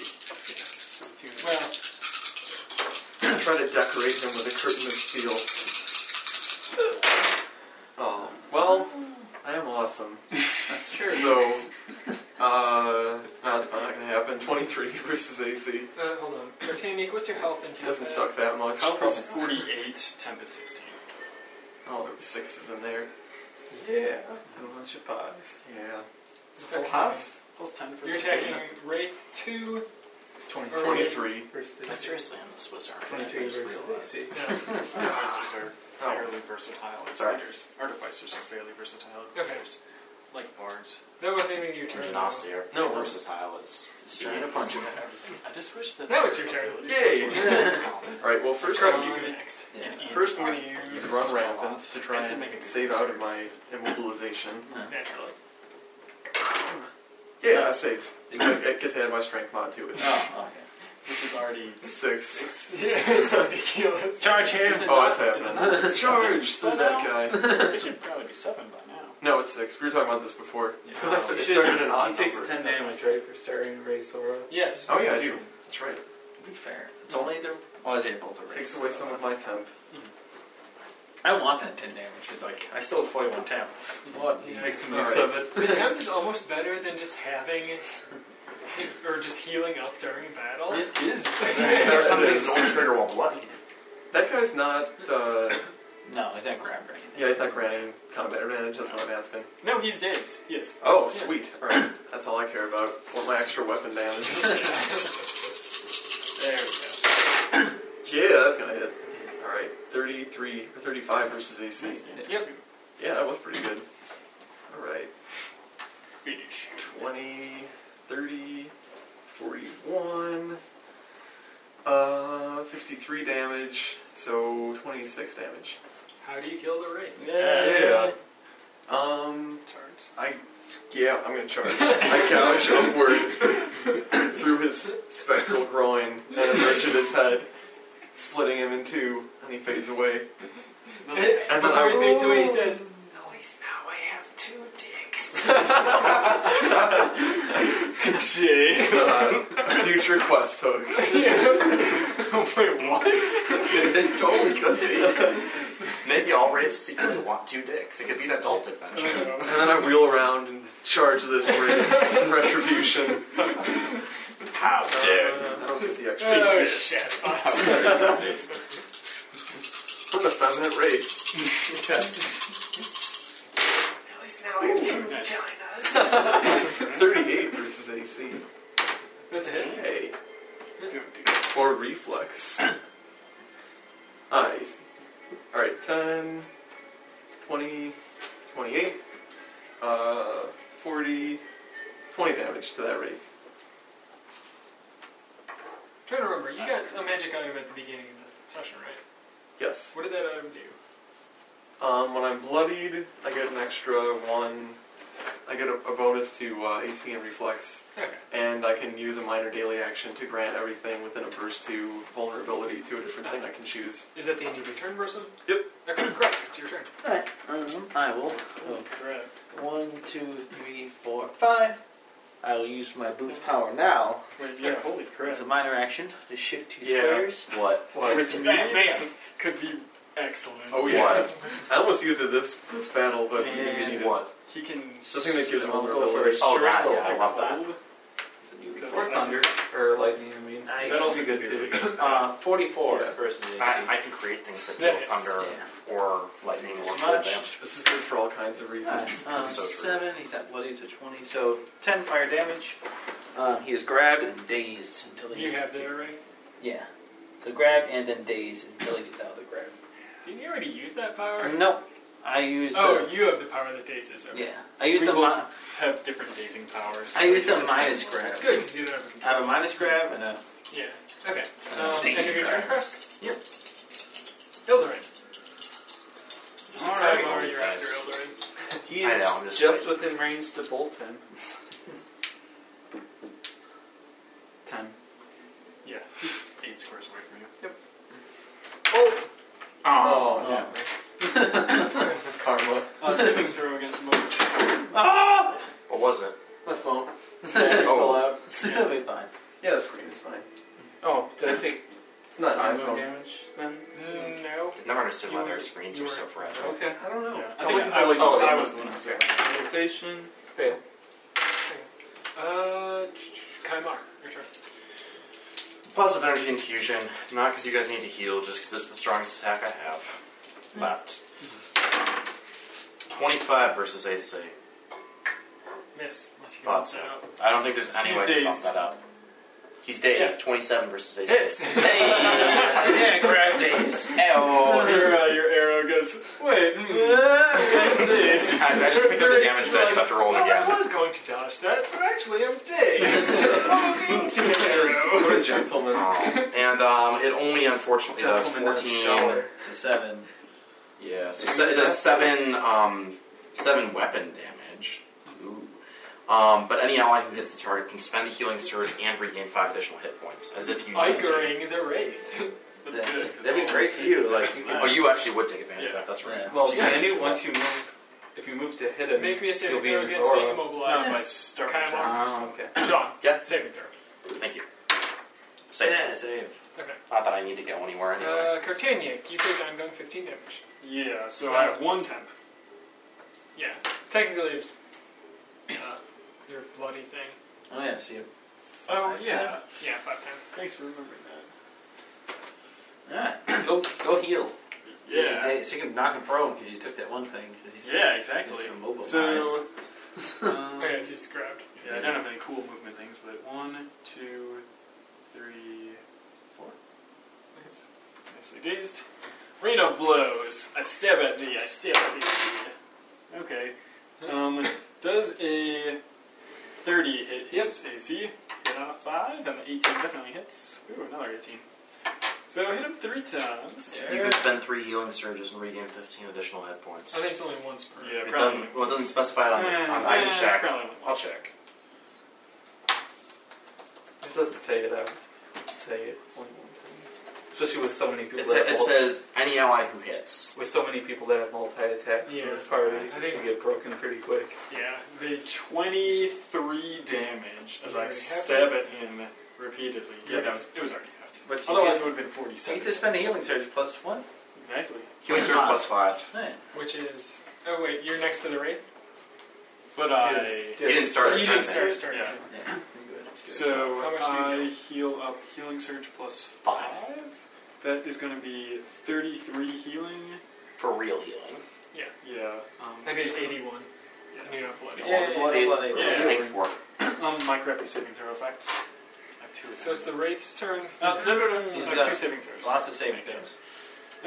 [SPEAKER 2] Two
[SPEAKER 1] Well,
[SPEAKER 4] I try to decorate him with a curtain of (laughs) steel. Oh well, I am awesome.
[SPEAKER 5] That's
[SPEAKER 4] So, uh, no, it's probably not gonna happen. Twenty-three (laughs) versus AC
[SPEAKER 1] uh, hold on. Britannic, what's your health and
[SPEAKER 4] It doesn't suck that much.
[SPEAKER 2] Health is
[SPEAKER 4] Probably-
[SPEAKER 2] 48, temp is 16.
[SPEAKER 4] Oh, there were sixes in there. Yeah, and a bunch of pies. Yeah.
[SPEAKER 1] It's a full
[SPEAKER 4] Pies?
[SPEAKER 2] Plus 10 for
[SPEAKER 1] You're
[SPEAKER 2] the
[SPEAKER 1] attacking
[SPEAKER 2] attack.
[SPEAKER 1] Wraith 2.
[SPEAKER 4] It's 20,
[SPEAKER 1] Or
[SPEAKER 4] 23.
[SPEAKER 5] But seriously, I'm the Swiss Army. knife, I
[SPEAKER 4] 23
[SPEAKER 5] just
[SPEAKER 4] versus
[SPEAKER 5] realized.
[SPEAKER 4] AC.
[SPEAKER 1] No, it's gonna Oh.
[SPEAKER 2] Artificers are fairly versatile as
[SPEAKER 3] Sorry?
[SPEAKER 2] fighters. Artificers are fairly versatile as
[SPEAKER 1] Okay.
[SPEAKER 2] fighters. Like bards.
[SPEAKER 1] That wasn't even your turn.
[SPEAKER 3] Genasi are
[SPEAKER 4] No, we're-
[SPEAKER 3] versatile as
[SPEAKER 5] Trying to punch him.
[SPEAKER 2] I just wish that.
[SPEAKER 1] Now it's your turn.
[SPEAKER 4] Yay!
[SPEAKER 2] As
[SPEAKER 4] (laughs) Alright, well, first
[SPEAKER 1] Krusk, you
[SPEAKER 4] I'm-
[SPEAKER 1] go next.
[SPEAKER 5] Yeah.
[SPEAKER 4] First, I'm going to use Run Rampant to try
[SPEAKER 2] Yes, they make a
[SPEAKER 4] and
[SPEAKER 2] good
[SPEAKER 4] save out of my immobilization.
[SPEAKER 2] (laughs)
[SPEAKER 1] Naturally.
[SPEAKER 4] (laughs) Yeah, I save. It gets to add my strength mod to (laughs) it.
[SPEAKER 5] Oh,
[SPEAKER 2] Which is already.
[SPEAKER 4] Six.
[SPEAKER 1] Yeah, it's ridiculous.
[SPEAKER 5] Charge him!
[SPEAKER 2] Is it
[SPEAKER 4] Oh,
[SPEAKER 2] not-
[SPEAKER 4] that's
[SPEAKER 2] is it
[SPEAKER 4] happening.
[SPEAKER 2] not
[SPEAKER 4] Charge through
[SPEAKER 2] seven
[SPEAKER 4] that
[SPEAKER 2] by
[SPEAKER 4] guy.
[SPEAKER 2] now? It should probably be seven by now.
[SPEAKER 4] No, it's six. We were talking about this before. It's because I sta-
[SPEAKER 5] You
[SPEAKER 4] it
[SPEAKER 5] should-
[SPEAKER 4] started an odd
[SPEAKER 6] He takes
[SPEAKER 4] number.
[SPEAKER 6] 10 damage, right, for starting Ray Sora?
[SPEAKER 1] Yes.
[SPEAKER 4] Oh yeah, I do. That's right.
[SPEAKER 5] Be fair. It's only the. I was able to raise.
[SPEAKER 4] Takes away some of my temp.
[SPEAKER 5] I want that 10 damage. It's like, I still have 41
[SPEAKER 4] (laughs)
[SPEAKER 5] temp. What?
[SPEAKER 1] Yeah.
[SPEAKER 5] Make some
[SPEAKER 4] All
[SPEAKER 5] use
[SPEAKER 4] right.
[SPEAKER 5] of it.
[SPEAKER 1] The temp is almost better than just having (laughs) or just healing up during battle.
[SPEAKER 4] It is.
[SPEAKER 3] There's something that's only trigger wall blood.
[SPEAKER 4] That guy's not. Uh,
[SPEAKER 5] No, he's not grabbed or anything.
[SPEAKER 4] yeah, he's not granting combat advantage. That's what I'm asking.
[SPEAKER 2] No, he's dazed. Yes.
[SPEAKER 4] Oh, sweet. All right, that's all I care about. Want my extra weapon (laughs) damage?
[SPEAKER 1] There we
[SPEAKER 4] yeah, that's gonna hit. All right, 33 or 35 versus AC.
[SPEAKER 2] Nice damage.
[SPEAKER 1] Yep.
[SPEAKER 4] Yeah, that was pretty good. All right,
[SPEAKER 1] (laughs)
[SPEAKER 2] Finish.
[SPEAKER 4] 20, 30, 41, uh, 53 damage. So 26 damage.
[SPEAKER 1] go. How do you kill the wraith?
[SPEAKER 4] Yeah. Um,
[SPEAKER 2] Charge.
[SPEAKER 4] I yeah, I'm gonna charge. I gouge upward through his spectral groin and emerge at his head, splitting him in two, and he fades away.
[SPEAKER 1] And
[SPEAKER 4] And then
[SPEAKER 1] before
[SPEAKER 4] I
[SPEAKER 1] he fades away, he (laughs) says, "At least now I have two dicks." (laughs)
[SPEAKER 2] (laughs) Touche.
[SPEAKER 4] uh, future quest hook.
[SPEAKER 2] Wait, what?
[SPEAKER 3] it totally could be. (laughs) Maybe all wraiths secretly want two dicks. It could be an adult adventure.
[SPEAKER 4] And then I wheel around and charge this ring retribution.
[SPEAKER 3] How
[SPEAKER 4] Uh, I don't get the extra.
[SPEAKER 1] oh shit!
[SPEAKER 4] What a feminine race.
[SPEAKER 1] At least now I have two
[SPEAKER 2] Nice.
[SPEAKER 1] vaginas.
[SPEAKER 4] 38 versus AC.
[SPEAKER 1] That's a hit.
[SPEAKER 4] Hey.
[SPEAKER 2] Don't do
[SPEAKER 4] Or reflex. (coughs) Eyes. Alright, 10, 20, 28, uh, 40, 20 damage to that wraith.
[SPEAKER 1] Trying to remember, you got a magic item at the beginning of the session, right?
[SPEAKER 4] Yes.
[SPEAKER 1] What did that item do?
[SPEAKER 4] Um, when I'm bloodied, I get an extra one. I get a, a bonus to uh, AC and reflex,
[SPEAKER 1] Okay.
[SPEAKER 4] and I can use a minor daily action to grant everything within a burst to vulnerability to a different thing I can choose.
[SPEAKER 1] Is that the end of your turn, Brosnan?
[SPEAKER 4] Yep.
[SPEAKER 1] Okay, Crest, it's your turn.
[SPEAKER 5] Alright, um, I will.
[SPEAKER 2] Oh, crap.
[SPEAKER 5] One, two, three, four, five. I will use my booth power now
[SPEAKER 2] Wait, yeah, holy crap.
[SPEAKER 5] as a minor action to shift two
[SPEAKER 4] Yeah.
[SPEAKER 5] squares.
[SPEAKER 3] What?
[SPEAKER 4] What?
[SPEAKER 2] With me,
[SPEAKER 1] Man, man.
[SPEAKER 2] it's- could be excellent.
[SPEAKER 4] Oh yeah. I almost used it this this battle, but
[SPEAKER 2] Yeah.
[SPEAKER 4] you need it.
[SPEAKER 3] What?
[SPEAKER 2] He can.
[SPEAKER 4] The thing that gives
[SPEAKER 2] I'll
[SPEAKER 4] vulnerability.
[SPEAKER 2] go for a
[SPEAKER 3] Oh, that,
[SPEAKER 2] straight
[SPEAKER 3] yeah, I
[SPEAKER 2] to
[SPEAKER 3] love that.
[SPEAKER 2] cold.
[SPEAKER 5] Or thunder.
[SPEAKER 6] Or lightning, I mean.
[SPEAKER 5] Nice.
[SPEAKER 6] That'll be good too.
[SPEAKER 5] Uh, 44
[SPEAKER 4] Yeah.
[SPEAKER 5] versus AC.
[SPEAKER 3] Uh, I, I can create things that
[SPEAKER 1] Yeah,
[SPEAKER 3] deal
[SPEAKER 1] it's-
[SPEAKER 3] thunder or lightning or
[SPEAKER 5] Much.
[SPEAKER 3] cold damage.
[SPEAKER 4] This is good for all kinds of reasons.
[SPEAKER 5] Alright, um,
[SPEAKER 3] so true.
[SPEAKER 5] seven. He's at bloody to twenty, so ten fire damage. Um, he is grabbed and dazed until he.
[SPEAKER 1] You have that already?
[SPEAKER 5] Yeah. So grabbed and then dazed until he gets out of the grab.
[SPEAKER 1] Didn't you already use that power?
[SPEAKER 5] Nope. I used.
[SPEAKER 1] Oh, you have the power that dazes.
[SPEAKER 5] the,
[SPEAKER 1] Okay.
[SPEAKER 5] yeah. I used
[SPEAKER 2] We
[SPEAKER 5] the.
[SPEAKER 2] both
[SPEAKER 5] Mi-
[SPEAKER 2] have different dazing powers.
[SPEAKER 5] I used the minus grab.
[SPEAKER 1] It's good because you don't have a
[SPEAKER 5] I
[SPEAKER 1] control.
[SPEAKER 5] have a minus grab and a.
[SPEAKER 1] Yeah. Okay. Um,
[SPEAKER 5] Thank
[SPEAKER 1] end of
[SPEAKER 5] you.
[SPEAKER 1] your turn, Crest? Yep. Ildarin.
[SPEAKER 5] All
[SPEAKER 1] Sorry,
[SPEAKER 5] right.
[SPEAKER 1] Mara, you're after Ildarin.
[SPEAKER 6] He
[SPEAKER 3] I
[SPEAKER 6] is
[SPEAKER 3] know, I'm just
[SPEAKER 6] just, within range to bolt him. Ten.
[SPEAKER 2] Yeah, he's eight squares away from you.
[SPEAKER 1] Bolt.
[SPEAKER 4] Oh,
[SPEAKER 5] Oh.
[SPEAKER 4] yeah. Karma.
[SPEAKER 2] Uh, saving throw against Moat.
[SPEAKER 5] Ah!
[SPEAKER 3] What was it?
[SPEAKER 4] My phone.
[SPEAKER 5] (laughs)
[SPEAKER 3] Oh.
[SPEAKER 5] That'll be fine.
[SPEAKER 4] Yeah, the screen is fine.
[SPEAKER 6] Oh, did I take
[SPEAKER 4] It's not an
[SPEAKER 6] no
[SPEAKER 4] iPhone.
[SPEAKER 6] damage then?
[SPEAKER 1] No.
[SPEAKER 3] Never understood
[SPEAKER 1] You
[SPEAKER 3] why
[SPEAKER 1] were-
[SPEAKER 3] their screens
[SPEAKER 1] you
[SPEAKER 3] are
[SPEAKER 1] were-
[SPEAKER 3] so fragile.
[SPEAKER 6] Okay.
[SPEAKER 4] I don't (laughs) know.
[SPEAKER 2] Yeah, I
[SPEAKER 4] How
[SPEAKER 2] think
[SPEAKER 4] much is
[SPEAKER 2] I,
[SPEAKER 4] that, like,
[SPEAKER 2] oh,
[SPEAKER 4] oh,
[SPEAKER 2] I
[SPEAKER 4] yeah.
[SPEAKER 2] was the one who said
[SPEAKER 6] Conversation. Fail.
[SPEAKER 1] Uh, ch- ch- Kaimar, your turn.
[SPEAKER 3] Positive energy infusion, not because you guys need to heal, just because it's the strongest attack I have left. 25 versus AC.
[SPEAKER 1] Miss, unless you can
[SPEAKER 3] Thought
[SPEAKER 1] bump
[SPEAKER 3] so.
[SPEAKER 1] that (laughs) up.
[SPEAKER 3] I don't think there's any
[SPEAKER 2] He's
[SPEAKER 3] way to bump
[SPEAKER 2] dazed.
[SPEAKER 3] that up. He's dazed.
[SPEAKER 1] Yeah.
[SPEAKER 3] 27 versus 18.
[SPEAKER 2] Hits! (laughs)
[SPEAKER 5] yeah, grab days.
[SPEAKER 3] Ew.
[SPEAKER 2] your, uh, your arrow goes, wait, hmm, what's this?
[SPEAKER 3] I, I just picked up the damage that I still have to roll
[SPEAKER 1] Well, I
[SPEAKER 2] (laughs)
[SPEAKER 3] again.
[SPEAKER 1] was going to dodge that, but actually I'm dazed. Moving to arrow.
[SPEAKER 4] What a gentleman.
[SPEAKER 3] Oh, and um, it only unfortunately does
[SPEAKER 4] Gentleman and
[SPEAKER 3] 14.
[SPEAKER 4] scholar.
[SPEAKER 5] So seven.
[SPEAKER 3] Yeah, so se- it does seven, um, seven weapon damage. Ooh. Um, but any ally who hits the target can spend a healing surge and regain five additional hit points, as if you. used-
[SPEAKER 1] Ikering the Wraith. That's good.
[SPEAKER 5] That'd be great for you. Like you
[SPEAKER 3] Oh, you actually would take advantage of that. That's right.
[SPEAKER 5] Yeah.
[SPEAKER 4] Well, can you once you move, if you move to hit
[SPEAKER 1] (laughs)
[SPEAKER 4] him,
[SPEAKER 1] Make me a
[SPEAKER 4] he'll
[SPEAKER 1] saving
[SPEAKER 4] be
[SPEAKER 1] throw
[SPEAKER 4] in his
[SPEAKER 1] against being
[SPEAKER 4] aura.
[SPEAKER 1] immobilized.
[SPEAKER 2] Like, start
[SPEAKER 1] Kind of
[SPEAKER 2] attack.
[SPEAKER 4] Oh, okay.
[SPEAKER 1] John,
[SPEAKER 3] Yeah.
[SPEAKER 1] saving throw.
[SPEAKER 3] Um, Thank you. Save.
[SPEAKER 5] Yeah, same.
[SPEAKER 1] Okay.
[SPEAKER 3] Not that I need to go anywhere anyway.
[SPEAKER 1] Uh, Kartaniak, you take ongoing 15 damage.
[SPEAKER 2] Yeah, so I have one temp.
[SPEAKER 1] Oh, Yeah. Technically, it's uh, your bloody thing.
[SPEAKER 5] Oh yeah, see. So you-
[SPEAKER 2] Oh,
[SPEAKER 5] Five
[SPEAKER 2] yeah.
[SPEAKER 5] temp.
[SPEAKER 1] Yeah, five ten.
[SPEAKER 2] Thanks for remembering that.
[SPEAKER 5] Alright.
[SPEAKER 6] Go, go heal.
[SPEAKER 5] He's a da- So you can knock him prone because you took that one thing. 'cause he's,
[SPEAKER 2] Yeah,
[SPEAKER 5] he's
[SPEAKER 2] exactly.
[SPEAKER 5] immobilized.
[SPEAKER 2] So,
[SPEAKER 3] (laughs)
[SPEAKER 2] um,
[SPEAKER 1] Okay, he's grabbed.
[SPEAKER 2] yeah, I don't have any cool movement things, but one, two, three, four. Nice. Nicely dazed. Rain of blows. I stab at thee. I stab at thee. Okay. Um, does a 30 hit his AC? Hit on a 5, and the 18 definitely hits. Ooh, another 18. So hit him three times.
[SPEAKER 3] you can spend three healing surges and regain 15 additional hit points.
[SPEAKER 1] I think it's only once per.
[SPEAKER 2] Yeah,
[SPEAKER 3] it
[SPEAKER 2] probably.
[SPEAKER 3] doesn't. Well, it doesn't specify it on the on the item
[SPEAKER 2] Yeah,
[SPEAKER 3] check.
[SPEAKER 2] probably
[SPEAKER 3] I'll
[SPEAKER 2] once.
[SPEAKER 3] check.
[SPEAKER 4] It doesn't say it. I would say it only one time. Especially with so many people.
[SPEAKER 3] It,
[SPEAKER 4] that
[SPEAKER 3] sa-
[SPEAKER 4] have
[SPEAKER 3] it
[SPEAKER 4] multi-
[SPEAKER 3] says any ally who hits.
[SPEAKER 4] with so many people that have multi attacks
[SPEAKER 1] Yeah.
[SPEAKER 4] in this party, so
[SPEAKER 1] I
[SPEAKER 4] it
[SPEAKER 1] think-
[SPEAKER 4] should get broken pretty quick.
[SPEAKER 2] Yeah, the 23 damage as
[SPEAKER 1] Already
[SPEAKER 2] I
[SPEAKER 1] halved
[SPEAKER 2] stab at him repeatedly. Yeah, that was it was already halved.
[SPEAKER 5] But you
[SPEAKER 2] Otherwise,
[SPEAKER 5] see-
[SPEAKER 2] it would have been
[SPEAKER 5] you
[SPEAKER 2] 47.
[SPEAKER 5] get to spend a healing surge plus one.
[SPEAKER 2] Exactly.
[SPEAKER 3] Healing surge plus five.
[SPEAKER 5] Alright.
[SPEAKER 1] Which is. Oh, wait, you're next to the Wraith? Oh,
[SPEAKER 2] But I.
[SPEAKER 3] He didn't start.
[SPEAKER 1] you
[SPEAKER 3] his
[SPEAKER 1] didn't
[SPEAKER 3] turn then.
[SPEAKER 1] start his turn.
[SPEAKER 2] Yeah.
[SPEAKER 5] Yeah, he's good. he's good.
[SPEAKER 2] So
[SPEAKER 1] How much do you
[SPEAKER 2] I heal up healing surge plus five. That is going to be 33 healing.
[SPEAKER 3] for real healing.
[SPEAKER 2] Yeah. Um,
[SPEAKER 1] I think it's
[SPEAKER 2] just-
[SPEAKER 1] 81. And
[SPEAKER 2] Yeah.
[SPEAKER 1] you're not bloody.
[SPEAKER 5] Yeah, yeah, yeah,
[SPEAKER 3] Bloody-
[SPEAKER 5] bloody-
[SPEAKER 3] Yeah,
[SPEAKER 2] yeah.
[SPEAKER 3] make four.
[SPEAKER 2] Um, my crappy saving throw effects. I have two.
[SPEAKER 1] So it's the Wraith's turn.
[SPEAKER 2] Uh, no, no, no. I
[SPEAKER 5] He's
[SPEAKER 2] have
[SPEAKER 5] got-
[SPEAKER 2] two saving throws.
[SPEAKER 5] Lots of saving throws.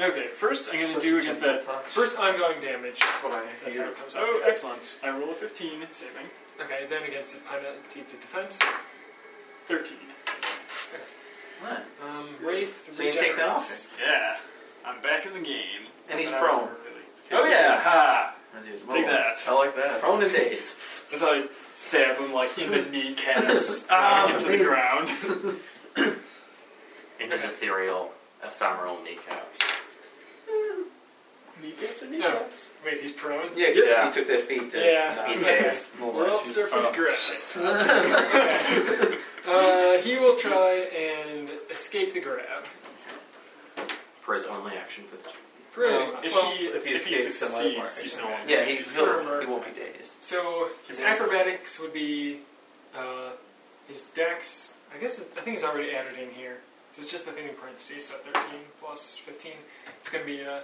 [SPEAKER 2] Okay, first I'm going to
[SPEAKER 4] Such
[SPEAKER 2] do
[SPEAKER 4] a
[SPEAKER 2] against
[SPEAKER 4] gentle
[SPEAKER 2] that.
[SPEAKER 4] touch.
[SPEAKER 1] First ongoing damage.
[SPEAKER 4] (laughs) what I
[SPEAKER 1] That's how
[SPEAKER 4] hear.
[SPEAKER 1] it comes out.
[SPEAKER 2] Oh, excellent. I roll a 15 saving.
[SPEAKER 1] Okay, then against the penalty to defense.
[SPEAKER 2] 13.
[SPEAKER 5] Alright.
[SPEAKER 1] Um, Wraith
[SPEAKER 5] So you take that off?
[SPEAKER 1] regenerates.
[SPEAKER 2] Yeah, I'm back in the game.
[SPEAKER 5] And he's
[SPEAKER 2] That was
[SPEAKER 5] prone.
[SPEAKER 2] really-
[SPEAKER 5] Okay.
[SPEAKER 2] Oh yeah, ha!
[SPEAKER 5] As he was
[SPEAKER 2] Take
[SPEAKER 5] immobilized.
[SPEAKER 2] that.
[SPEAKER 4] I like that.
[SPEAKER 5] Prone and dazed.
[SPEAKER 2] As I stab him like in the kneecaps,
[SPEAKER 5] Ah,
[SPEAKER 2] dragging him to the
[SPEAKER 5] man.
[SPEAKER 2] ground.
[SPEAKER 3] In his ethereal, ephemeral kneecaps.
[SPEAKER 2] (laughs) Kneecaps and
[SPEAKER 1] kneecaps. Wait, he's prone?
[SPEAKER 6] Yeah, 'cause
[SPEAKER 3] Yeah.
[SPEAKER 6] he took that feat. To,
[SPEAKER 1] Yeah.
[SPEAKER 3] He's
[SPEAKER 1] Okay.
[SPEAKER 5] (laughs)
[SPEAKER 3] dazed.
[SPEAKER 1] World Serpent
[SPEAKER 2] Oh,
[SPEAKER 1] Grasp. uh, he will try and escape the grab.
[SPEAKER 3] For his only action for the
[SPEAKER 1] Pretty
[SPEAKER 4] Well,
[SPEAKER 1] much.
[SPEAKER 2] If
[SPEAKER 1] Well,
[SPEAKER 2] he
[SPEAKER 4] if he
[SPEAKER 2] if he
[SPEAKER 4] escapes, then let him mark.
[SPEAKER 2] succeeds, he's no longer.
[SPEAKER 5] Yeah, he,
[SPEAKER 2] dazed.
[SPEAKER 5] he'll, he won't be dazed.
[SPEAKER 1] so his acrobatics would be uh, his dex. I guess it, I think it's already added in here. So it's just the thing in parentheses. So 13 plus 15. It's going to be uh,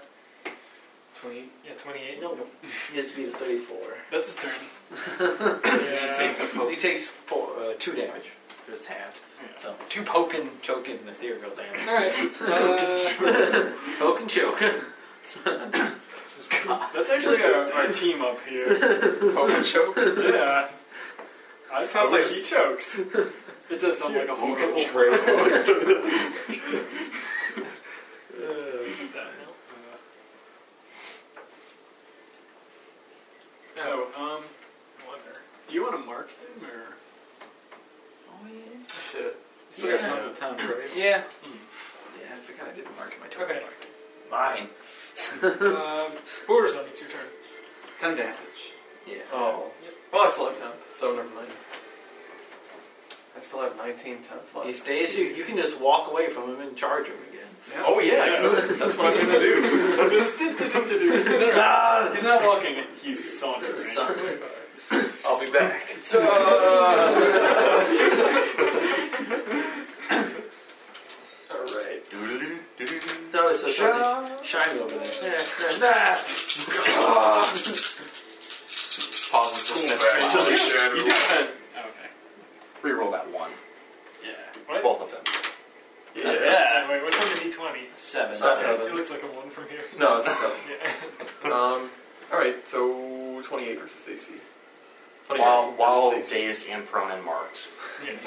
[SPEAKER 4] 20.
[SPEAKER 1] yeah 28.
[SPEAKER 5] Nope. He has to be the 34.
[SPEAKER 2] That's his turn.
[SPEAKER 1] Yeah.
[SPEAKER 5] He takes four, uh, two damage. Just halved.
[SPEAKER 2] Yeah.
[SPEAKER 5] So two poking, choking, ethereal damage.
[SPEAKER 1] All right. Uh,
[SPEAKER 5] (laughs) Poke and (laughs) choke.
[SPEAKER 2] That's actually our, (laughs) our team up here.
[SPEAKER 4] Poke
[SPEAKER 2] (laughs)
[SPEAKER 4] and choke.
[SPEAKER 2] Yeah. I
[SPEAKER 4] Sounds
[SPEAKER 2] hope
[SPEAKER 4] like-
[SPEAKER 2] he chokes. It does sound like a whole
[SPEAKER 4] Poke and
[SPEAKER 2] couple.
[SPEAKER 4] choke.
[SPEAKER 1] that, no?
[SPEAKER 2] Oh, um,
[SPEAKER 1] Wonder.
[SPEAKER 2] do you want to mark him or?
[SPEAKER 4] Shit. You still
[SPEAKER 1] uh,
[SPEAKER 4] got
[SPEAKER 5] Yeah.
[SPEAKER 4] tons of time, right?
[SPEAKER 5] Yeah.
[SPEAKER 4] Yeah, I forgot I didn't mark my
[SPEAKER 1] turn. Okay.
[SPEAKER 5] Mine.
[SPEAKER 1] Uh, Borders on it's your turn.
[SPEAKER 4] 10 damage.
[SPEAKER 5] Yeah.
[SPEAKER 4] Oh.
[SPEAKER 1] Yep.
[SPEAKER 4] Well, I still have 10, so never mind. I still have 19 temp left.
[SPEAKER 5] These days, you, you can just walk away from him and charge him again.
[SPEAKER 4] Oh, yeah, I could. That's what I'm gonna do.
[SPEAKER 2] He's not walking. He's sauntering.
[SPEAKER 5] So,
[SPEAKER 4] I'll be
[SPEAKER 5] (laughs)
[SPEAKER 4] back. Alright.
[SPEAKER 5] no, it's just like shine over there.
[SPEAKER 4] Pause
[SPEAKER 3] sniff
[SPEAKER 2] It
[SPEAKER 3] flowers.
[SPEAKER 2] doesn't- you gotta- Okay.
[SPEAKER 3] Reroll that one.
[SPEAKER 2] Yeah.
[SPEAKER 1] What?
[SPEAKER 3] Both of them.
[SPEAKER 1] yeah. yeah. Wait, what's on the d20?
[SPEAKER 5] Seven.
[SPEAKER 4] Seven.
[SPEAKER 1] It looks like a one from here.
[SPEAKER 4] No, it's a seven.
[SPEAKER 1] Yeah.
[SPEAKER 4] (laughs) Um, alright, so 28 versus AC. 28
[SPEAKER 3] While,
[SPEAKER 4] versus
[SPEAKER 3] while
[SPEAKER 4] AC.
[SPEAKER 3] dazed and prone and marked.
[SPEAKER 1] yes.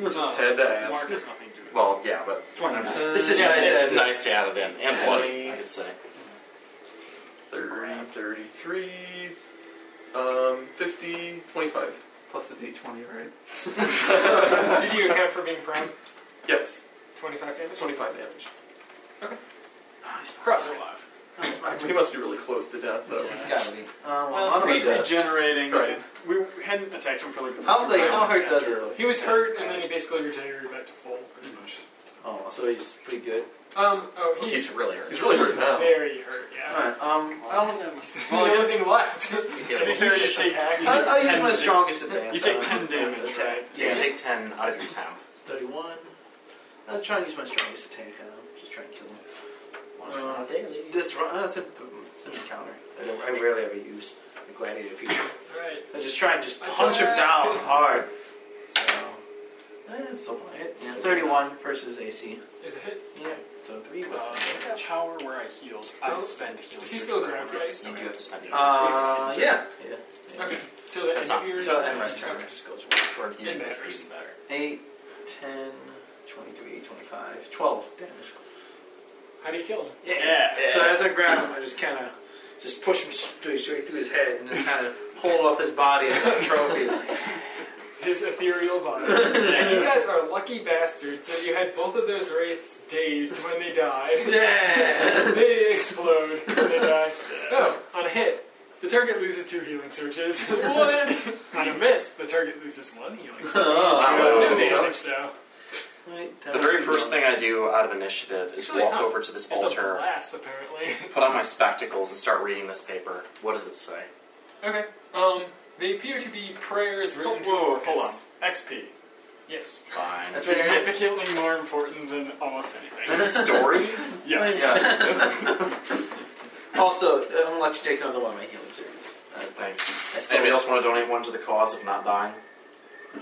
[SPEAKER 4] Just had to ask.
[SPEAKER 2] Uh, Mark has nothing to do with it.
[SPEAKER 3] Well, yeah, but
[SPEAKER 2] Twenty.
[SPEAKER 3] I'm
[SPEAKER 2] I'm
[SPEAKER 3] just-
[SPEAKER 2] just-
[SPEAKER 3] this is
[SPEAKER 5] Yeah,
[SPEAKER 3] nice.
[SPEAKER 5] it
[SPEAKER 3] This
[SPEAKER 5] is.
[SPEAKER 3] is nice to add it in and bloody, I
[SPEAKER 4] Twenty.
[SPEAKER 3] could say.
[SPEAKER 4] 30, 33, um, 50, 25. Plus the d20, right?
[SPEAKER 1] Did you account for being prone?
[SPEAKER 4] Yes,
[SPEAKER 1] 25 damage?
[SPEAKER 4] 25 damage.
[SPEAKER 1] Cross alive.
[SPEAKER 4] He must be really close to death, though.
[SPEAKER 5] It's gotta be. Uh, well,
[SPEAKER 2] Well,
[SPEAKER 5] how
[SPEAKER 2] he's
[SPEAKER 5] does it-
[SPEAKER 2] regenerating.
[SPEAKER 4] Right.
[SPEAKER 2] We hadn't attacked him for like the first
[SPEAKER 5] how,
[SPEAKER 2] two
[SPEAKER 5] like, how
[SPEAKER 2] rounds.
[SPEAKER 5] hard does it?
[SPEAKER 1] He was hurt, and then he basically regenerated back to full, pretty much.
[SPEAKER 5] Oh, so he's pretty good.
[SPEAKER 1] Um, oh,
[SPEAKER 3] He's,
[SPEAKER 1] he's,
[SPEAKER 3] really hurt.
[SPEAKER 4] He's really hurt now.
[SPEAKER 1] very hurt, yeah. (laughs)
[SPEAKER 5] Alright, um, I don't know.
[SPEAKER 1] Well, he doesn't even left.
[SPEAKER 3] Yeah,
[SPEAKER 2] To be
[SPEAKER 3] well,
[SPEAKER 2] fair,
[SPEAKER 1] you
[SPEAKER 2] you
[SPEAKER 1] just
[SPEAKER 2] take,
[SPEAKER 1] attacked.
[SPEAKER 2] you
[SPEAKER 5] I,
[SPEAKER 2] take
[SPEAKER 5] I use
[SPEAKER 2] ten
[SPEAKER 5] my
[SPEAKER 2] da-
[SPEAKER 5] strongest advance.
[SPEAKER 2] You take
[SPEAKER 5] uh,
[SPEAKER 2] 10 damage,
[SPEAKER 5] attack.
[SPEAKER 2] right?
[SPEAKER 3] You can take 10 out of your 10.
[SPEAKER 5] It's 31. I'll try and use my strongest attack. uh, Just try and kill him. Once
[SPEAKER 4] Uh,
[SPEAKER 5] a day, lady. Disrupt. Uh, it's, a, it's an encounter. I, don't- I rarely ever use the gladiator feature.
[SPEAKER 1] Alright.
[SPEAKER 5] I just try and just punch him
[SPEAKER 1] Attack.
[SPEAKER 5] down hard. So. eh, it's still hit. Yeah, 31 versus AC.
[SPEAKER 1] Is it hit?
[SPEAKER 5] Yeah. So 3
[SPEAKER 2] Uh, I have power where I heal. I spend heal.
[SPEAKER 1] Oh. Is he still ground, right?
[SPEAKER 3] Yes, you do have to spend it.
[SPEAKER 5] Uh, yeah. Yeah. yeah.
[SPEAKER 1] Okay. Till the end
[SPEAKER 3] That's
[SPEAKER 1] of
[SPEAKER 3] not-
[SPEAKER 1] your
[SPEAKER 5] So end my
[SPEAKER 1] Okay.
[SPEAKER 5] turn just goes
[SPEAKER 3] Or if you
[SPEAKER 1] It
[SPEAKER 3] miss,
[SPEAKER 1] matters.
[SPEAKER 3] even better.
[SPEAKER 5] 8, 10, 23, 25, 12 damage.
[SPEAKER 1] How do you kill him?
[SPEAKER 5] Yeah. So as I grab him, I just kind of just push him straight, straight through his head and just kind of (laughs) hold up his body as a trophy.
[SPEAKER 1] His ethereal body. and you guys are lucky bastards that you had both of those wraiths dazed when they died.
[SPEAKER 5] (laughs) yeah.
[SPEAKER 1] they explode when they die. Oh, on a hit, the target loses two healing surges. one! On a miss, the target loses one healing surge.
[SPEAKER 5] (laughs) Oh,
[SPEAKER 1] no damage, though.
[SPEAKER 3] The very first thing I do out of initiative is
[SPEAKER 1] Actually,
[SPEAKER 3] walk
[SPEAKER 1] no.
[SPEAKER 3] over to this
[SPEAKER 1] It's a
[SPEAKER 3] altar,
[SPEAKER 1] blast, apparently.
[SPEAKER 3] put on my spectacles, and start reading this paper. What does it say?
[SPEAKER 1] Okay. Um, they appear to be prayers
[SPEAKER 2] Whoa,
[SPEAKER 1] written to
[SPEAKER 2] whoa, hold on.
[SPEAKER 1] Orcus.
[SPEAKER 2] XP.
[SPEAKER 1] Yes.
[SPEAKER 3] Fine.
[SPEAKER 5] That's very-
[SPEAKER 2] Significantly more important than almost anything.
[SPEAKER 3] Then a story?
[SPEAKER 2] Yes.
[SPEAKER 5] (laughs) Also, uh, I'm gonna let you take another one of my healing series.
[SPEAKER 3] Thanks. Anybody else want to donate one to the cause of not dying?
[SPEAKER 2] Um,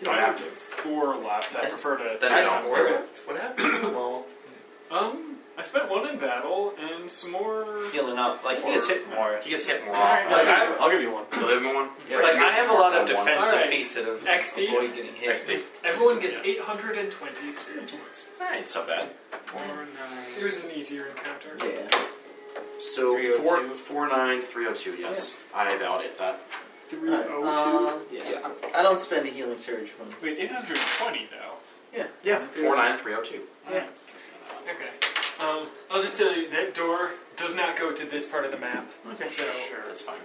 [SPEAKER 3] You don't
[SPEAKER 2] I
[SPEAKER 3] have to.
[SPEAKER 2] Four left. I prefer to.
[SPEAKER 3] Then I don't.
[SPEAKER 5] Four
[SPEAKER 4] What happened?
[SPEAKER 5] well,
[SPEAKER 2] Um, I spent one in battle and some more.
[SPEAKER 5] healing up. Like he gets hit more.
[SPEAKER 3] He gets hit more often.
[SPEAKER 2] Like,
[SPEAKER 3] Like,
[SPEAKER 2] I- I'll give you one.
[SPEAKER 3] the living one?
[SPEAKER 5] Like I have a lot of
[SPEAKER 3] One.
[SPEAKER 5] defensive
[SPEAKER 1] Alright.
[SPEAKER 5] feats that have
[SPEAKER 1] XP?
[SPEAKER 5] avoid getting hit.
[SPEAKER 3] XP.
[SPEAKER 1] Everyone gets 820 experience points.
[SPEAKER 3] That ain't so bad.
[SPEAKER 1] It was an easier encounter.
[SPEAKER 5] Yeah.
[SPEAKER 3] So
[SPEAKER 5] 302.
[SPEAKER 3] four four nine three oh two. Yes, I validate that.
[SPEAKER 2] Three
[SPEAKER 5] Uh, yeah. I don't spend a healing surge when.
[SPEAKER 2] Wait, 820 though.
[SPEAKER 5] Yeah.
[SPEAKER 3] Yeah, four nine three oh two.
[SPEAKER 5] Yeah.
[SPEAKER 1] Okay. Um, I'll just tell you that door does not go to this part of the map.
[SPEAKER 5] Okay.
[SPEAKER 1] So
[SPEAKER 3] Sure, that's fine.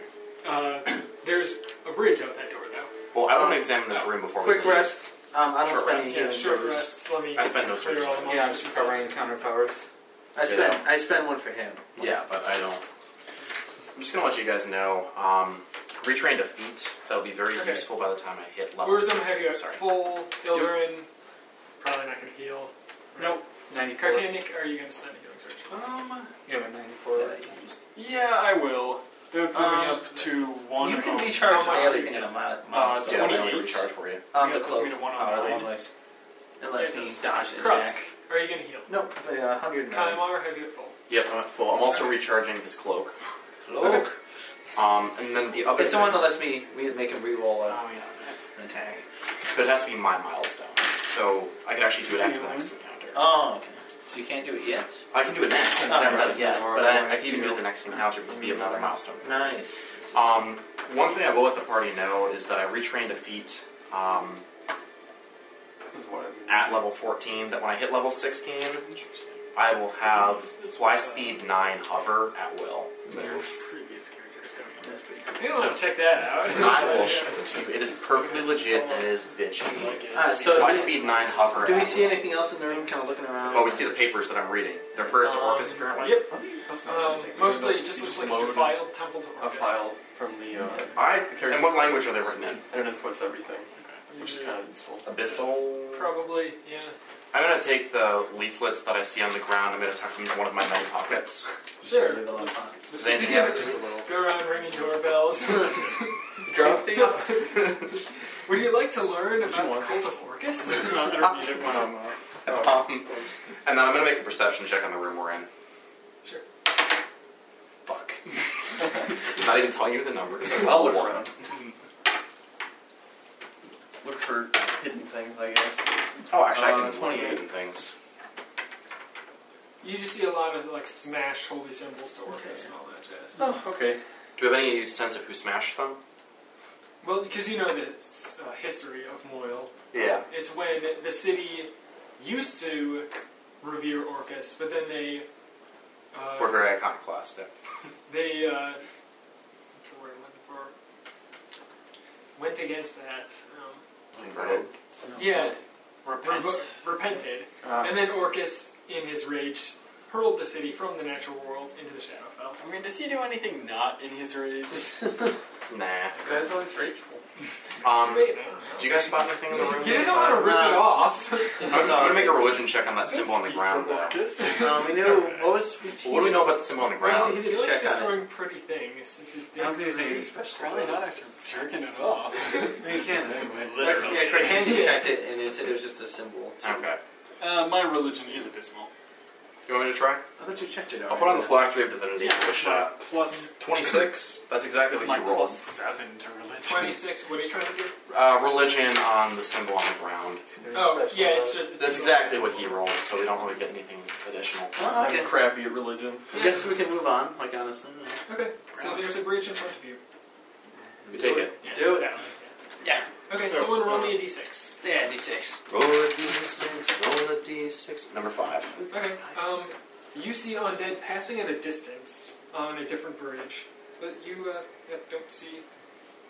[SPEAKER 1] uh, there's a bridge out that door, though.
[SPEAKER 3] Well, I want to examine this room before
[SPEAKER 5] Quick
[SPEAKER 3] we leave.
[SPEAKER 5] rest. Um, I don't
[SPEAKER 3] Short
[SPEAKER 5] spend
[SPEAKER 3] rest,
[SPEAKER 5] any
[SPEAKER 1] Yeah,
[SPEAKER 5] healing
[SPEAKER 1] short
[SPEAKER 5] surges.
[SPEAKER 1] rest. Let me
[SPEAKER 3] I spend no
[SPEAKER 1] clear all the
[SPEAKER 3] surges.
[SPEAKER 1] monsters.
[SPEAKER 6] Yeah, I'm just covering counter powers.
[SPEAKER 5] I spent I spent one for him.
[SPEAKER 3] Yeah, but I don't. I'm just gonna let you guys know. Um, retrained a feat that'll be very
[SPEAKER 1] Okay.
[SPEAKER 3] useful by the time I hit level.
[SPEAKER 1] Where's some heavy?
[SPEAKER 3] Sorry.
[SPEAKER 1] Full Ildurin. Probably not going to heal. Nope.
[SPEAKER 6] 94.
[SPEAKER 1] Cartanic, are you going to spend a healing surge?
[SPEAKER 2] Um,
[SPEAKER 6] You have a 94.
[SPEAKER 5] Yeah,
[SPEAKER 2] yeah, I will. It would put me
[SPEAKER 5] Um,
[SPEAKER 2] up to one.
[SPEAKER 5] You can
[SPEAKER 2] oh-
[SPEAKER 5] recharge
[SPEAKER 2] how much do you
[SPEAKER 5] everything
[SPEAKER 2] get?
[SPEAKER 5] in a mod.
[SPEAKER 2] Uh,
[SPEAKER 3] Yeah, I'll
[SPEAKER 2] 28.
[SPEAKER 3] recharge for you.
[SPEAKER 5] Um,
[SPEAKER 2] yeah, it
[SPEAKER 5] the
[SPEAKER 2] puts
[SPEAKER 5] cloak.
[SPEAKER 2] me to one on
[SPEAKER 5] Oh, the
[SPEAKER 2] nine.
[SPEAKER 5] one less. It lets
[SPEAKER 1] Yeah, it
[SPEAKER 5] me
[SPEAKER 1] does.
[SPEAKER 5] dodge and
[SPEAKER 1] Krusk,
[SPEAKER 5] attack.
[SPEAKER 1] are you going to heal?
[SPEAKER 5] Nope, but uh, 109.
[SPEAKER 1] Kaimar, have you at full?
[SPEAKER 3] Yep, I'm at full. I'm also recharging his cloak.
[SPEAKER 5] Cloak.
[SPEAKER 3] Um, and then the other.
[SPEAKER 5] It's the one that
[SPEAKER 3] thing-
[SPEAKER 5] lets me re- make him re-roll a,
[SPEAKER 2] Oh, yeah. that's-
[SPEAKER 5] an attack.
[SPEAKER 3] but it has to be my milestones, so I can actually do it after the next encounter.
[SPEAKER 5] Oh, okay. So you can't do it yet?
[SPEAKER 3] I can do
[SPEAKER 1] (laughs)
[SPEAKER 3] it now.
[SPEAKER 5] Oh,
[SPEAKER 3] I haven't done it
[SPEAKER 5] right.
[SPEAKER 3] yet, but I, I can even do it the next encounter because it'd be another milestone.
[SPEAKER 5] Nice.
[SPEAKER 3] Um, one thing I will let the party know is that I retrained a feat um,
[SPEAKER 4] This is what I mean.
[SPEAKER 3] at level 14 that when I hit level 16, I will have fly speed 9 hover at will.
[SPEAKER 1] (laughs) Previous characters don't
[SPEAKER 5] That's pretty cool.
[SPEAKER 1] You don't want to check that
[SPEAKER 4] (laughs)
[SPEAKER 1] out.
[SPEAKER 3] I will show it to you. It is perfectly legit and it is bitchy.
[SPEAKER 1] Like it.
[SPEAKER 5] Alright, Uh, so
[SPEAKER 3] fly
[SPEAKER 5] do we,
[SPEAKER 3] speed 9 hover
[SPEAKER 5] do we
[SPEAKER 3] at
[SPEAKER 5] see
[SPEAKER 3] will.
[SPEAKER 5] anything else in the room? Kind of looking around.
[SPEAKER 3] Well, Oh, we see the papers that I'm reading. They're prayers to
[SPEAKER 5] Um,
[SPEAKER 3] Orcus, apparently.
[SPEAKER 1] Yep.
[SPEAKER 4] I think you posted
[SPEAKER 1] (laughs) Um,
[SPEAKER 4] something.
[SPEAKER 1] mostly
[SPEAKER 4] You
[SPEAKER 1] it just looks like a
[SPEAKER 4] load
[SPEAKER 1] defiled temple to
[SPEAKER 4] a
[SPEAKER 1] Orcus.
[SPEAKER 4] file from the uh,
[SPEAKER 3] I,
[SPEAKER 4] The character-
[SPEAKER 3] and what language are they written in?
[SPEAKER 4] and it inputs everything, which is kind of (laughs) useful.
[SPEAKER 3] Abyssal?
[SPEAKER 1] Probably, yeah.
[SPEAKER 3] I'm gonna take the leaflets that I see on the ground. I'm gonna tuck them into one of my many pockets.
[SPEAKER 5] Sure.
[SPEAKER 1] Sure.
[SPEAKER 5] Leave it alone.
[SPEAKER 3] Does
[SPEAKER 1] Is
[SPEAKER 3] anything
[SPEAKER 1] it-
[SPEAKER 3] happen?
[SPEAKER 4] Just a little.
[SPEAKER 1] Go around ringing doorbells. (laughs)
[SPEAKER 4] Drop these.
[SPEAKER 1] So- would you like to learn about the
[SPEAKER 4] want
[SPEAKER 1] cult of Orcus?
[SPEAKER 2] I don't need it when I'm. Uh,
[SPEAKER 4] Oh.
[SPEAKER 3] Um, and then I'm gonna make a perception check on the room we're in.
[SPEAKER 1] Sure.
[SPEAKER 3] Fuck. (laughs) Not even telling you the numbers.
[SPEAKER 4] I'll look around. (laughs) Look for hidden things, I guess.
[SPEAKER 3] Oh, actually,
[SPEAKER 4] Uh,
[SPEAKER 3] I can
[SPEAKER 4] 28.
[SPEAKER 3] twenty-eight things.
[SPEAKER 1] You just see a lot of like smash holy symbols to Orcus and all that jazz.
[SPEAKER 4] Oh, okay.
[SPEAKER 3] Do we have any sense of who smashed them?
[SPEAKER 1] Well, because you know the s- uh, history of Moyle.
[SPEAKER 3] Yeah.
[SPEAKER 1] It's when the city used to revere Orcus, but then they uh,
[SPEAKER 3] We're very iconoclastic.
[SPEAKER 1] they uh, what's the word I'm looking for? Went against that. Um,
[SPEAKER 3] Converted.
[SPEAKER 1] yeah,
[SPEAKER 2] repent.
[SPEAKER 1] revo- repented,
[SPEAKER 4] Uh,
[SPEAKER 1] and then Orcus, in his rage, hurled the city from the natural world into the Shadowfell.
[SPEAKER 2] I mean, does he do anything not in his rage?
[SPEAKER 3] Nah.
[SPEAKER 4] that's always rageful.
[SPEAKER 3] Um,
[SPEAKER 1] Wait, I don't know.
[SPEAKER 3] do you guys spot anything in the room? uh,
[SPEAKER 1] He doesn't want to rip it off.
[SPEAKER 3] I'm, I'm gonna make a religion check on that symbol on the
[SPEAKER 2] Speak
[SPEAKER 3] ground.
[SPEAKER 2] for
[SPEAKER 3] Though.
[SPEAKER 2] Marcus.
[SPEAKER 3] (laughs)
[SPEAKER 5] Um, we know what was. we-
[SPEAKER 3] Well, what do we know about the symbol on the ground?
[SPEAKER 5] Right.
[SPEAKER 1] He likes
[SPEAKER 5] Check on it.
[SPEAKER 1] destroying pretty things. Since he's
[SPEAKER 5] I don't think there's anything
[SPEAKER 1] doing
[SPEAKER 5] special.
[SPEAKER 2] Probably
[SPEAKER 5] about
[SPEAKER 2] not actually jerking it off.
[SPEAKER 5] it. No, You can anyway.
[SPEAKER 2] Literally.
[SPEAKER 5] Yeah, Cortana checked it and it said it was just a symbol. too.
[SPEAKER 3] Okay.
[SPEAKER 2] Uh, my religion is abysmal.
[SPEAKER 3] You want me to try?
[SPEAKER 5] I thought you checked it.
[SPEAKER 3] I'll put on the
[SPEAKER 5] already.
[SPEAKER 3] flag to have divinity yeah, with a shot.
[SPEAKER 2] Plus,
[SPEAKER 3] Twenty-six. That's exactly
[SPEAKER 2] with
[SPEAKER 3] what
[SPEAKER 2] my
[SPEAKER 3] you rolled.
[SPEAKER 2] plus seven to religion.
[SPEAKER 1] 26. What are you trying to do?
[SPEAKER 3] Uh, religion on the symbol on the ground.
[SPEAKER 1] Oh, yeah, it's just. It's
[SPEAKER 3] That's exactly what he rolled, so we don't really get anything additional.
[SPEAKER 5] Oh,
[SPEAKER 4] I'm
[SPEAKER 5] okay.
[SPEAKER 4] crappy at religion.
[SPEAKER 5] I guess we can move on. Like honestly,
[SPEAKER 1] Okay, so there's a bridge in front of you.
[SPEAKER 3] You take it.
[SPEAKER 1] Yeah.
[SPEAKER 5] Do it.
[SPEAKER 1] Yeah. Okay, someone roll me a d6.
[SPEAKER 5] yeah, d6.
[SPEAKER 3] Roll a d6. Roll a d6. Number five.
[SPEAKER 1] Okay, um, you see undead passing at a distance on a different bridge, but you uh, yeah, don't see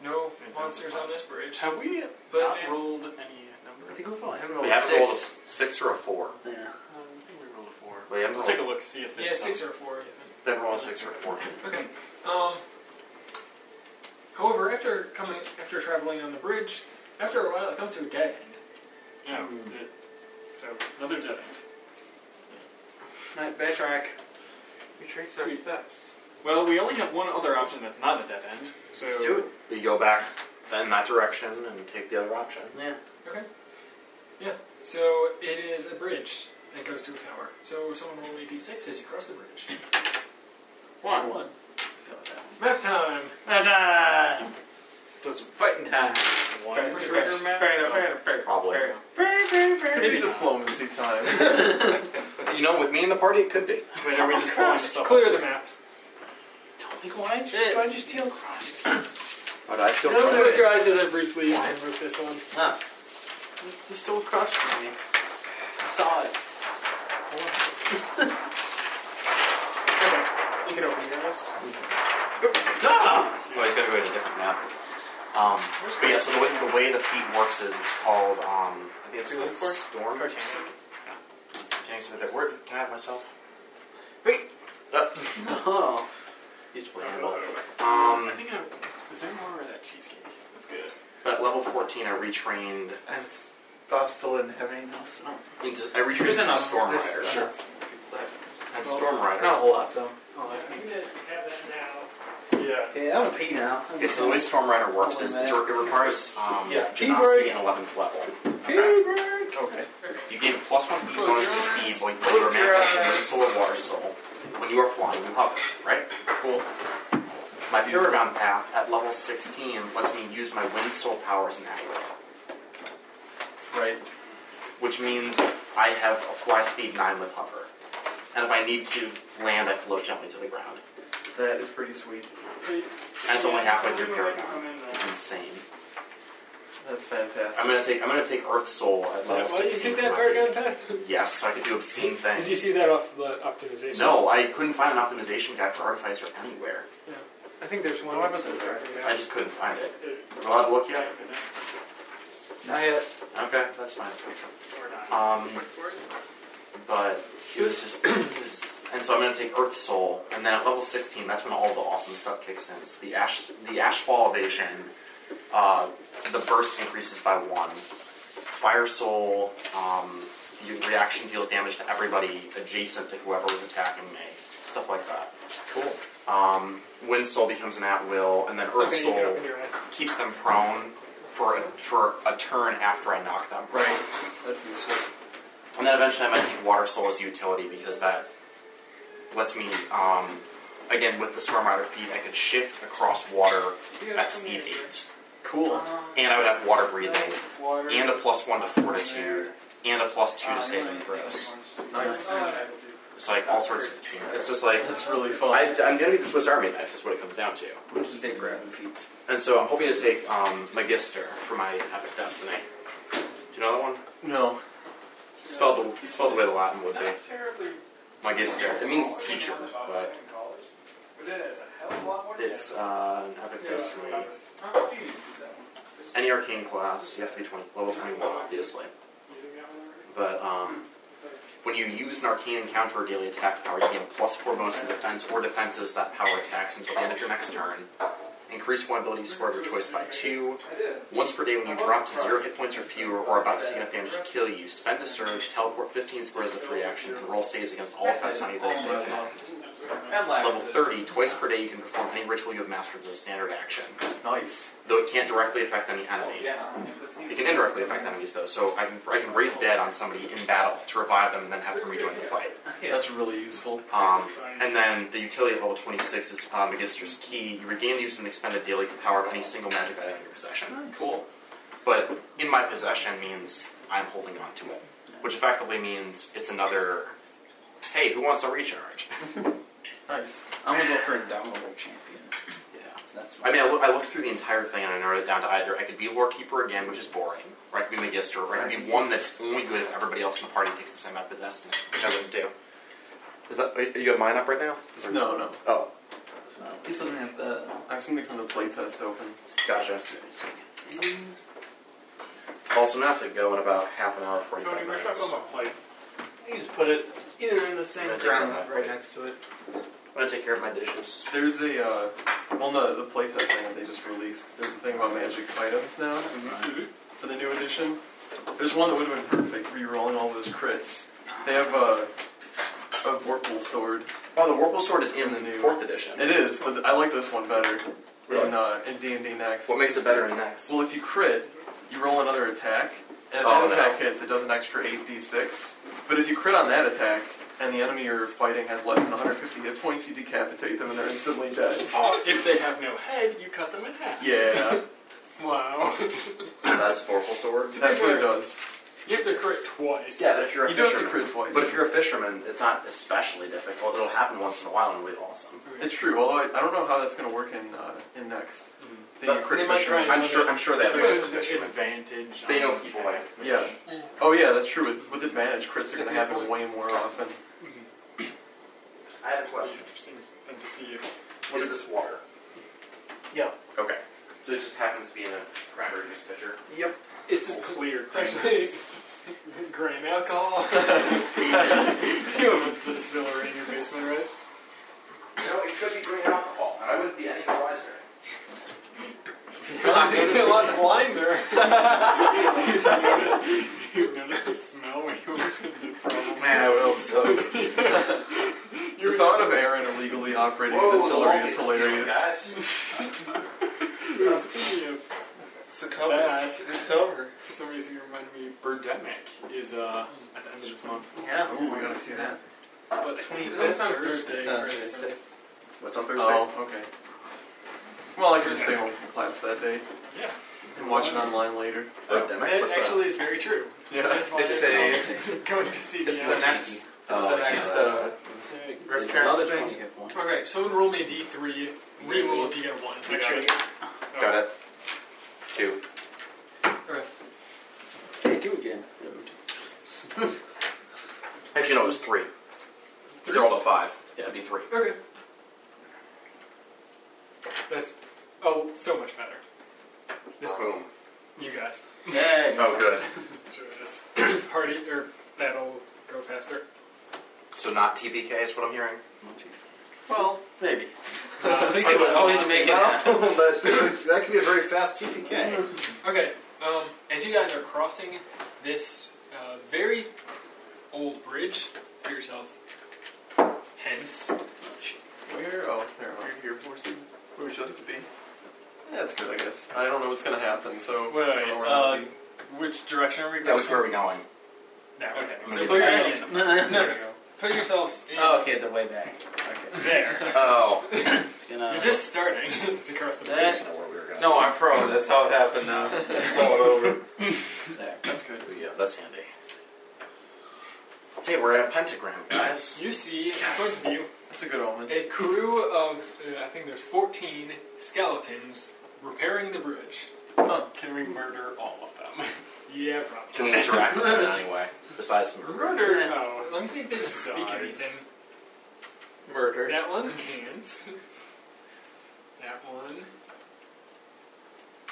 [SPEAKER 1] no monsters on this bridge.
[SPEAKER 2] Have we
[SPEAKER 1] But
[SPEAKER 2] not
[SPEAKER 1] if-
[SPEAKER 2] rolled any
[SPEAKER 5] I
[SPEAKER 2] number? Um,
[SPEAKER 5] think we're fine. I haven't
[SPEAKER 3] We
[SPEAKER 5] rolled a
[SPEAKER 3] haven't rolled
[SPEAKER 5] six.
[SPEAKER 3] a six or a four.
[SPEAKER 5] Yeah.
[SPEAKER 2] Uh, I think we rolled a four.
[SPEAKER 3] We haven't
[SPEAKER 2] Let's take a
[SPEAKER 3] rolled,
[SPEAKER 2] look, see if it
[SPEAKER 1] Yeah, six or
[SPEAKER 2] comes.
[SPEAKER 1] a four. I
[SPEAKER 3] we haven't rolled a six or a four.
[SPEAKER 1] think. Okay. Um, however, after coming, after traveling on the bridge, after a while, it comes to a dead end.
[SPEAKER 2] Yeah,
[SPEAKER 5] Hmm.
[SPEAKER 2] it- so another dead end.
[SPEAKER 5] Right, backtrack.
[SPEAKER 4] We trace our steps.
[SPEAKER 2] Well, we only have one other option that's not a dead end. So
[SPEAKER 5] Let's do it.
[SPEAKER 3] We go back in that direction and take the other option.
[SPEAKER 5] Yeah.
[SPEAKER 1] Okay. Yeah. So it is a bridge that goes to a tower. So someone roll me a d6 as you cross the bridge.
[SPEAKER 2] One.
[SPEAKER 5] One.
[SPEAKER 1] Map time.
[SPEAKER 2] Does
[SPEAKER 6] Fighting time.
[SPEAKER 2] one
[SPEAKER 1] Okay.
[SPEAKER 2] trigger map?
[SPEAKER 3] Probably.
[SPEAKER 4] Maybe diplomacy time.
[SPEAKER 3] You know, with me in the party, it could be.
[SPEAKER 2] Wait, are we just pulling stuff up?
[SPEAKER 1] Clear the map.
[SPEAKER 5] Like, why did you, why did you steal Cross?
[SPEAKER 3] But I still.
[SPEAKER 1] Close your eyes as I briefly move this one.
[SPEAKER 5] Huh. You, you stole Cross from me. I saw it.
[SPEAKER 1] Okay. You can open your eyes.
[SPEAKER 5] Ah!
[SPEAKER 3] Well, he's got to go to a different map. Um, but yeah, so the way, the way the feet works is it's called, um, I think it's called Storm Tank. Yeah. Tanks with that word. Can I have myself? Wait. Uh,
[SPEAKER 5] Oh.
[SPEAKER 3] he's playing well.
[SPEAKER 2] I
[SPEAKER 3] Um,
[SPEAKER 2] think I. Is there more of that cheesecake? That's good.
[SPEAKER 3] but at level 14, I retrained
[SPEAKER 4] And it's, Bob still didn't have anything else. No.
[SPEAKER 3] into, I retrained into Storm Rider. And Storm Rider.
[SPEAKER 4] Not a whole lot, though.
[SPEAKER 1] Oh, that's I'm gonna have that now.
[SPEAKER 2] Yeah.
[SPEAKER 5] Okay, I'm gonna pee now.
[SPEAKER 3] Okay, so the way Storm Rider works is it's, it requires um,
[SPEAKER 4] Yeah.
[SPEAKER 3] Genasi at 11th level.
[SPEAKER 5] Pee break!
[SPEAKER 4] Okay.
[SPEAKER 3] You gain plus one
[SPEAKER 1] Close
[SPEAKER 3] bonus to
[SPEAKER 1] your eyes.
[SPEAKER 3] speed when when you are
[SPEAKER 1] Close your
[SPEAKER 3] manifesting
[SPEAKER 1] eyes.
[SPEAKER 3] your soul water soul. When you are flying, you hover, right?
[SPEAKER 4] Cool.
[SPEAKER 3] My Paragon Path at level 16 lets me use my Wind Soul powers in aggro,
[SPEAKER 4] Right.
[SPEAKER 3] which means I have a fly speed 9 with hover. And if I need to land, I float gently to the ground.
[SPEAKER 4] That is pretty sweet.
[SPEAKER 3] And it's only halfway through Paragon. It's insane.
[SPEAKER 4] That's fantastic.
[SPEAKER 3] I'm gonna take I'm gonna take Earth Soul at level 16. for my feet. Yes, so I could do obscene things.
[SPEAKER 1] Did you see that off the optimization?
[SPEAKER 3] No, I couldn't find an optimization guide for Artificer anywhere.
[SPEAKER 1] I think there's one.
[SPEAKER 4] Oh, I
[SPEAKER 1] that's-
[SPEAKER 4] wasn't
[SPEAKER 3] I just couldn't find it. Am I allowed to look yet?
[SPEAKER 4] Not yet.
[SPEAKER 3] Okay, that's fine. Um, but it was just, (clears throat) it was, and so I'm gonna take Earth Soul, and then at level 16, that's when all the awesome stuff kicks in. So the ash, the ashfall evasion, uh, the burst increases by one. Fire Soul, um, the reaction deals damage to everybody adjacent to whoever was attacking me. stuff like that.
[SPEAKER 4] Cool.
[SPEAKER 3] Um, Wind Soul becomes an at will, and then Earth
[SPEAKER 1] Okay, you
[SPEAKER 3] Soul
[SPEAKER 1] can open your eyes.
[SPEAKER 3] keeps them prone for a, for a turn after I knock them.
[SPEAKER 4] Right. That's useful.
[SPEAKER 3] And then eventually I might take Water Soul as a utility because that lets me, um, again, with the Storm Rider feat, I could shift across water
[SPEAKER 1] You
[SPEAKER 3] at
[SPEAKER 1] guys
[SPEAKER 3] speed
[SPEAKER 1] come in.
[SPEAKER 3] 8.
[SPEAKER 4] Cool.
[SPEAKER 3] And I would have water breathing,
[SPEAKER 2] Water.
[SPEAKER 3] and a plus 1 to Fortitude, and a plus 2
[SPEAKER 5] Oh,
[SPEAKER 3] to Saving Throws.
[SPEAKER 4] Nice.
[SPEAKER 3] It's like all sorts of. It's just like.
[SPEAKER 4] That's really fun.
[SPEAKER 3] I, I'm gonna need the Swiss Army knife, is what it comes down to.
[SPEAKER 5] I'm just gonna take grabbing feats.
[SPEAKER 3] And so I'm hoping to take um, Magister for my Epic Destiny. Do you know that one?
[SPEAKER 4] no.
[SPEAKER 3] Spelled the, spelled the way the Latin would be.
[SPEAKER 2] terribly.
[SPEAKER 3] Magister. It means teacher, but
[SPEAKER 2] But it is a hell of a lot more.
[SPEAKER 3] it's uh, an Epic Destiny. Any arcane class, you have to be 20, level 21, obviously. But um, when you use an arcane encounter or daily attack power, you gain plus 4 bonus to defense or defenses that power attacks until the end of your next turn. Increase one ability score of your choice by 2. Once per day, when you drop to 0 hit points or fewer or about to take enough damage to kill you, spend a surge, teleport 15 squares as a free action, and roll saves against all effects on either save.
[SPEAKER 6] And last.
[SPEAKER 3] Level 30, twice per day, you can perform any ritual you have mastered as a standard action,
[SPEAKER 4] Nice.
[SPEAKER 3] though it can't directly affect any
[SPEAKER 5] Oh,
[SPEAKER 3] enemy. It can indirectly affect enemies though, so I can I can raise dead on somebody in battle to revive them and then have them rejoin the fight.
[SPEAKER 4] That's really useful.
[SPEAKER 3] Um, and then the utility at level 26 is uh, Magister's Key. You regain the use of an expended daily power of any single magic item in your possession.
[SPEAKER 4] Cool.
[SPEAKER 3] But in my possession means I'm holding on to it, which effectively means it's another. Hey, who wants a recharge? (laughs)
[SPEAKER 4] Nice.
[SPEAKER 5] I'm gonna go for Indomitable Champion.
[SPEAKER 3] yeah.
[SPEAKER 5] That's
[SPEAKER 3] I mean, I, loo- I looked through the entire thing and I narrowed it down to either I could be Lore Keeper again, which is boring, or I could be Magister, or I could be one that's only good if everybody else in the party takes the same map as Destiny, which I wouldn't do. Is that are you have mine up right now?
[SPEAKER 4] No, no.
[SPEAKER 3] Oh,
[SPEAKER 5] He's looking at the.
[SPEAKER 4] I have something from the playtest open.
[SPEAKER 3] gotcha. Also, now I have to go in about half an hour, forty
[SPEAKER 2] Tony,
[SPEAKER 3] five
[SPEAKER 2] where should I
[SPEAKER 3] minutes.
[SPEAKER 2] put my plate?
[SPEAKER 6] You just put it either in the same
[SPEAKER 3] That's
[SPEAKER 6] ground
[SPEAKER 3] right.
[SPEAKER 6] right next to it.
[SPEAKER 3] I'm gonna take care of my dishes.
[SPEAKER 4] There's a, uh, well, no, the playtest thing that they just released. There's a thing about magic items now for the new edition. There's one that would have been perfect for you rolling all those crits. They have uh, a Vorpal sword.
[SPEAKER 3] Oh, the Warple Sword is in the
[SPEAKER 4] New.
[SPEAKER 3] fourth edition.
[SPEAKER 4] It is, but I like this one better
[SPEAKER 3] Really?
[SPEAKER 4] in uh, in D and D next.
[SPEAKER 3] What makes it better in next?
[SPEAKER 4] Well, if you crit, you roll another attack, and if
[SPEAKER 3] Oh,
[SPEAKER 4] that
[SPEAKER 3] no.
[SPEAKER 4] attack hits, it does an extra 8d6. But if you crit on that attack, and the enemy you're fighting has less than 150 hit points, you decapitate them and they're instantly dead.
[SPEAKER 3] (laughs)
[SPEAKER 2] If they have no head, you cut them in half.
[SPEAKER 4] Yeah,
[SPEAKER 1] (laughs)
[SPEAKER 2] Wow.
[SPEAKER 3] That's Vorpal Sword.
[SPEAKER 4] that's what it does.
[SPEAKER 2] You have to crit twice.
[SPEAKER 3] Yeah, but if you're a
[SPEAKER 4] You do have
[SPEAKER 3] fisherman,
[SPEAKER 4] to crit twice.
[SPEAKER 3] but if you're a fisherman, it's not especially difficult. It'll happen once in a while and it'll be awesome.
[SPEAKER 4] it's true. Although I, I don't know how that's going to work in uh, in next.
[SPEAKER 3] Mm-hmm.
[SPEAKER 4] They
[SPEAKER 3] But
[SPEAKER 4] crit
[SPEAKER 1] they might
[SPEAKER 4] fisherman.
[SPEAKER 1] try
[SPEAKER 3] I'm sure. I'm sure that works for fishermen.
[SPEAKER 2] advantage.
[SPEAKER 3] They
[SPEAKER 2] on
[SPEAKER 3] know people like
[SPEAKER 2] attack.
[SPEAKER 4] Yeah. Oh yeah, that's true. With, with advantage, crits are going to happen way more often.
[SPEAKER 3] I have a
[SPEAKER 2] It's
[SPEAKER 3] question.
[SPEAKER 2] interesting thing to see you.
[SPEAKER 3] What is this water?
[SPEAKER 6] Yeah.
[SPEAKER 3] Okay. So it just happens to be in a cranberry juice pitcher.
[SPEAKER 6] Yep.
[SPEAKER 1] It's just clear. It's actually (laughs) grain alcohol. you have (laughs) a distillery in your basement, right?
[SPEAKER 3] No, it could be green alcohol, and I wouldn't be any wiser.
[SPEAKER 1] You're a lot blinder.
[SPEAKER 2] (laughs) You notice the smell when you open the problem.
[SPEAKER 3] Man, I would hope so.
[SPEAKER 4] The thought of Aaron illegally operating a distillery is hilarious.
[SPEAKER 2] Speaking of
[SPEAKER 6] It's a cover.
[SPEAKER 2] that,
[SPEAKER 6] It's a cover.
[SPEAKER 2] for some reason you remind me, Birdemic is uh, at the end of this month.
[SPEAKER 6] Yeah. Ooh, we gotta see that.
[SPEAKER 2] But
[SPEAKER 6] Twenty-
[SPEAKER 2] it's, it's on Thursday.
[SPEAKER 6] It's on
[SPEAKER 2] Chris.
[SPEAKER 6] Thursday.
[SPEAKER 3] What's on Thursday?
[SPEAKER 4] Oh, okay. Well, I could just stay home from class that day
[SPEAKER 2] Yeah.
[SPEAKER 4] and watch it online later.
[SPEAKER 3] Oh, damn it.
[SPEAKER 1] That
[SPEAKER 3] What's
[SPEAKER 1] actually is very true. (laughs)
[SPEAKER 4] Yeah.
[SPEAKER 1] That's why
[SPEAKER 6] It's
[SPEAKER 1] I'm
[SPEAKER 6] a.
[SPEAKER 5] Oh,
[SPEAKER 1] going to see
[SPEAKER 6] It's
[SPEAKER 1] the
[SPEAKER 6] the
[SPEAKER 1] outage.
[SPEAKER 6] next. It's
[SPEAKER 3] Oh,
[SPEAKER 6] the
[SPEAKER 3] yeah.
[SPEAKER 6] next. Uh, Griff Carrots
[SPEAKER 5] Another
[SPEAKER 6] thing.
[SPEAKER 5] 20 hit points.
[SPEAKER 1] Okay, someone roll me a d3. Reroll if you get a 1.
[SPEAKER 2] I got it.
[SPEAKER 3] that? Got it. Two.
[SPEAKER 5] Hey, do again.
[SPEAKER 3] Actually, no, it was three. Zero to five. Yeah, it'd be three.
[SPEAKER 1] Okay. That's oh so much better.
[SPEAKER 3] Just boom.
[SPEAKER 1] You guys.
[SPEAKER 5] Hey.
[SPEAKER 3] Oh, good.
[SPEAKER 1] Enjoy this. (clears throat) This party or battle go faster.
[SPEAKER 3] So not TPK is what I'm hearing.
[SPEAKER 4] Well,
[SPEAKER 5] Maybe.
[SPEAKER 1] Uh, so-
[SPEAKER 5] Always make it. happen.
[SPEAKER 6] but that could be a very fast TPK.
[SPEAKER 3] Mm-hmm.
[SPEAKER 1] okay. Um, as you guys are crossing this uh, very old bridge, for yourself, hen legs.
[SPEAKER 4] Where? Oh, there. we are.
[SPEAKER 6] You're here for some. Where would you like to be?
[SPEAKER 4] Yeah, it's good, I guess. I don't know what's gonna happen, so
[SPEAKER 2] Wait,
[SPEAKER 4] I don't know where
[SPEAKER 2] uh,
[SPEAKER 4] I'll be.
[SPEAKER 2] Which direction are we going?
[SPEAKER 3] That was where are we going?
[SPEAKER 2] Now, okay.
[SPEAKER 3] I'm
[SPEAKER 2] So
[SPEAKER 3] gonna
[SPEAKER 2] put
[SPEAKER 3] get
[SPEAKER 1] (laughs)
[SPEAKER 2] yourselves,
[SPEAKER 6] (laughs)
[SPEAKER 5] No,
[SPEAKER 1] No,
[SPEAKER 5] no, (laughs) no.
[SPEAKER 1] no, no. Put yourselves in
[SPEAKER 5] Oh, okay, the way back. Okay.
[SPEAKER 2] there.
[SPEAKER 3] (laughs) Oh,
[SPEAKER 5] It's gonna-
[SPEAKER 1] You're just starting (laughs) to cross the
[SPEAKER 3] I
[SPEAKER 1] bridge.
[SPEAKER 5] That-
[SPEAKER 3] didn't know where we were going. (laughs)
[SPEAKER 6] No, I'm pro. That's how it happened now.
[SPEAKER 3] Fall over.
[SPEAKER 5] there.
[SPEAKER 4] That's good.
[SPEAKER 3] Yeah, that's handy. Hey, we're at a pentagram, guys.
[SPEAKER 1] You see in front of you
[SPEAKER 4] That's a good omen.
[SPEAKER 1] a crew of, uh, I think there's 14 skeletons repairing the bridge.
[SPEAKER 2] Can we murder all of them?
[SPEAKER 1] Yeah, probably.
[SPEAKER 3] Can we interact with them in any way (laughs) besides from
[SPEAKER 1] Murder. Oh, let me see if they doesn't speak
[SPEAKER 2] Besides.
[SPEAKER 1] anything.
[SPEAKER 6] Murder.
[SPEAKER 1] That one can't. (laughs) that one.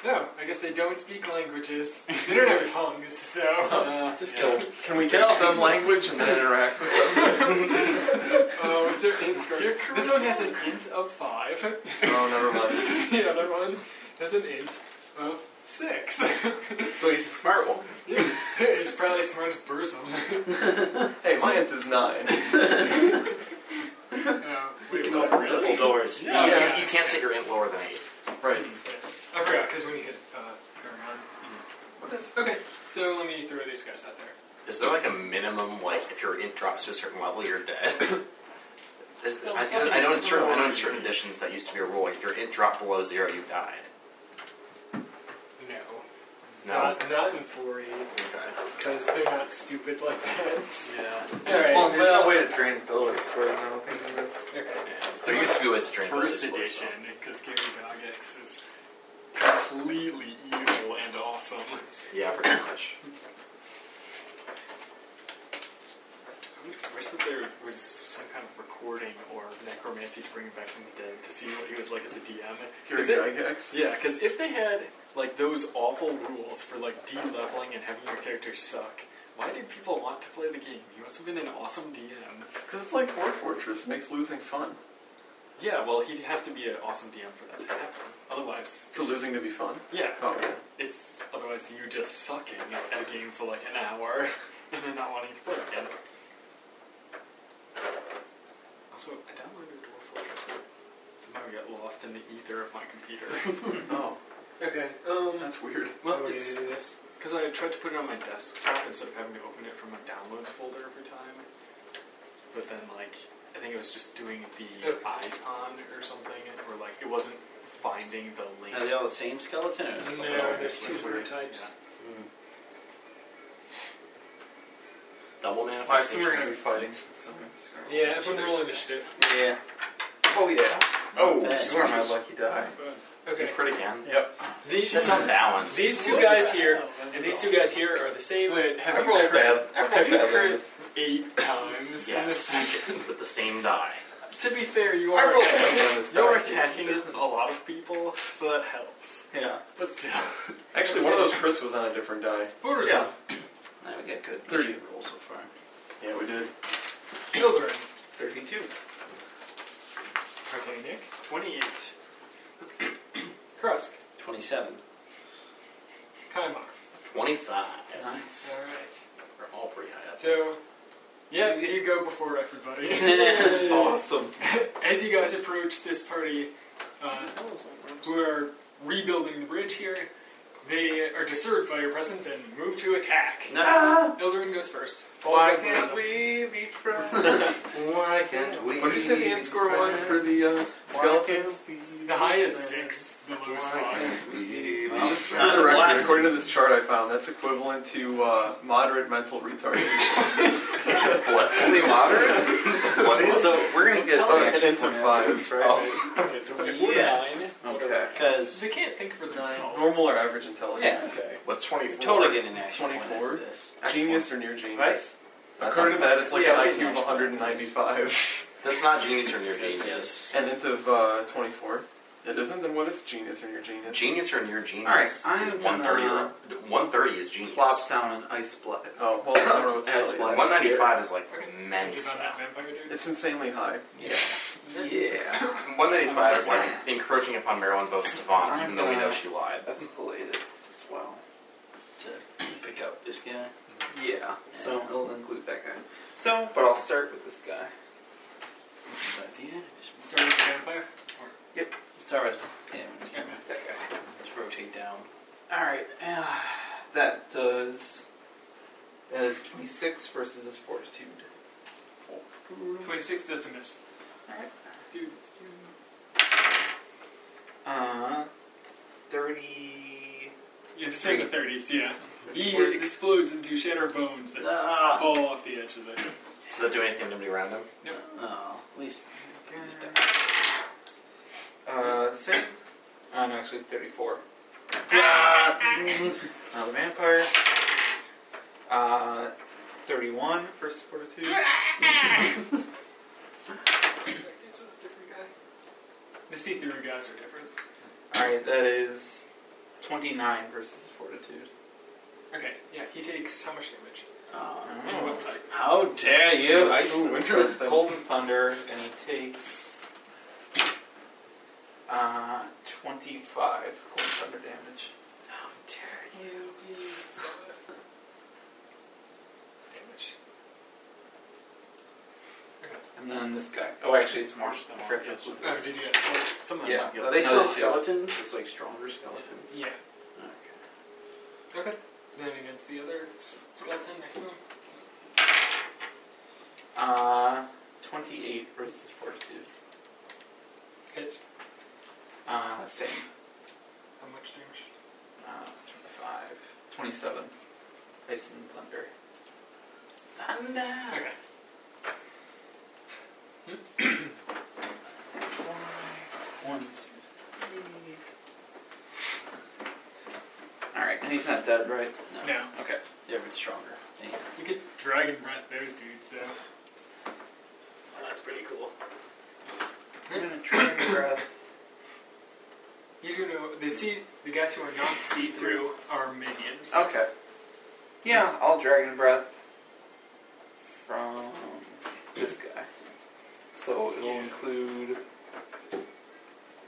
[SPEAKER 1] No, I guess they don't speak languages. They don't (laughs) have tongues, so.
[SPEAKER 5] Just
[SPEAKER 4] Yeah.
[SPEAKER 5] kill him.
[SPEAKER 4] Can we tell them language and then interact with them?
[SPEAKER 1] (laughs) Oh, is there int scores? This one has an int of five.
[SPEAKER 4] (laughs) Oh, never
[SPEAKER 1] (laughs)
[SPEAKER 4] mind.
[SPEAKER 1] the other one has an int of six.
[SPEAKER 6] (laughs) So he's a smart one.
[SPEAKER 1] He's probably smart as Burzum.
[SPEAKER 4] Hey, my int is nine.
[SPEAKER 1] Oh, wait,
[SPEAKER 4] can
[SPEAKER 1] what?
[SPEAKER 4] open
[SPEAKER 5] Double doors.
[SPEAKER 1] Yeah.
[SPEAKER 3] You, you, you can't set your int lower than eight.
[SPEAKER 4] (laughs) Right.
[SPEAKER 1] I forgot, because when you hit uh, Paramount.
[SPEAKER 4] What is?
[SPEAKER 1] Okay, so let me throw these guys out there.
[SPEAKER 3] Is there like a minimum, like if your int drops to a certain level, you're dead? (laughs) Is, I, I know in certain I know in certain editions that used to be a rule. Like if your int dropped below zero, you died.
[SPEAKER 1] No.
[SPEAKER 3] No.
[SPEAKER 1] Not, not in 4
[SPEAKER 3] Okay.
[SPEAKER 1] because they're not stupid like that.
[SPEAKER 5] Yeah.
[SPEAKER 1] Alright,
[SPEAKER 6] Well, there's
[SPEAKER 1] well-
[SPEAKER 6] no way to drain bullets for his own thing in this.
[SPEAKER 1] Okay.
[SPEAKER 3] There used to be ways to drain.
[SPEAKER 2] First
[SPEAKER 3] blood as
[SPEAKER 2] edition, because Gary Gygax is completely evil and awesome.
[SPEAKER 3] well, so- Yeah, pretty much.
[SPEAKER 2] I wish that there was some kind of recording or necromancy to bring him back from the dead to see what he was like as a DM.
[SPEAKER 4] Gary
[SPEAKER 2] Is it-
[SPEAKER 4] Gygax.
[SPEAKER 2] Yeah, because if they had like those awful rules for like de-leveling and having your character suck, why did people want to play the game? He must have been an awesome DM.
[SPEAKER 4] Because it's like War Fortress. It makes losing fun.
[SPEAKER 2] Yeah, well, he'd have to be an awesome DM for that to happen. Otherwise,
[SPEAKER 4] For
[SPEAKER 2] it's just-
[SPEAKER 4] losing to be fun.
[SPEAKER 2] yeah,
[SPEAKER 4] Oh,
[SPEAKER 6] (laughs)
[SPEAKER 4] yeah.
[SPEAKER 2] it's otherwise you just sucking at a game for like an hour (laughs) and then not wanting to play again. Also, I downloaded Dwarf Fortress. Somehow I got lost in the ether of my
[SPEAKER 1] (laughs)
[SPEAKER 2] computer.
[SPEAKER 4] Oh,
[SPEAKER 1] Okay. Um.
[SPEAKER 4] that's weird.
[SPEAKER 1] Well,
[SPEAKER 2] Well,
[SPEAKER 1] we
[SPEAKER 2] it's
[SPEAKER 1] do this.
[SPEAKER 2] Because I tried to put it on my desktop instead of having to open it from my downloads folder every time. But then, like, I think it was just doing the
[SPEAKER 1] Okay.
[SPEAKER 2] icon or something, or like, it wasn't finding the link.
[SPEAKER 5] Are they all the same skeleton? Or
[SPEAKER 1] Oh, No,
[SPEAKER 4] all
[SPEAKER 1] there's two
[SPEAKER 4] weird.
[SPEAKER 1] different
[SPEAKER 2] Yeah.
[SPEAKER 1] types.
[SPEAKER 3] Double
[SPEAKER 4] I assume
[SPEAKER 3] manifestation.
[SPEAKER 4] we're going to be fighting. So
[SPEAKER 1] Yeah, if I'm rolling initiative.
[SPEAKER 6] Yeah.
[SPEAKER 4] Oh, yeah.
[SPEAKER 6] Oh,
[SPEAKER 5] That
[SPEAKER 6] you are my
[SPEAKER 5] sweet.
[SPEAKER 6] lucky die.
[SPEAKER 1] Okay.
[SPEAKER 3] Crit again.
[SPEAKER 4] Yep.
[SPEAKER 1] The-
[SPEAKER 3] That's not balanced.
[SPEAKER 1] These two guys here and these two guys here are the same.
[SPEAKER 2] Wait, have
[SPEAKER 6] I
[SPEAKER 2] you
[SPEAKER 6] rolled
[SPEAKER 2] crit
[SPEAKER 6] bad. I rolled
[SPEAKER 2] have you
[SPEAKER 6] bad on
[SPEAKER 2] crit-
[SPEAKER 6] this.
[SPEAKER 2] eight times in
[SPEAKER 1] (laughs)
[SPEAKER 2] this
[SPEAKER 3] Yes.
[SPEAKER 2] session?
[SPEAKER 3] With the same die.
[SPEAKER 2] to be fair, you
[SPEAKER 6] I
[SPEAKER 2] are
[SPEAKER 6] rolled
[SPEAKER 2] attacking,
[SPEAKER 6] bad on this die.
[SPEAKER 2] you're attacking a lot of people, so that helps.
[SPEAKER 6] Yeah.
[SPEAKER 2] But still.
[SPEAKER 4] Actually, one of those crits was on a different die.
[SPEAKER 1] Burzum.
[SPEAKER 6] Yeah.
[SPEAKER 5] Now we got good
[SPEAKER 4] Thirty.
[SPEAKER 5] initiative rolls so far.
[SPEAKER 4] Yeah, we did.
[SPEAKER 1] Hildarin.
[SPEAKER 6] 32.
[SPEAKER 1] Okay, Nick. 28. Krusk.
[SPEAKER 5] 27.
[SPEAKER 1] Kaimar.
[SPEAKER 3] Twenty-five.
[SPEAKER 5] Nice.
[SPEAKER 1] Alright.
[SPEAKER 3] We're all pretty
[SPEAKER 6] (laughs)
[SPEAKER 3] high up.
[SPEAKER 1] So, yeah, you go before everybody. (laughs)
[SPEAKER 5] oh,
[SPEAKER 6] Awesome.
[SPEAKER 1] As you guys approach this party, uh, who are rebuilding the bridge here, they are disturbed by your presence and move to attack.
[SPEAKER 5] (laughs) no.
[SPEAKER 1] Eldarin goes first.
[SPEAKER 6] Why
[SPEAKER 1] by
[SPEAKER 6] can't
[SPEAKER 1] Burzum.
[SPEAKER 6] we be friends?
[SPEAKER 3] Why can't we?
[SPEAKER 4] What did you say the end score was for the uh, skeletons?
[SPEAKER 1] The high is 6, the low is 5.
[SPEAKER 5] Wow.
[SPEAKER 4] Just for the record, according to this chart I found, that's equivalent to uh, moderate
[SPEAKER 5] (laughs)
[SPEAKER 4] mental retardation.
[SPEAKER 3] What? Only moderate? what is?
[SPEAKER 6] So we're gonna get
[SPEAKER 4] Oh,
[SPEAKER 6] an
[SPEAKER 4] it's
[SPEAKER 6] extra
[SPEAKER 4] into
[SPEAKER 6] point
[SPEAKER 4] five.
[SPEAKER 6] out of this, right?
[SPEAKER 1] (laughs) Okay, so we
[SPEAKER 5] Yes.
[SPEAKER 3] Oh,
[SPEAKER 6] Okay.
[SPEAKER 5] Because
[SPEAKER 1] They can't think for themselves.
[SPEAKER 4] Normal or average intelligence?
[SPEAKER 5] Yeah.
[SPEAKER 3] What's 24?
[SPEAKER 5] totally getting an action.
[SPEAKER 4] 24.
[SPEAKER 5] Point out of this.
[SPEAKER 4] Genius or near genius?
[SPEAKER 5] Right?
[SPEAKER 3] That's
[SPEAKER 4] According to
[SPEAKER 3] not-
[SPEAKER 4] that, it's like
[SPEAKER 5] Yeah, we
[SPEAKER 4] an IQ
[SPEAKER 5] didn't
[SPEAKER 4] of
[SPEAKER 5] actually
[SPEAKER 4] 195
[SPEAKER 3] That's not genius or near genius.
[SPEAKER 4] and int of uh, 24. It isn't? Then what is genius or near genius?
[SPEAKER 3] Genius or near genius?
[SPEAKER 6] Alright,
[SPEAKER 3] is
[SPEAKER 6] I'm gonna-
[SPEAKER 3] 130. or- 130 is genius.
[SPEAKER 6] Plops down an ice blast.
[SPEAKER 4] Oh, well, I don't know what to
[SPEAKER 6] As
[SPEAKER 4] tell
[SPEAKER 6] black.
[SPEAKER 4] you.
[SPEAKER 3] 195 is like
[SPEAKER 1] Okay,
[SPEAKER 3] immense.
[SPEAKER 1] so do about that vampire dude.
[SPEAKER 4] It's insanely high.
[SPEAKER 5] Yeah.
[SPEAKER 6] Yeah.
[SPEAKER 3] 195 is like encroaching upon Marilyn Bo's savant,
[SPEAKER 6] I'm
[SPEAKER 3] even though we know
[SPEAKER 6] gonna-
[SPEAKER 3] she lied.
[SPEAKER 6] That's belated as well.
[SPEAKER 5] To pick up this guy.
[SPEAKER 6] Yeah. So
[SPEAKER 5] Yeah.
[SPEAKER 6] it'll include that guy. So, but I'll start with this guy.
[SPEAKER 8] So if you
[SPEAKER 1] Starting with the vampire.
[SPEAKER 8] start with him,
[SPEAKER 1] Yeah.
[SPEAKER 5] That guy.
[SPEAKER 8] just rotate down.
[SPEAKER 5] Alright, uh, that does. That is 26 versus his fortitude.
[SPEAKER 1] Twenty-six. That's a miss.
[SPEAKER 5] Alright.
[SPEAKER 1] Let's do this.
[SPEAKER 5] Uh, 30.
[SPEAKER 1] Yeah, it's in the thirties. Yeah. He
[SPEAKER 4] Forty-
[SPEAKER 1] explodes into shatter bones that
[SPEAKER 8] Ah,
[SPEAKER 1] fall off the edge of the.
[SPEAKER 3] Does that do anything to anybody around him?
[SPEAKER 8] oh, at least just
[SPEAKER 5] Okay. Uh, same. Uh, no, actually, 34. uh, the vampire. Uh, 31 versus fortitude.
[SPEAKER 1] It's a different guy. The see-through guys are different.
[SPEAKER 5] Alright, that is 29 versus fortitude.
[SPEAKER 1] Okay. Yeah. He takes how much damage?
[SPEAKER 8] Oh,
[SPEAKER 1] And what type?
[SPEAKER 8] how dare you?
[SPEAKER 4] (laughs) I-
[SPEAKER 5] Ooh,
[SPEAKER 4] interesting.
[SPEAKER 5] Golden Thunder, and he takes uh, 25 Golden Thunder damage.
[SPEAKER 8] How dare
[SPEAKER 1] Damage.
[SPEAKER 5] And then this guy. Oh, actually, it's more. I forgot to include
[SPEAKER 1] Oh,
[SPEAKER 5] this.
[SPEAKER 1] did you guys roll something?
[SPEAKER 5] Yeah.
[SPEAKER 8] you? Are they
[SPEAKER 5] No,
[SPEAKER 8] still
[SPEAKER 5] they do.
[SPEAKER 8] skeletons? It's like stronger skeletons.
[SPEAKER 1] Yeah.
[SPEAKER 8] Okay.
[SPEAKER 1] Okay. Then against the other s- skeleton next to him.
[SPEAKER 5] Uh, 28 versus fortitude.
[SPEAKER 1] Hits.
[SPEAKER 5] Uh, same.
[SPEAKER 1] How much damage?
[SPEAKER 5] Uh, 25. 27. Ice and Thunder.
[SPEAKER 8] Thunder.
[SPEAKER 1] Okay.
[SPEAKER 5] One, two, three. Alright, and he's not dead, right?
[SPEAKER 1] Now,
[SPEAKER 5] Okay.
[SPEAKER 8] Yeah, but it's stronger. Yeah.
[SPEAKER 1] you could dragon breath those dudes, though.
[SPEAKER 8] that's pretty cool.
[SPEAKER 5] I'm gonna try and grab.
[SPEAKER 1] You know, they see the guys who are not see through are minions.
[SPEAKER 8] Oh.
[SPEAKER 5] Okay. Yeah, I'll dragon breath from this guy. So it'll
[SPEAKER 1] Yeah.
[SPEAKER 5] include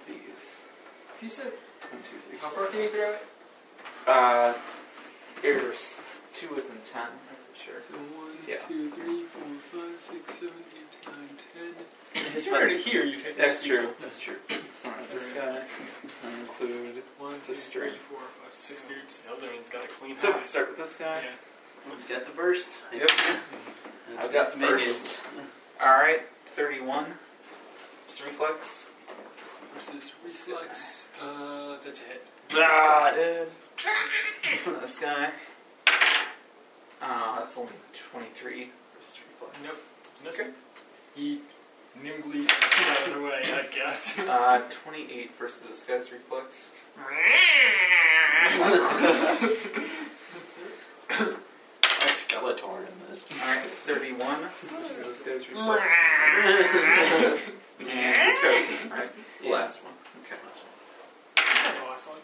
[SPEAKER 5] these.
[SPEAKER 1] If you said,
[SPEAKER 5] One, two, three,
[SPEAKER 1] how
[SPEAKER 5] four.
[SPEAKER 1] far can you throw it?
[SPEAKER 5] Uh, there's two within ten. Sure.
[SPEAKER 1] So one,
[SPEAKER 5] Yeah.
[SPEAKER 1] two, three, four, five, six, seven, eight, nine, ten. It's
[SPEAKER 5] It's
[SPEAKER 1] harder to hear. You hit
[SPEAKER 5] That's
[SPEAKER 1] those people.
[SPEAKER 5] true. That's true. So it's this guy. I'll include.
[SPEAKER 1] One,
[SPEAKER 5] It's
[SPEAKER 1] two,
[SPEAKER 5] a string.
[SPEAKER 1] three, four, five, six dudes. The other one's got a clean
[SPEAKER 5] So we
[SPEAKER 1] hide.
[SPEAKER 5] start with this guy.
[SPEAKER 1] Yeah.
[SPEAKER 8] It's got the burst.
[SPEAKER 5] Yep.
[SPEAKER 8] It's
[SPEAKER 5] I've got
[SPEAKER 8] the minions.
[SPEAKER 5] burst. All right, thirty-one. Just reflex.
[SPEAKER 1] Versus reflex. Uh, that's a hit.
[SPEAKER 5] Ah, (laughs) this guy. Ah, that's only 23 versus
[SPEAKER 1] Nope.
[SPEAKER 5] reflex.
[SPEAKER 1] It's missing. He nimbly gets out of the way, I guess.
[SPEAKER 5] (laughs) Uh, 28 versus this guy's reflex.
[SPEAKER 8] A Skeletor in this.
[SPEAKER 5] Alright, 31 versus this guy's reflex. and this guy's, right?
[SPEAKER 8] Yeah.
[SPEAKER 5] Last one.
[SPEAKER 1] the last one.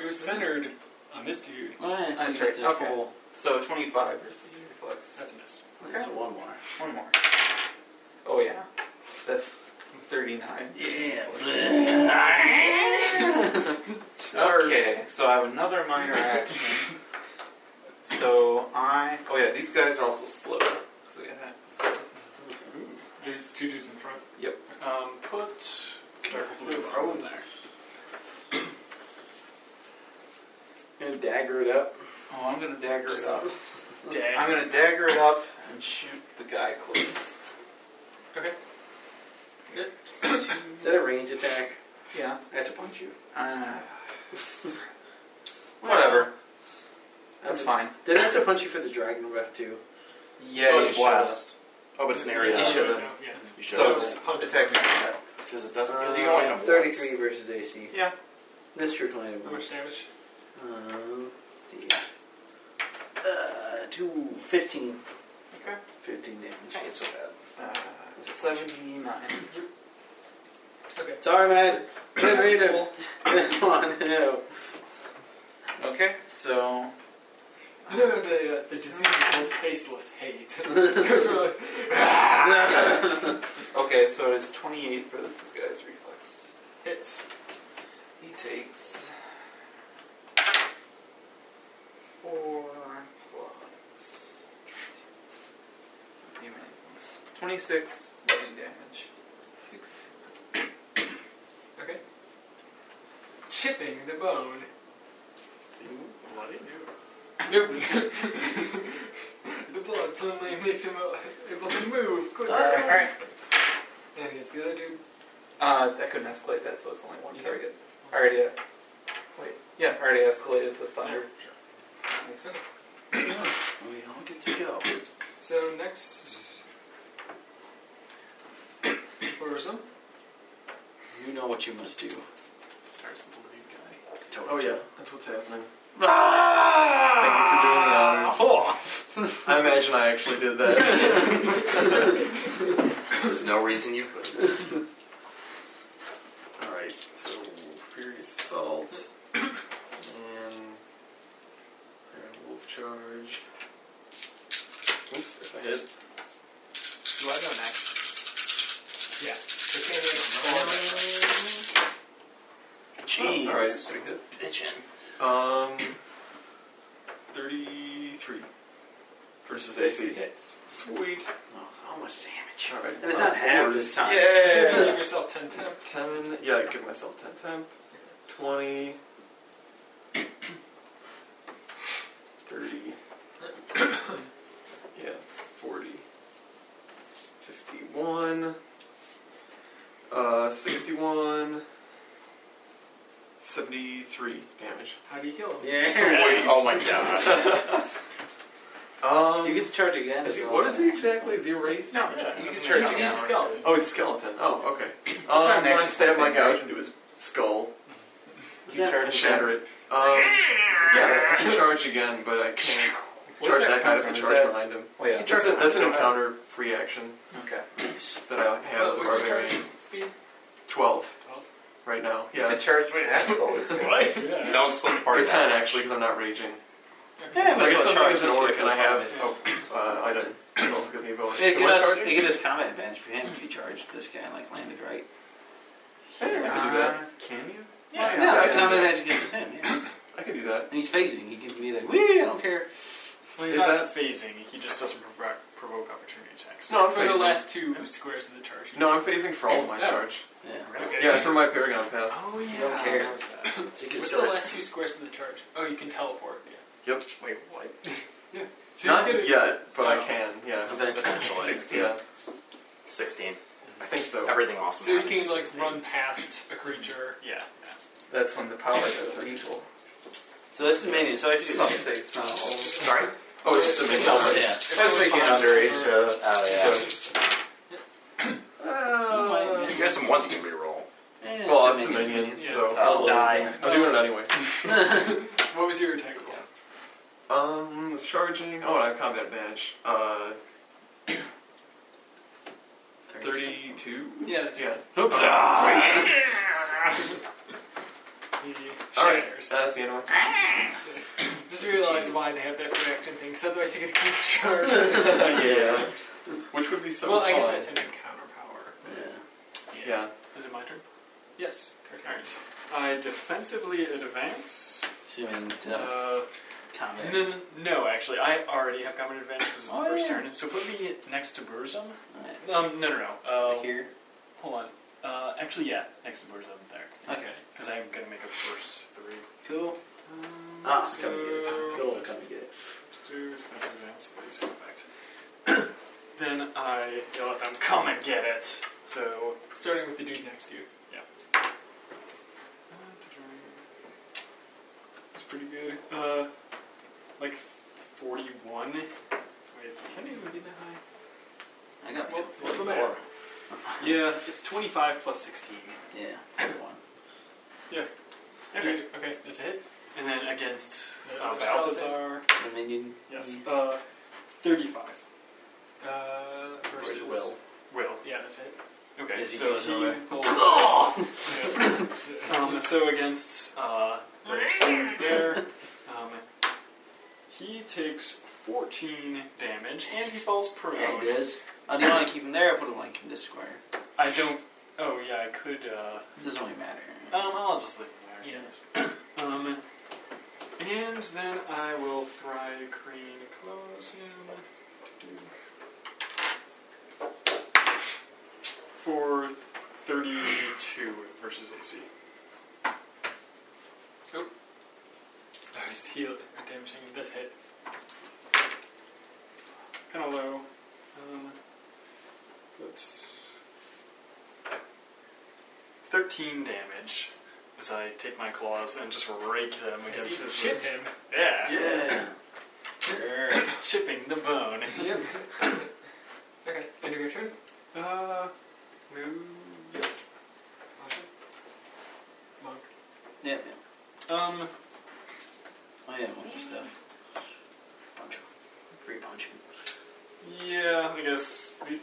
[SPEAKER 1] It was centered on this dude.
[SPEAKER 8] Well, yeah, so
[SPEAKER 5] That's
[SPEAKER 8] you
[SPEAKER 5] right,
[SPEAKER 8] get to
[SPEAKER 5] okay.
[SPEAKER 8] roll.
[SPEAKER 5] So 25 versus reflex.
[SPEAKER 1] That's a miss.
[SPEAKER 8] That's one more.
[SPEAKER 5] One more. Oh, yeah. That's 39 versus reflex. Okay, so I have another minor action. so I. Oh yeah, these guys are also slow. So yeah.
[SPEAKER 1] There's two dudes in front.
[SPEAKER 5] Yep.
[SPEAKER 2] Um, put dark blue on.
[SPEAKER 8] Oh, there. And dagger it up.
[SPEAKER 5] Oh, I'm gonna dagger it up.
[SPEAKER 2] Dead.
[SPEAKER 5] I'm gonna dagger it up and shoot the guy closest.
[SPEAKER 1] Okay.
[SPEAKER 8] Is that a range attack?
[SPEAKER 5] Yeah.
[SPEAKER 8] I have to punch you.
[SPEAKER 5] Uh, whatever. That's fine.
[SPEAKER 8] Did I have to punch you for the dragon breath too?
[SPEAKER 5] Yeah.
[SPEAKER 3] oh,
[SPEAKER 5] you
[SPEAKER 3] it's
[SPEAKER 5] should've.
[SPEAKER 3] blast. Oh, but it's an area.
[SPEAKER 5] You should've.
[SPEAKER 1] Yeah.
[SPEAKER 3] You
[SPEAKER 5] So
[SPEAKER 3] should've.
[SPEAKER 5] just attack me.
[SPEAKER 3] Because it doesn't. Because you only have
[SPEAKER 8] Thirty-three versus AC.
[SPEAKER 5] Yeah.
[SPEAKER 8] That's true. Only have
[SPEAKER 1] How
[SPEAKER 8] one.
[SPEAKER 1] much damage?
[SPEAKER 8] Um, the- uh, two, 15.
[SPEAKER 5] Okay.
[SPEAKER 8] 15
[SPEAKER 3] once. Hey,
[SPEAKER 8] damage.
[SPEAKER 3] it's so bad.
[SPEAKER 5] Uh, Seventy-nine.
[SPEAKER 1] Okay.
[SPEAKER 8] Sorry, man. Couldn't read
[SPEAKER 5] Cool.
[SPEAKER 8] it. (laughs) Come on. No.
[SPEAKER 5] Okay.
[SPEAKER 8] (laughs)
[SPEAKER 5] So.
[SPEAKER 1] You know the uh, the disease is called faceless
[SPEAKER 8] (laughs)
[SPEAKER 1] hate. Those were like,
[SPEAKER 5] Okay, so it is twenty-eight for this guy's reflex.
[SPEAKER 1] hits.
[SPEAKER 5] He takes four plus twenty-six
[SPEAKER 6] bludgeoning damage. Six.
[SPEAKER 1] Okay. Chipping the bone.
[SPEAKER 4] See? What do you do?
[SPEAKER 8] (laughs)
[SPEAKER 1] Nope. the blood suddenly makes him uh, able to move quicker.
[SPEAKER 6] Alright.
[SPEAKER 1] And against the other dude.
[SPEAKER 6] Uh, I couldn't escalate that, so it's only one
[SPEAKER 1] You can.
[SPEAKER 6] target. I already. Uh, wait. Yeah, I already escalated the thunder. Nice.
[SPEAKER 5] We all get to go.
[SPEAKER 1] So next. (coughs) Orzo.
[SPEAKER 5] You know what you must do. There's the blade guy.
[SPEAKER 4] Oh yeah, that's what's happening.
[SPEAKER 5] Ah!
[SPEAKER 4] Thank you for doing the I imagine I actually did that.
[SPEAKER 3] There's no reason you couldn't.
[SPEAKER 4] Alright, so furious assault and and wolf charge. Oops, if I hit.
[SPEAKER 2] Do I go next?
[SPEAKER 1] Yeah. So can you like,
[SPEAKER 5] Jeez.
[SPEAKER 4] Alright, so I hit.
[SPEAKER 5] Bitchin'.
[SPEAKER 4] Um, 33 versus AC.
[SPEAKER 1] hits.
[SPEAKER 4] Sweet.
[SPEAKER 5] Oh, how much damage?
[SPEAKER 4] All right.
[SPEAKER 5] And
[SPEAKER 3] Uh,
[SPEAKER 5] it's
[SPEAKER 3] Oh,
[SPEAKER 5] not half this time.
[SPEAKER 1] You
[SPEAKER 4] Yeah.
[SPEAKER 1] give yourself 10 temp.
[SPEAKER 4] 10. Yeah, I give myself 10 temp. 20. 30. (coughs) yeah, 40. 51. Uh, 61. 73 damage.
[SPEAKER 1] How do you kill him?
[SPEAKER 5] Yeah.
[SPEAKER 3] Oh my god.
[SPEAKER 4] Um,
[SPEAKER 5] You get to charge again.
[SPEAKER 4] is he, what is he exactly? Is he a wraith?
[SPEAKER 5] No,
[SPEAKER 2] Yeah.
[SPEAKER 5] you get to
[SPEAKER 1] He's,
[SPEAKER 5] charge
[SPEAKER 1] he's
[SPEAKER 5] again.
[SPEAKER 1] a skeleton.
[SPEAKER 4] Oh, he's a skeleton. Oh, okay. Um,
[SPEAKER 6] not an
[SPEAKER 4] when I
[SPEAKER 6] action
[SPEAKER 4] stab my
[SPEAKER 6] thing, right?
[SPEAKER 4] gouge into his skull
[SPEAKER 5] You can
[SPEAKER 4] and
[SPEAKER 5] charge
[SPEAKER 4] shatter it. Um, yeah, I can charge again, but I can't
[SPEAKER 6] Where
[SPEAKER 4] charge
[SPEAKER 6] does that
[SPEAKER 4] that guy. I
[SPEAKER 6] come
[SPEAKER 4] have
[SPEAKER 6] from?
[SPEAKER 4] to
[SPEAKER 6] Is
[SPEAKER 4] charge
[SPEAKER 6] that-
[SPEAKER 4] behind him.
[SPEAKER 6] Oh yeah.
[SPEAKER 4] That's, a, that's an
[SPEAKER 6] Okay.
[SPEAKER 4] encounter free action
[SPEAKER 6] Okay.
[SPEAKER 4] that I have
[SPEAKER 1] What's
[SPEAKER 4] as a
[SPEAKER 1] your
[SPEAKER 4] barbarian.
[SPEAKER 1] charge speed?
[SPEAKER 4] 12
[SPEAKER 1] 12?
[SPEAKER 4] right now.
[SPEAKER 6] The
[SPEAKER 4] Yeah.
[SPEAKER 6] charge rate has
[SPEAKER 5] (laughs)
[SPEAKER 6] always been.
[SPEAKER 2] Yeah.
[SPEAKER 3] Don't split the
[SPEAKER 4] Or
[SPEAKER 3] party.
[SPEAKER 4] 10 actually, because I'm not raging.
[SPEAKER 5] Yeah,
[SPEAKER 4] So I
[SPEAKER 5] might as
[SPEAKER 4] guess
[SPEAKER 5] well
[SPEAKER 4] something
[SPEAKER 5] charge
[SPEAKER 4] is an
[SPEAKER 5] this
[SPEAKER 4] orc,
[SPEAKER 5] way
[SPEAKER 4] and I
[SPEAKER 5] for
[SPEAKER 4] have.
[SPEAKER 5] five
[SPEAKER 4] Oh, uh, I don't. It also gives me a bonus.
[SPEAKER 5] minutes. It
[SPEAKER 4] Am
[SPEAKER 5] get
[SPEAKER 4] I
[SPEAKER 5] us,
[SPEAKER 4] charging?
[SPEAKER 5] it get us combat advantage for him if he charged this guy and like landed right.
[SPEAKER 4] Hey, I can do that.
[SPEAKER 6] Uh, Can you?
[SPEAKER 5] Yeah,
[SPEAKER 4] yeah, I
[SPEAKER 5] combat
[SPEAKER 4] can do that.
[SPEAKER 5] advantage against him. Yeah. and
[SPEAKER 4] I can do that.
[SPEAKER 5] he's phasing. He can be like, "Wee, I don't care."
[SPEAKER 2] Well, he's
[SPEAKER 4] Is
[SPEAKER 2] not phasing. He just doesn't provoke, provoke opportunity attacks.
[SPEAKER 4] No, I'm
[SPEAKER 1] For the
[SPEAKER 4] phasing.
[SPEAKER 1] last two squares of the charge.
[SPEAKER 4] No, I'm phasing for all of my charge.
[SPEAKER 5] Yeah.
[SPEAKER 1] Okay.
[SPEAKER 4] Yeah, through my paragon path.
[SPEAKER 1] Oh yeah.
[SPEAKER 5] Don't care.
[SPEAKER 1] What was that?
[SPEAKER 5] He can
[SPEAKER 1] What's the
[SPEAKER 5] still-
[SPEAKER 1] last two squares of the charge? Oh, you can teleport. Yeah.
[SPEAKER 4] Yep.
[SPEAKER 1] Wait, what? yeah. So
[SPEAKER 4] Not
[SPEAKER 1] you could-
[SPEAKER 4] yet, but
[SPEAKER 1] Oh.
[SPEAKER 4] I can. Yeah.
[SPEAKER 3] Eventually. 16.
[SPEAKER 4] Yeah,
[SPEAKER 3] 16.
[SPEAKER 4] I think so.
[SPEAKER 3] Everything awesome.
[SPEAKER 1] So you
[SPEAKER 3] happens.
[SPEAKER 1] can like run past a creature.
[SPEAKER 2] Yeah.
[SPEAKER 6] That's when the power does are equal.
[SPEAKER 5] So this is mania. So if you
[SPEAKER 6] Some states, not all.
[SPEAKER 3] Sorry?
[SPEAKER 4] Oh, it's just a
[SPEAKER 5] It's
[SPEAKER 4] mix.
[SPEAKER 5] all yeah.
[SPEAKER 6] That's making underage. Uh,
[SPEAKER 3] Oh,
[SPEAKER 5] Oh,
[SPEAKER 3] yeah. You got some ones you can reroll.
[SPEAKER 5] yeah.
[SPEAKER 4] Well, it's a minion, so
[SPEAKER 5] I'll die.
[SPEAKER 1] Oh.
[SPEAKER 4] I'm doing it anyway.
[SPEAKER 1] What was your attack roll?
[SPEAKER 4] Um, charging. Oh, and I have combat advantage. Uh, thirty-two.
[SPEAKER 1] Yeah, that's
[SPEAKER 4] Yeah. Uh,
[SPEAKER 5] Oops.
[SPEAKER 1] Ah. He
[SPEAKER 4] All right.
[SPEAKER 1] shatters.
[SPEAKER 4] That's the end of my
[SPEAKER 1] Just realized why they have that reaction thing, because otherwise you could keep (laughs) charging.
[SPEAKER 4] Yeah. (laughs) Which would be so
[SPEAKER 1] well,
[SPEAKER 4] fun.
[SPEAKER 1] I guess that's an encounter power.
[SPEAKER 4] Yeah.
[SPEAKER 2] Is it my turn?
[SPEAKER 1] Yes. correct.
[SPEAKER 2] Alright. I defensively advance.
[SPEAKER 5] Assuming uh,
[SPEAKER 2] Uh,
[SPEAKER 5] combat.
[SPEAKER 2] no, no, no, actually, I already have combat advantage because it's
[SPEAKER 5] Oh,
[SPEAKER 2] the first
[SPEAKER 5] yeah.
[SPEAKER 2] turn. So put me next to Burzum.
[SPEAKER 5] Alright.
[SPEAKER 2] Um, no, no, no. Uh,
[SPEAKER 5] Here.
[SPEAKER 2] Hold on. Uh, actually, yeah, next to Burzum there.
[SPEAKER 5] Okay.
[SPEAKER 2] Because I'm gonna make a first three.
[SPEAKER 5] Cool. Ah,
[SPEAKER 1] So-
[SPEAKER 5] come and get it. Go, come and get it.
[SPEAKER 2] Do defensive advance, please, effect. then I yell at them, come and get it. So,
[SPEAKER 1] Starting with the dude next to you.
[SPEAKER 2] it's pretty good. Uh, like 41. Wait, can I even get that high?
[SPEAKER 5] I got
[SPEAKER 1] Well, what's the
[SPEAKER 5] 44.
[SPEAKER 1] matter?
[SPEAKER 2] Yeah, it's 25 plus 16.
[SPEAKER 5] Yeah, 41.
[SPEAKER 2] Okay.
[SPEAKER 1] You- okay, that's a hit.
[SPEAKER 2] And then against uh,
[SPEAKER 1] Another
[SPEAKER 2] Balthazar,
[SPEAKER 5] The minion.
[SPEAKER 2] yes, uh, 35.
[SPEAKER 1] Uh, versus
[SPEAKER 5] Will.
[SPEAKER 2] Will.
[SPEAKER 1] Yeah, that's a
[SPEAKER 2] (laughs)
[SPEAKER 1] hit.
[SPEAKER 2] Okay,
[SPEAKER 5] As he
[SPEAKER 2] so
[SPEAKER 5] goes
[SPEAKER 2] he
[SPEAKER 5] away.
[SPEAKER 2] pulls. um, so against uh, the team there, um, he takes 14 damage and he falls prone.
[SPEAKER 5] Yeah, it is. I didn't want to keep him there. I put him like in this square.
[SPEAKER 2] I don't. Oh yeah, I could. Uh,
[SPEAKER 5] It doesn't really matter.
[SPEAKER 2] um, I'll just leave him
[SPEAKER 1] Yeah.
[SPEAKER 2] there. (clears throat) Um, and then I will try Crane close him.
[SPEAKER 1] versus AC. Oh. Oh,
[SPEAKER 2] (laughs)
[SPEAKER 1] he's healed. Our damage taken does hit. Kind of low. Um, but
[SPEAKER 2] 13 damage as I take my claws and just rake them
[SPEAKER 1] as
[SPEAKER 2] against
[SPEAKER 1] he
[SPEAKER 2] his
[SPEAKER 1] chipped
[SPEAKER 2] ribs.
[SPEAKER 1] him.
[SPEAKER 2] Yeah.
[SPEAKER 5] Yeah.
[SPEAKER 2] (laughs) Chipping the bone.
[SPEAKER 1] Yep. (laughs) okay, end of your turn.
[SPEAKER 2] Uh, move. Yep.
[SPEAKER 1] Masha? Monk.
[SPEAKER 5] yeah.
[SPEAKER 2] Um,
[SPEAKER 5] Oh yeah, monkey stuff. Punch him. Free punch him.
[SPEAKER 2] yeah, I guess the,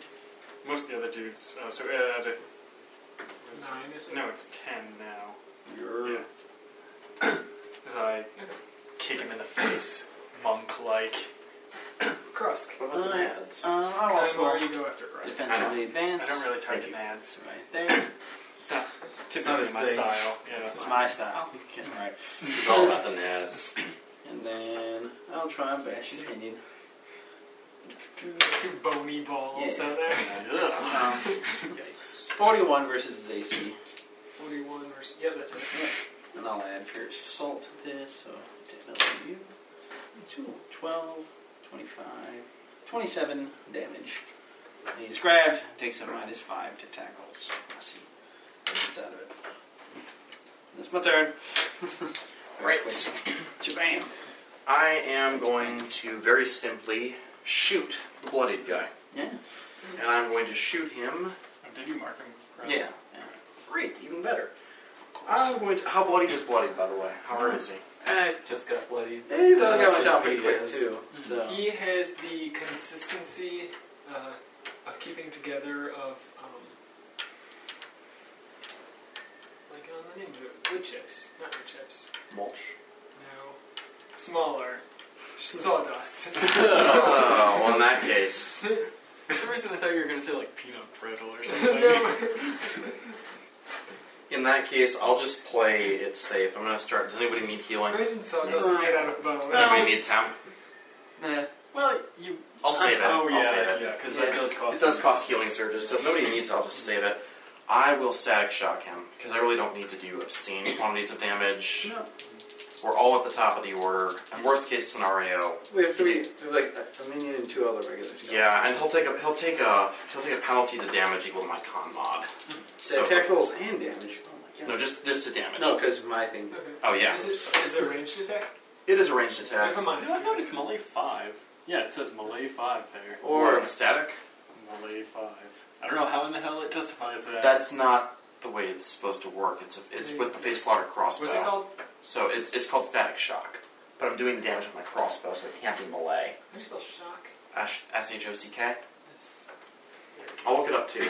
[SPEAKER 2] most of the other dudes. Uh, so Ed. what is it?
[SPEAKER 1] Nine is it?
[SPEAKER 2] No, it's 10 now.
[SPEAKER 5] You're.
[SPEAKER 2] Yeah. As I kick him in the face, monk like.
[SPEAKER 1] Cross.
[SPEAKER 2] Oh,
[SPEAKER 5] Uh,
[SPEAKER 2] Nads.
[SPEAKER 5] Um, I
[SPEAKER 1] Um, or
[SPEAKER 5] also
[SPEAKER 1] you go after Cross.
[SPEAKER 5] defensively
[SPEAKER 2] I
[SPEAKER 5] advance.
[SPEAKER 2] don't really target
[SPEAKER 3] you.
[SPEAKER 2] nads.
[SPEAKER 5] Right there.
[SPEAKER 2] It's not
[SPEAKER 4] not
[SPEAKER 2] typically
[SPEAKER 4] his
[SPEAKER 2] my
[SPEAKER 4] thing.
[SPEAKER 2] style. Yeah.
[SPEAKER 5] It's my style. (laughs) Okay, right.
[SPEAKER 3] It's all about the nads.
[SPEAKER 5] And then I'll try and bash his minion. (laughs)
[SPEAKER 1] Two bony balls
[SPEAKER 5] Yeah.
[SPEAKER 1] down there.
[SPEAKER 5] Um,
[SPEAKER 2] Ugh.
[SPEAKER 5] yikes. 41 versus his AC.
[SPEAKER 1] 41 versus. Yeah, that's it.
[SPEAKER 5] And I'll add Fierce Assault to this, so 10 of you. Two, 12, 25, 27 damage. And he's grabbed, takes a minus 5 to tackles. I see. Gets out of it. That's my turn.
[SPEAKER 3] Right.
[SPEAKER 5] Jabam!
[SPEAKER 3] I am going to very simply shoot the blooded guy.
[SPEAKER 5] Yeah.
[SPEAKER 3] And I'm going to shoot
[SPEAKER 2] Oh,
[SPEAKER 3] him.
[SPEAKER 2] Did you mark him? Chris?
[SPEAKER 5] Yeah.
[SPEAKER 3] Great, even better. I'm going to, how bloodied is bloodied, by the way? How hard is he?
[SPEAKER 6] I just got bloody.
[SPEAKER 5] yeah. He
[SPEAKER 6] Uh,
[SPEAKER 5] got my top
[SPEAKER 6] he
[SPEAKER 5] pretty quick,
[SPEAKER 6] is.
[SPEAKER 5] too. So.
[SPEAKER 1] He has the consistency uh, of keeping together of um, like on the name of it, wood chips, not wood chips.
[SPEAKER 3] Mulch. (laughs)
[SPEAKER 1] No, smaller (laughs) sawdust.
[SPEAKER 3] oh, well, in that case.
[SPEAKER 2] For some reason, I thought you were going to say like peanut brittle (laughs) or
[SPEAKER 1] (laughs)
[SPEAKER 2] something.
[SPEAKER 1] no.
[SPEAKER 3] In that case, I'll just play it safe. I'm going to start. Does anybody need healing?
[SPEAKER 1] Imagine sawdust made out of bone.
[SPEAKER 3] Anybody need town?
[SPEAKER 5] Nah.
[SPEAKER 2] Well, you.
[SPEAKER 3] I'll save it.
[SPEAKER 2] Oh,
[SPEAKER 3] I'll
[SPEAKER 2] yeah,
[SPEAKER 3] save it.
[SPEAKER 2] yeah, because
[SPEAKER 5] Yeah.
[SPEAKER 2] that does cost.
[SPEAKER 3] It does
[SPEAKER 2] you
[SPEAKER 3] cost
[SPEAKER 2] some-
[SPEAKER 3] healing surges, so if nobody needs it, I'll just save it. I will static shock him, because I really don't need to do obscene quantities of damage.
[SPEAKER 5] No.
[SPEAKER 3] We're all at the top of the order. And worst case scenario,
[SPEAKER 6] We have three, like a minion and two other regulars.
[SPEAKER 3] yeah, and he'll take a he'll take a he'll take a penalty to damage equal to my con mod.
[SPEAKER 6] So
[SPEAKER 3] So
[SPEAKER 6] attack rolls and damage. Oh my
[SPEAKER 3] no,
[SPEAKER 6] god.
[SPEAKER 3] just just to damage.
[SPEAKER 6] No, because my thing.
[SPEAKER 1] Okay.
[SPEAKER 3] Oh yeah,
[SPEAKER 1] Is it is it a ranged attack?
[SPEAKER 3] it is a ranged
[SPEAKER 1] So
[SPEAKER 3] attack.
[SPEAKER 1] if I'm
[SPEAKER 2] No, I
[SPEAKER 1] honest,
[SPEAKER 2] thought it's melee five. Yeah, it says melee five there.
[SPEAKER 3] Or
[SPEAKER 6] Or
[SPEAKER 3] it's static.
[SPEAKER 2] Melee five. I don't know how in the hell it justifies that.
[SPEAKER 3] That's not the way it's supposed to work. It's a, it's with the face slaughter crossbow.
[SPEAKER 1] what's it called?
[SPEAKER 3] So it's it's called static shock. But I'm doing the damage with my crossbow, so it can't be melee.
[SPEAKER 1] How do you spell shock?
[SPEAKER 3] S H O C K.
[SPEAKER 1] That's-
[SPEAKER 3] I'll look it up too.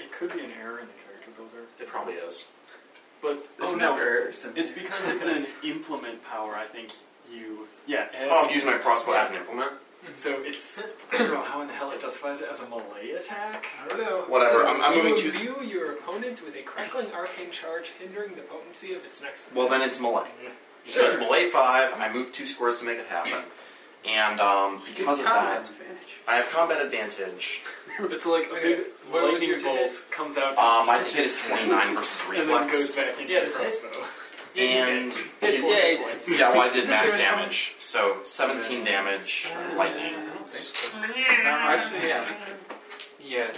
[SPEAKER 2] It could be an error in the character builder.
[SPEAKER 3] It probably is.
[SPEAKER 2] But
[SPEAKER 4] There's
[SPEAKER 2] oh
[SPEAKER 4] never
[SPEAKER 2] no,
[SPEAKER 4] errors in
[SPEAKER 2] it's
[SPEAKER 4] here.
[SPEAKER 2] because it's an implement power. I think you. (laughs) Yeah. it has-
[SPEAKER 3] Oh, I'm using my crossbow as an implement.
[SPEAKER 2] So it's. I don't know how in the hell it justifies it as a melee attack.
[SPEAKER 1] I don't know.
[SPEAKER 3] Whatever,
[SPEAKER 1] Because
[SPEAKER 3] I'm- I'm
[SPEAKER 1] you
[SPEAKER 3] moving to-
[SPEAKER 1] imbue your opponent with a crackling arcane charge, hindering the potency of its next.
[SPEAKER 3] Well, then it's melee. So it's melee five. I move two squares to make it happen, and um, because of that, I have combat advantage.
[SPEAKER 2] It's like
[SPEAKER 1] Okay,
[SPEAKER 2] a big
[SPEAKER 1] where was your
[SPEAKER 2] lightning
[SPEAKER 1] to hit?
[SPEAKER 2] bolt comes out.
[SPEAKER 3] Uh, my hit is 29 versus
[SPEAKER 2] (laughs) and then goes
[SPEAKER 3] reflex,
[SPEAKER 2] back into
[SPEAKER 1] Yeah,
[SPEAKER 2] the
[SPEAKER 1] that's it.
[SPEAKER 2] crossbow.
[SPEAKER 1] Yeah, he's dead.
[SPEAKER 3] and
[SPEAKER 1] Hit four
[SPEAKER 5] Yeah,
[SPEAKER 1] hit
[SPEAKER 5] yeah.
[SPEAKER 1] points.
[SPEAKER 3] yeah, well, I did max damage, so 17 damage lightning.
[SPEAKER 5] Uh,
[SPEAKER 6] actually, yeah.
[SPEAKER 1] Yeah.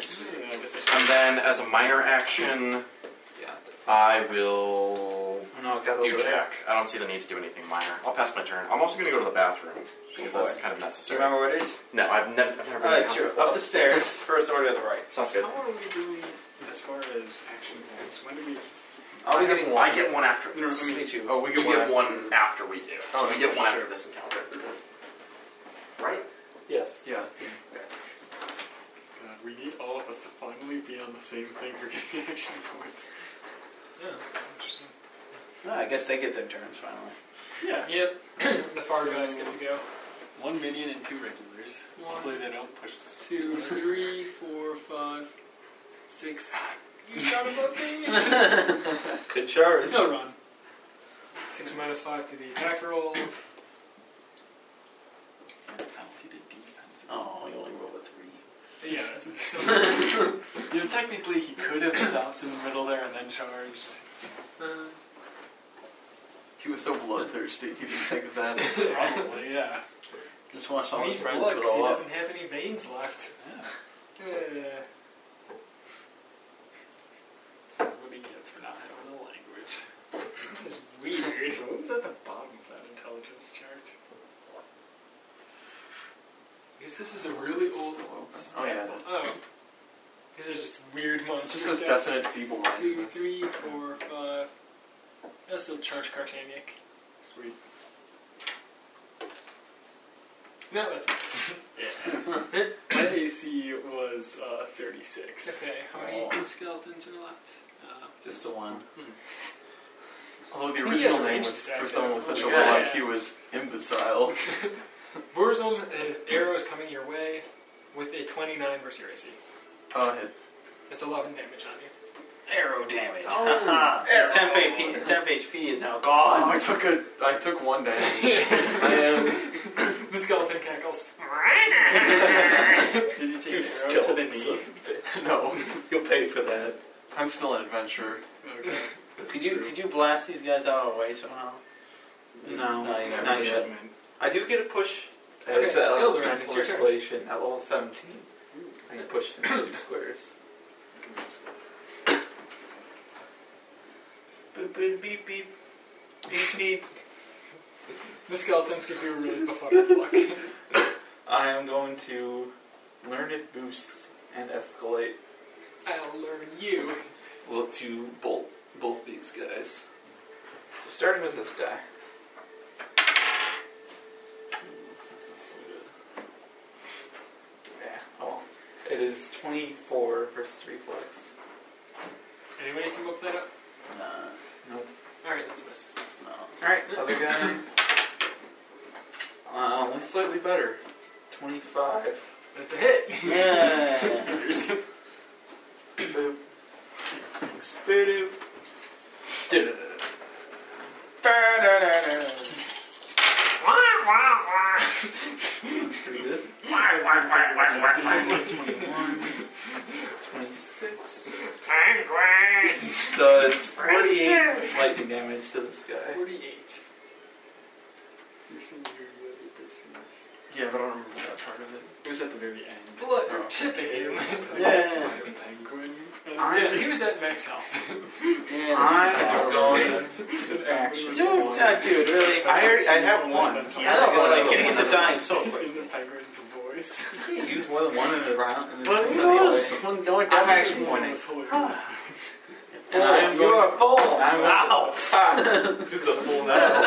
[SPEAKER 3] And then, as a minor action,
[SPEAKER 6] Yeah.
[SPEAKER 3] I will
[SPEAKER 6] No, got
[SPEAKER 3] do Jack. I don't see the need to do anything minor. I'll pass my turn. I'm also going to go to the bathroom because that's kind of
[SPEAKER 5] Do you
[SPEAKER 3] necessary.
[SPEAKER 5] remember what it is?
[SPEAKER 3] No, I've never, I've never been
[SPEAKER 5] Uh,
[SPEAKER 3] in the house
[SPEAKER 5] sure.
[SPEAKER 3] before.
[SPEAKER 5] Up the stairs, first order to the right.
[SPEAKER 3] Sounds good.
[SPEAKER 2] How are we doing as far as action points? When do we?
[SPEAKER 5] I'll be getting one.
[SPEAKER 3] I get one after.
[SPEAKER 2] No, I mean,
[SPEAKER 6] Me too.
[SPEAKER 4] Oh, we
[SPEAKER 3] We
[SPEAKER 4] get
[SPEAKER 3] get,
[SPEAKER 4] one. after-
[SPEAKER 3] one after we do. So
[SPEAKER 4] Oh,
[SPEAKER 3] we get one
[SPEAKER 4] sure.
[SPEAKER 3] after this encounter. Right?
[SPEAKER 6] Yes.
[SPEAKER 4] Yeah.
[SPEAKER 2] God, uh, we need all of us to finally be on the same thing for getting (laughs) action points.
[SPEAKER 1] Yeah, Oh, interesting.
[SPEAKER 5] No, Ah, I guess they get their turns finally.
[SPEAKER 2] Yeah.
[SPEAKER 1] Yep. (clears throat) the far guys get to go.
[SPEAKER 2] One minion and two regulars.
[SPEAKER 1] One.
[SPEAKER 2] Hopefully they don't push.
[SPEAKER 1] Two, three, four, five, six. You son of a bitch!
[SPEAKER 6] Good charge.
[SPEAKER 1] (laughs) No run. Takes a minus five to the attack roll.
[SPEAKER 2] Penalty to defenses.
[SPEAKER 5] Oh, you only rolled a three.
[SPEAKER 1] (laughs) Yeah, that's a miss.
[SPEAKER 2] You know, technically, he could have stopped in the middle there and then charged.
[SPEAKER 1] Uh,
[SPEAKER 4] He was so bloodthirsty. He just think of that.
[SPEAKER 2] Probably, yeah.
[SPEAKER 3] Just watch all
[SPEAKER 5] Oh,
[SPEAKER 1] he
[SPEAKER 3] his
[SPEAKER 1] needs
[SPEAKER 3] friends
[SPEAKER 1] blood
[SPEAKER 3] put
[SPEAKER 1] 'cause he
[SPEAKER 3] all up.
[SPEAKER 1] doesn't have any veins left.
[SPEAKER 2] yeah.
[SPEAKER 1] Uh, this is what he gets for not having a language. This is weird. what was at the bottom of that intelligence chart? Because this is a really old one.
[SPEAKER 4] Oh yeah, that's,
[SPEAKER 1] Oh. These are just weird monster
[SPEAKER 4] just a
[SPEAKER 1] stats.
[SPEAKER 4] definite feeble
[SPEAKER 1] Two,
[SPEAKER 4] mindedness.
[SPEAKER 1] three, four, five. I'll still charge Cartaniac.
[SPEAKER 2] Sweet.
[SPEAKER 1] No, that's awesome.
[SPEAKER 2] (laughs) Yeah. My AC was uh, 36.
[SPEAKER 1] Okay, how many skeletons are left? Uh,
[SPEAKER 3] Just the one.
[SPEAKER 4] Although the
[SPEAKER 1] He
[SPEAKER 4] original
[SPEAKER 1] has
[SPEAKER 4] name
[SPEAKER 1] range
[SPEAKER 4] was
[SPEAKER 1] attack,
[SPEAKER 4] for someone
[SPEAKER 1] yeah.
[SPEAKER 4] with such a
[SPEAKER 1] Yeah,
[SPEAKER 4] low
[SPEAKER 1] yeah.
[SPEAKER 4] IQ was imbecile.
[SPEAKER 1] Burzum, an arrow is coming your way with a 29 versus your AC.
[SPEAKER 4] Oh, hit.
[SPEAKER 1] It's 11 damage on you.
[SPEAKER 3] Arrow damage.
[SPEAKER 1] Oh,
[SPEAKER 3] Haha.
[SPEAKER 1] arrow.
[SPEAKER 3] temp, AP, temp HP is now
[SPEAKER 4] (laughs) Oh, I
[SPEAKER 3] gone.
[SPEAKER 4] took a. I took one damage.
[SPEAKER 1] (laughs)
[SPEAKER 4] I am.
[SPEAKER 1] The skeleton cackles.
[SPEAKER 2] Did you take
[SPEAKER 3] You
[SPEAKER 2] an arrow to the
[SPEAKER 3] skeleton
[SPEAKER 2] knee?
[SPEAKER 4] (laughs) No,
[SPEAKER 3] You'll pay for that.
[SPEAKER 4] I'm still an adventurer.
[SPEAKER 1] Okay.
[SPEAKER 3] Could you could you blast these guys out of the way somehow?
[SPEAKER 5] Mm-hmm. No,
[SPEAKER 3] not yet.
[SPEAKER 5] not yet. I do get a push.
[SPEAKER 1] Okay,
[SPEAKER 5] it's at level
[SPEAKER 1] Elder, it's your turn.
[SPEAKER 5] exploration at level 17. I can push them two squares. (coughs) Beep, beep, beep, beep. Beep, beep.
[SPEAKER 1] The skeletons give you a really befuddled look.
[SPEAKER 5] I am going to learn it boost and escalate
[SPEAKER 1] I'll learn you.
[SPEAKER 5] well, to bolt both these guys. So starting with this guy. That's not so good. Yeah, oh. well. It is 24 versus reflex.
[SPEAKER 1] Anybody can look that up?
[SPEAKER 3] Nah,
[SPEAKER 1] Alright, that's a miss.
[SPEAKER 3] no.
[SPEAKER 5] Alright, other guy. (coughs) Uh, only slightly better. 25.
[SPEAKER 1] That's a hit.
[SPEAKER 3] Yeah.
[SPEAKER 5] Boop. Thanks. Boop. doop. Da-da-da-da-da. Pretty good.
[SPEAKER 1] Specifically
[SPEAKER 5] 26.
[SPEAKER 1] Penguin!
[SPEAKER 5] Does 48 lightning damage to this guy.
[SPEAKER 1] 48. There's some weird little persons.
[SPEAKER 4] Yeah, but I don't remember that part of it.
[SPEAKER 2] It was at the very end.
[SPEAKER 1] Blood
[SPEAKER 4] Oh.
[SPEAKER 1] (laughs) chipping.
[SPEAKER 3] Yeah.
[SPEAKER 2] Penguin.
[SPEAKER 1] yeah, he was at max health.
[SPEAKER 5] I'm going
[SPEAKER 2] Good
[SPEAKER 5] to action.
[SPEAKER 3] Dude, (laughs) uh, dude, really.
[SPEAKER 5] I, already, I have one.
[SPEAKER 3] I don't know. Like, getting into dying so quick.
[SPEAKER 2] In the penguin's voice.
[SPEAKER 5] You can't use more than one in a round. In a
[SPEAKER 3] But
[SPEAKER 5] thing,
[SPEAKER 3] who
[SPEAKER 5] that's
[SPEAKER 3] knows?
[SPEAKER 5] the
[SPEAKER 3] When no one
[SPEAKER 5] I'm
[SPEAKER 3] dies,
[SPEAKER 5] actually
[SPEAKER 3] it's
[SPEAKER 5] pointing.
[SPEAKER 3] just-
[SPEAKER 2] That's hilarious.
[SPEAKER 3] Ah.
[SPEAKER 5] And I am
[SPEAKER 3] You
[SPEAKER 5] going.
[SPEAKER 3] are a fool.
[SPEAKER 5] I'm
[SPEAKER 3] Wow.
[SPEAKER 5] (laughs) Ah, Who's the fool (laughs) now?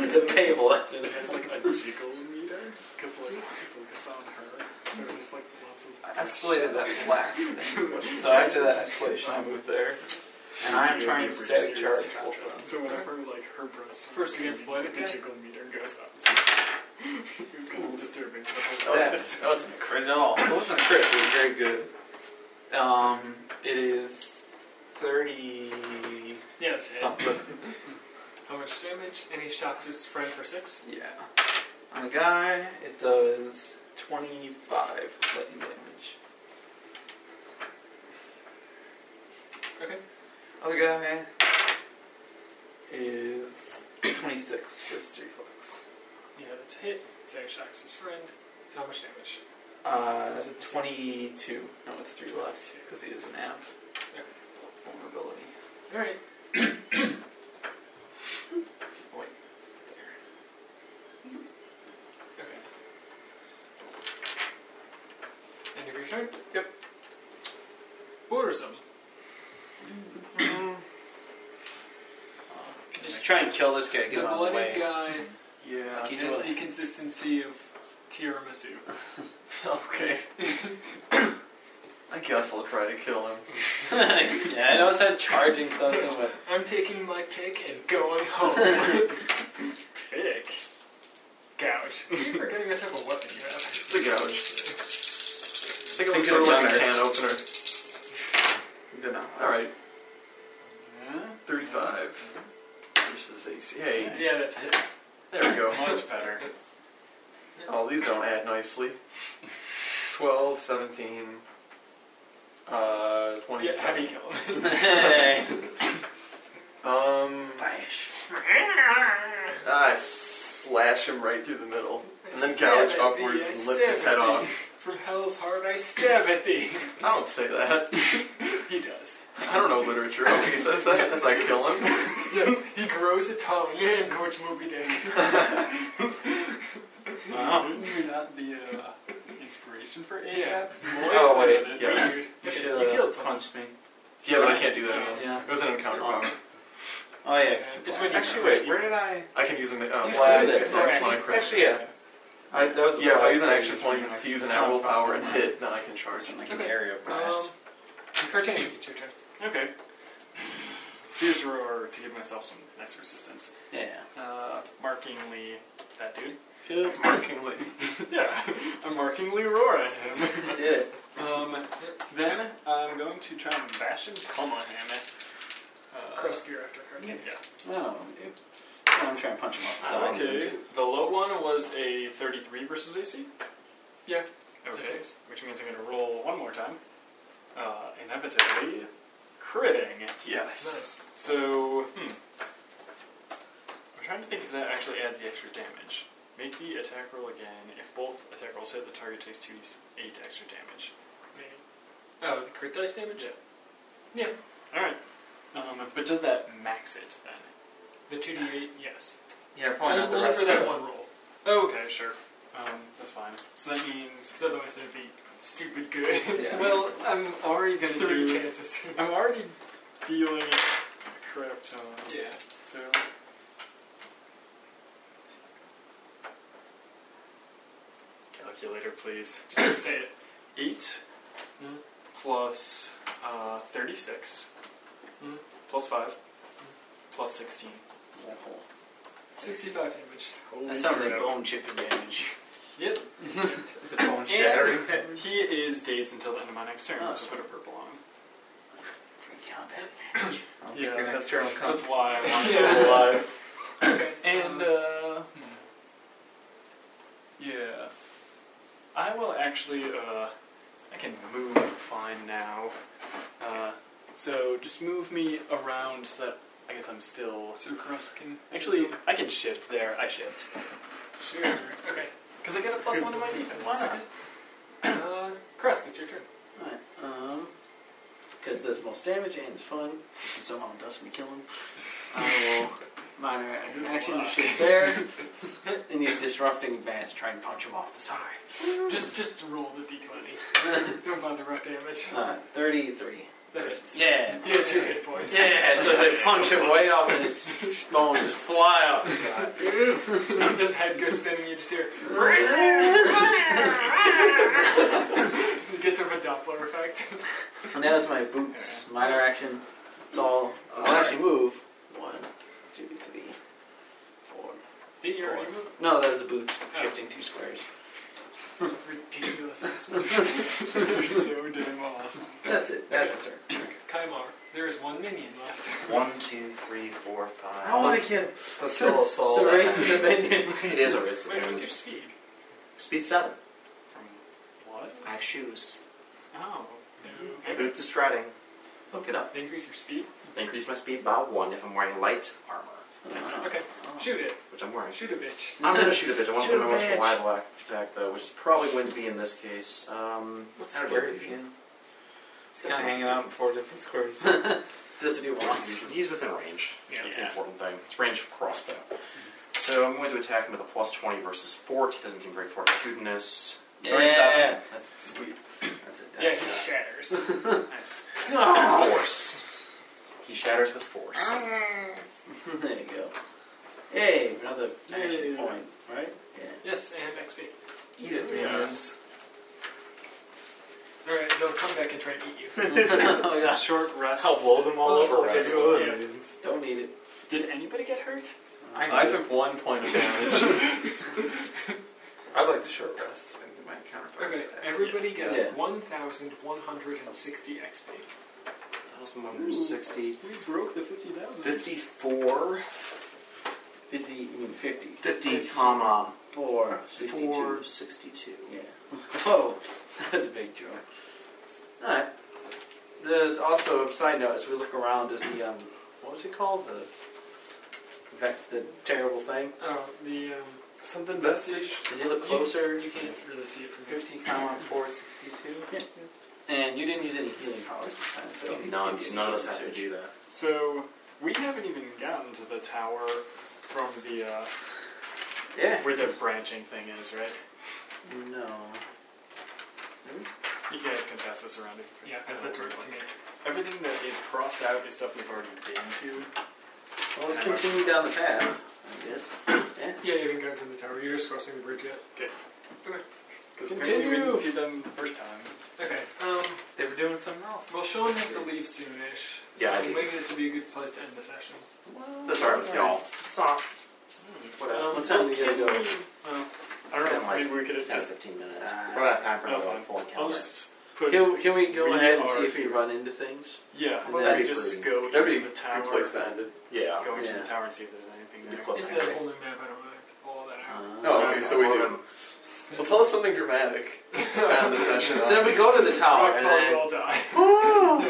[SPEAKER 3] It's a table. That's
[SPEAKER 2] And
[SPEAKER 3] it.
[SPEAKER 2] it has like a jiggle meter. Because like, it's focused on her. So there's like lots of.
[SPEAKER 5] I escalated that (laughs) last thing. So after that escalation, I moved there. And I am trying to static charge both of them.
[SPEAKER 2] So whenever like her breast
[SPEAKER 1] First against blood,
[SPEAKER 2] the
[SPEAKER 1] okay.
[SPEAKER 2] jiggle meter goes up. it was kind of disturbing. The whole
[SPEAKER 5] That,
[SPEAKER 2] process.
[SPEAKER 5] that wasn't a crit at all. It wasn't a crit, it was very good. Um, it is 30
[SPEAKER 1] Yeah, that's a hit.
[SPEAKER 5] something.
[SPEAKER 1] How much damage? And he shocks his friend for 6.
[SPEAKER 5] Yeah. On the guy, it does 25 lightning damage.
[SPEAKER 1] Okay.
[SPEAKER 5] Other guy is 26 versus reflex.
[SPEAKER 1] Yeah, that's a hit. So he shocks his friend. So how much damage?
[SPEAKER 5] Uh,
[SPEAKER 1] Is it the same?
[SPEAKER 5] 22. No, it's 3 less because he is an amp.
[SPEAKER 1] Yeah.
[SPEAKER 5] Vulnerability.
[SPEAKER 1] Alright. (coughs)
[SPEAKER 5] Wait, it's up there.
[SPEAKER 1] Okay. End of your turn?
[SPEAKER 5] Yep.
[SPEAKER 1] Orders them. Mm-hmm.
[SPEAKER 3] Just try and kill this guy. Get
[SPEAKER 1] The
[SPEAKER 3] him out of the
[SPEAKER 1] bloody
[SPEAKER 3] way.
[SPEAKER 1] guy
[SPEAKER 4] Yeah.
[SPEAKER 3] Like, he's
[SPEAKER 1] has
[SPEAKER 3] really-
[SPEAKER 1] the consistency of tiramisu.
[SPEAKER 4] Okay. I guess I'll try to kill him.
[SPEAKER 3] (laughs) yeah, I know it's not charging something,
[SPEAKER 5] (laughs)
[SPEAKER 3] but
[SPEAKER 1] I'm taking my pick and going (laughs) home. pick? Gouge. You're forgetting what type of weapon you have.
[SPEAKER 4] It's a gouge. I think it
[SPEAKER 5] Think
[SPEAKER 4] looks
[SPEAKER 5] it'll
[SPEAKER 4] sort of like
[SPEAKER 5] matter.
[SPEAKER 4] a can opener.
[SPEAKER 5] Good enough. (laughs)
[SPEAKER 4] Alright. 35 versus AC. Hey,
[SPEAKER 1] Yeah, that's it.
[SPEAKER 4] there we go.
[SPEAKER 2] Much better.
[SPEAKER 4] (laughs) Oh, these don't add nicely. 12, 17, Uh, 20.
[SPEAKER 1] Yeah, happy kill him.
[SPEAKER 4] Um,
[SPEAKER 3] (laughs)
[SPEAKER 5] Bash.
[SPEAKER 4] I slash him right through the middle. And then
[SPEAKER 1] Stab
[SPEAKER 4] gouge
[SPEAKER 1] at thee,
[SPEAKER 4] upwards
[SPEAKER 1] I
[SPEAKER 4] and lift his
[SPEAKER 1] stab
[SPEAKER 4] head
[SPEAKER 1] at
[SPEAKER 4] off.
[SPEAKER 1] thee. From hell's heart, I stab at thee. (laughs)
[SPEAKER 4] I don't say that.
[SPEAKER 1] he does.
[SPEAKER 4] I don't know literature. (laughs) Okay, so that's that as I kill him.
[SPEAKER 1] Yes, he grows a tongue (laughs) and Coach Moby Dick.
[SPEAKER 3] Oh,
[SPEAKER 2] Wow. You're not the uh, inspiration for Ahab.
[SPEAKER 1] Yeah.
[SPEAKER 2] More
[SPEAKER 5] Oh, wait,
[SPEAKER 2] incident.
[SPEAKER 4] yes.
[SPEAKER 5] You
[SPEAKER 1] Okay,
[SPEAKER 5] should
[SPEAKER 1] you
[SPEAKER 5] have
[SPEAKER 1] killed someone.
[SPEAKER 5] punched me.
[SPEAKER 4] Yeah, but I can't do that again.
[SPEAKER 5] Yeah.
[SPEAKER 4] It was an encounter power.
[SPEAKER 5] Oh yeah.
[SPEAKER 1] It's when you
[SPEAKER 5] actually, wait. Where did I?
[SPEAKER 4] I can use an uh,
[SPEAKER 5] You
[SPEAKER 4] flash
[SPEAKER 5] flew
[SPEAKER 4] action
[SPEAKER 5] there.
[SPEAKER 4] on a crit.
[SPEAKER 5] Actually, yeah. I, that was. the
[SPEAKER 4] yeah, if I
[SPEAKER 5] last
[SPEAKER 4] use an
[SPEAKER 5] thing
[SPEAKER 4] action
[SPEAKER 5] you
[SPEAKER 4] point
[SPEAKER 5] mentioned.
[SPEAKER 4] to use an
[SPEAKER 5] That's not
[SPEAKER 4] animal
[SPEAKER 5] a problem.
[SPEAKER 4] power and hit, then I can charge
[SPEAKER 5] It's
[SPEAKER 4] him.
[SPEAKER 5] Like
[SPEAKER 1] Okay.
[SPEAKER 5] an area of
[SPEAKER 1] Um,
[SPEAKER 5] blast.
[SPEAKER 1] Cartanian, it's your turn.
[SPEAKER 2] Okay. Here's roar to give myself some nice resistance.
[SPEAKER 5] yeah.
[SPEAKER 2] Uh, markingly, that dude. (laughs)
[SPEAKER 5] (laughs)
[SPEAKER 4] Markingly.
[SPEAKER 2] yeah, I'm markingly roar at him.
[SPEAKER 5] You did it.
[SPEAKER 2] Um, then I'm going to try and bash him. Come on, Hammett. Uh,
[SPEAKER 1] Cross gear after Cartanian.
[SPEAKER 2] Yeah.
[SPEAKER 5] Oh. dude. Yeah, I'm trying to punch him off the side.
[SPEAKER 2] Okay. The low one was a 33 versus AC.
[SPEAKER 1] Yeah.
[SPEAKER 2] Okay.
[SPEAKER 1] Yes.
[SPEAKER 2] Which means I'm going to roll one more time. Uh, inevitably, critting.
[SPEAKER 4] Yes.
[SPEAKER 1] Nice.
[SPEAKER 2] So, hmm. I'm trying to think if that actually adds the extra damage. Make the attack roll again. If both attack rolls hit, the target takes 2d8 extra damage.
[SPEAKER 1] Maybe. Oh, the crit dice damage? Yeah.
[SPEAKER 2] Alright. Um, but does that max it then?
[SPEAKER 1] The 2d8, yes.
[SPEAKER 5] Yeah,
[SPEAKER 1] Only only for that one roll.
[SPEAKER 2] Oh, okay, sure. Um, that's fine. So that means.
[SPEAKER 1] Because otherwise that'd be stupid good.
[SPEAKER 5] (laughs)
[SPEAKER 2] (laughs)
[SPEAKER 5] Yeah.
[SPEAKER 2] Well,
[SPEAKER 5] uh,
[SPEAKER 2] I'm already going to
[SPEAKER 1] Three
[SPEAKER 2] do.
[SPEAKER 1] chances to.
[SPEAKER 2] I'm already dealing a crap ton.
[SPEAKER 1] Yeah.
[SPEAKER 2] So. Calculator, please.
[SPEAKER 1] Just say it.
[SPEAKER 2] 8
[SPEAKER 1] Mm.
[SPEAKER 2] plus, uh, 36
[SPEAKER 1] Mm.
[SPEAKER 2] plus 5
[SPEAKER 1] Hmm.
[SPEAKER 2] plus 16.
[SPEAKER 1] 65 damage.
[SPEAKER 5] That sounds like bone chipping damage.
[SPEAKER 2] Yep.
[SPEAKER 5] Is it bone shattering? (laughs)
[SPEAKER 2] He is dazed until the end of my next turn,
[SPEAKER 5] Oh,
[SPEAKER 2] so
[SPEAKER 5] sweet.
[SPEAKER 2] put a purple on him.
[SPEAKER 5] (coughs) Combat. I don't
[SPEAKER 2] Yeah,
[SPEAKER 5] think your
[SPEAKER 2] that's-
[SPEAKER 5] next turn will come.
[SPEAKER 2] That's why I (laughs) want
[SPEAKER 1] Yeah.
[SPEAKER 2] to alive.
[SPEAKER 1] Okay. um,
[SPEAKER 2] And, uh, hmm. yeah. I will actually, uh, I can move fine now. Uh, so just move me around so that I guess I'm still.
[SPEAKER 1] so Cross can.
[SPEAKER 2] Actually, I can shift there. I shift.
[SPEAKER 1] Sure. Okay.
[SPEAKER 2] Because I get a plus one to my defense.
[SPEAKER 5] Why not?
[SPEAKER 1] Uh, Cross, it's your turn.
[SPEAKER 5] Alright, um, because it does most damage and it's fun, and somehow it doesn't kill (laughs) him. I will minor action to (laughs) shift there, and you're disrupting advance, try and punch him off the side.
[SPEAKER 1] Just just roll the d20. Don't bother about damage.
[SPEAKER 5] Uh, 33.
[SPEAKER 1] That hits.
[SPEAKER 5] Yeah.
[SPEAKER 1] You have two hit points.
[SPEAKER 5] Yeah, so they
[SPEAKER 2] (laughs)
[SPEAKER 5] punch him way off, and his bones just fly off the side.
[SPEAKER 1] His head goes spinning, you just hear. it gets sort of a Doppler effect. (laughs)
[SPEAKER 5] And that was my boots. Minor action. It's all. I'll actually move. One, two, three, four. Oh.
[SPEAKER 1] Did you already move?
[SPEAKER 5] No, that was the boots, shifting two squares.
[SPEAKER 1] Ridiculous. (laughs)
[SPEAKER 2] You're so damn awesome.
[SPEAKER 5] That's it. That's my turn.
[SPEAKER 1] Kaimar, there is one minion (laughs) left.
[SPEAKER 3] One, two, three, four, five.
[SPEAKER 5] kill (laughs)
[SPEAKER 3] That's still assault.
[SPEAKER 5] The race of the minion.
[SPEAKER 3] It is a risk.
[SPEAKER 1] Wait, what's your speed?
[SPEAKER 3] Speed seven.
[SPEAKER 2] From what?
[SPEAKER 3] I have shoes.
[SPEAKER 1] Oh. Okay.
[SPEAKER 3] Boots is striding. Look it up.
[SPEAKER 1] Increase your speed?
[SPEAKER 3] Increase my speed by one if I'm wearing light armor,
[SPEAKER 1] Okay. Shoot it.
[SPEAKER 3] which I'm wearing.
[SPEAKER 1] Shoot a bitch.
[SPEAKER 3] I'm gonna shoot a bitch. I want to
[SPEAKER 5] Shoot
[SPEAKER 3] put my
[SPEAKER 5] a
[SPEAKER 3] most
[SPEAKER 5] bitch.
[SPEAKER 3] reliable ac- attack though, which is probably going to be in this case. Um,
[SPEAKER 1] What's
[SPEAKER 3] energy
[SPEAKER 1] scary
[SPEAKER 3] fusion.
[SPEAKER 6] It's kind of hanging out in four different squares.
[SPEAKER 5] (laughs) Does it do once?
[SPEAKER 3] He's within range.
[SPEAKER 1] Yeah.
[SPEAKER 3] That's the important thing. It's range of crossbow. So I'm going to attack him with a plus 20 versus fort. He doesn't seem very fortitudinous.
[SPEAKER 5] Yeah.
[SPEAKER 3] That's
[SPEAKER 4] Sweet.
[SPEAKER 5] That's it.
[SPEAKER 1] Yeah, he shatters. (laughs) nice.
[SPEAKER 3] force. He shatters with force.
[SPEAKER 5] there you go. Hey, another action
[SPEAKER 2] Hey.
[SPEAKER 5] point, right?
[SPEAKER 1] Yes, and XP.
[SPEAKER 5] Eat it,
[SPEAKER 1] Alright, they'll come back and try and eat you.
[SPEAKER 5] oh, gosh.
[SPEAKER 2] Short rest.
[SPEAKER 4] them all
[SPEAKER 3] up, I'll take you
[SPEAKER 1] all
[SPEAKER 4] Yeah.
[SPEAKER 5] Don't eat it.
[SPEAKER 2] Did anybody get hurt?
[SPEAKER 4] I took one point of (laughs) damage. I'd like to short rest and my counterparts.
[SPEAKER 1] Okay, everybody gets
[SPEAKER 5] Yeah.
[SPEAKER 1] 1,160 XP.
[SPEAKER 3] 1,160.
[SPEAKER 2] We broke the 50,000.
[SPEAKER 3] 54.
[SPEAKER 5] 50, you mean 50.
[SPEAKER 3] 50, comma,
[SPEAKER 5] 4, 62.
[SPEAKER 3] 462.
[SPEAKER 5] (laughs) Oh, Yeah. Whoa, that was a big joke. Alright. also a side note as we look around is the um, what was it called the vex the terrible thing.
[SPEAKER 1] Oh, the um,
[SPEAKER 4] Something vestige.
[SPEAKER 5] Did you look closer?
[SPEAKER 1] you can't really see it from here.
[SPEAKER 5] Fifty comma four sixty two.
[SPEAKER 2] Yeah.
[SPEAKER 5] And you didn't use any healing powers this time, so you
[SPEAKER 3] None,
[SPEAKER 5] didn't use
[SPEAKER 3] none of
[SPEAKER 5] any
[SPEAKER 3] us have to
[SPEAKER 5] research.
[SPEAKER 3] do that.
[SPEAKER 2] So we haven't even gotten to the tower from the uh,
[SPEAKER 5] Yeah.
[SPEAKER 2] where the branching thing is, right?
[SPEAKER 5] No.
[SPEAKER 2] You guys can pass this around. If
[SPEAKER 1] Yeah, that's that direct to me.
[SPEAKER 2] Everything that is crossed out is stuff we've already been to.
[SPEAKER 5] Well, let's continue down the path. I guess. Yeah.
[SPEAKER 1] Yeah, you haven't gotten to the tower. You're just crossing the bridge yet.
[SPEAKER 2] Because apparently we
[SPEAKER 5] Continue.
[SPEAKER 2] didn't see them the first time.
[SPEAKER 1] Okay. Um,
[SPEAKER 6] They were doing something else.
[SPEAKER 1] well, Sean has to leave soonish.
[SPEAKER 3] Yeah, I
[SPEAKER 1] So
[SPEAKER 3] do.
[SPEAKER 1] maybe this would be a good place to end the session.
[SPEAKER 3] That's alright with y'all.
[SPEAKER 1] It's not.
[SPEAKER 3] Whatever.
[SPEAKER 5] What time do you gotta go?
[SPEAKER 2] Well, I don't know.
[SPEAKER 3] Yeah, like,
[SPEAKER 2] Maybe we could have
[SPEAKER 3] 10,
[SPEAKER 2] just.
[SPEAKER 3] 15 minutes.
[SPEAKER 5] Ah.
[SPEAKER 3] we don't have time for
[SPEAKER 2] Oh,
[SPEAKER 3] another
[SPEAKER 2] fine.
[SPEAKER 3] full encounter.
[SPEAKER 2] I'll just put.
[SPEAKER 5] Can, can we go
[SPEAKER 2] We
[SPEAKER 5] ahead and see
[SPEAKER 2] are-
[SPEAKER 5] if we run into things?
[SPEAKER 2] yeah,
[SPEAKER 5] And
[SPEAKER 2] why
[SPEAKER 5] that'd
[SPEAKER 2] don't we
[SPEAKER 3] be
[SPEAKER 2] just
[SPEAKER 3] pretty-
[SPEAKER 2] go
[SPEAKER 4] That'd be
[SPEAKER 2] into
[SPEAKER 4] a
[SPEAKER 2] the
[SPEAKER 4] good
[SPEAKER 2] tower.
[SPEAKER 4] place to end it.
[SPEAKER 3] yeah.
[SPEAKER 2] Go into the
[SPEAKER 5] Yeah.
[SPEAKER 2] tower and see if there's anything
[SPEAKER 3] Be
[SPEAKER 2] there.
[SPEAKER 3] close.
[SPEAKER 1] It's a whole new map. I don't really have to pull all that
[SPEAKER 2] Uh,
[SPEAKER 1] out.
[SPEAKER 4] Oh, okay, so we
[SPEAKER 3] Well,
[SPEAKER 4] do.
[SPEAKER 3] then,
[SPEAKER 4] Well, tell us something
[SPEAKER 5] (laughs)
[SPEAKER 4] dramatic. End the session.
[SPEAKER 5] So
[SPEAKER 4] on.
[SPEAKER 5] then we go to the tower.
[SPEAKER 2] Rock
[SPEAKER 5] Oh, and
[SPEAKER 2] fall, we
[SPEAKER 5] then-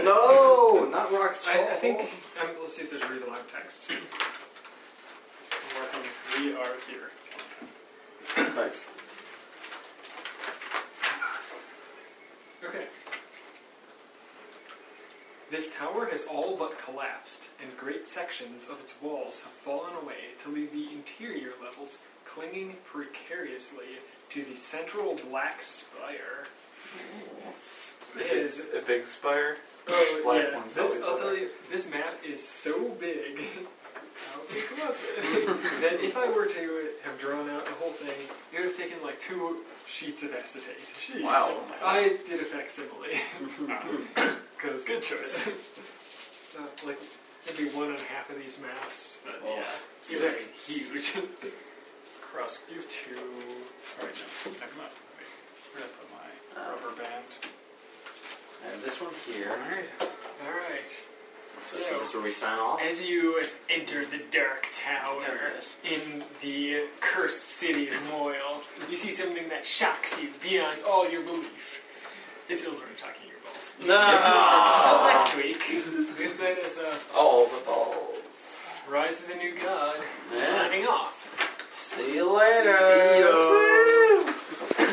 [SPEAKER 2] all die.
[SPEAKER 5] no, not rocks.
[SPEAKER 1] I, I think um, let's see if there's read aloud text.
[SPEAKER 2] Welcome. We are here.
[SPEAKER 4] Nice.
[SPEAKER 1] Okay. This tower has all but collapsed, and great sections of its walls have fallen away to leave the interior levels clinging precariously to the central black spire.
[SPEAKER 6] Is it a big spire?
[SPEAKER 1] Oh
[SPEAKER 6] Black
[SPEAKER 1] yeah,
[SPEAKER 6] one's
[SPEAKER 1] this,
[SPEAKER 6] always
[SPEAKER 1] I'll
[SPEAKER 6] there.
[SPEAKER 1] tell you, this map is so big,
[SPEAKER 2] (laughs)
[SPEAKER 1] how big was it? that if I were to have drawn out the whole thing, it would have taken like two sheets of acetate.
[SPEAKER 4] Wow.
[SPEAKER 1] I did a facsimile.
[SPEAKER 2] (laughs)
[SPEAKER 1] Because
[SPEAKER 2] Good
[SPEAKER 1] (laughs)
[SPEAKER 2] choice.
[SPEAKER 1] uh, like maybe one on half of these maps, but
[SPEAKER 4] Oh,
[SPEAKER 1] yeah, it was huge. (laughs)
[SPEAKER 2] Cross, do two. Alright, no. Never mind. Wait. Where did I put my rubber band?
[SPEAKER 5] And this one here.
[SPEAKER 1] All right.
[SPEAKER 3] So,
[SPEAKER 1] So-
[SPEAKER 3] this is where we sign off.
[SPEAKER 1] As you enter the dark tower
[SPEAKER 5] Yes.
[SPEAKER 1] in the cursed city of Moyle, you see something that shocks you beyond all your belief. It's Ildurin talking your
[SPEAKER 5] (laughs)
[SPEAKER 1] balls. Until
[SPEAKER 5] Oh.
[SPEAKER 1] next week, this then is uh,
[SPEAKER 6] All the balls.
[SPEAKER 1] Rise of the New God
[SPEAKER 5] Yeah.
[SPEAKER 1] signing off.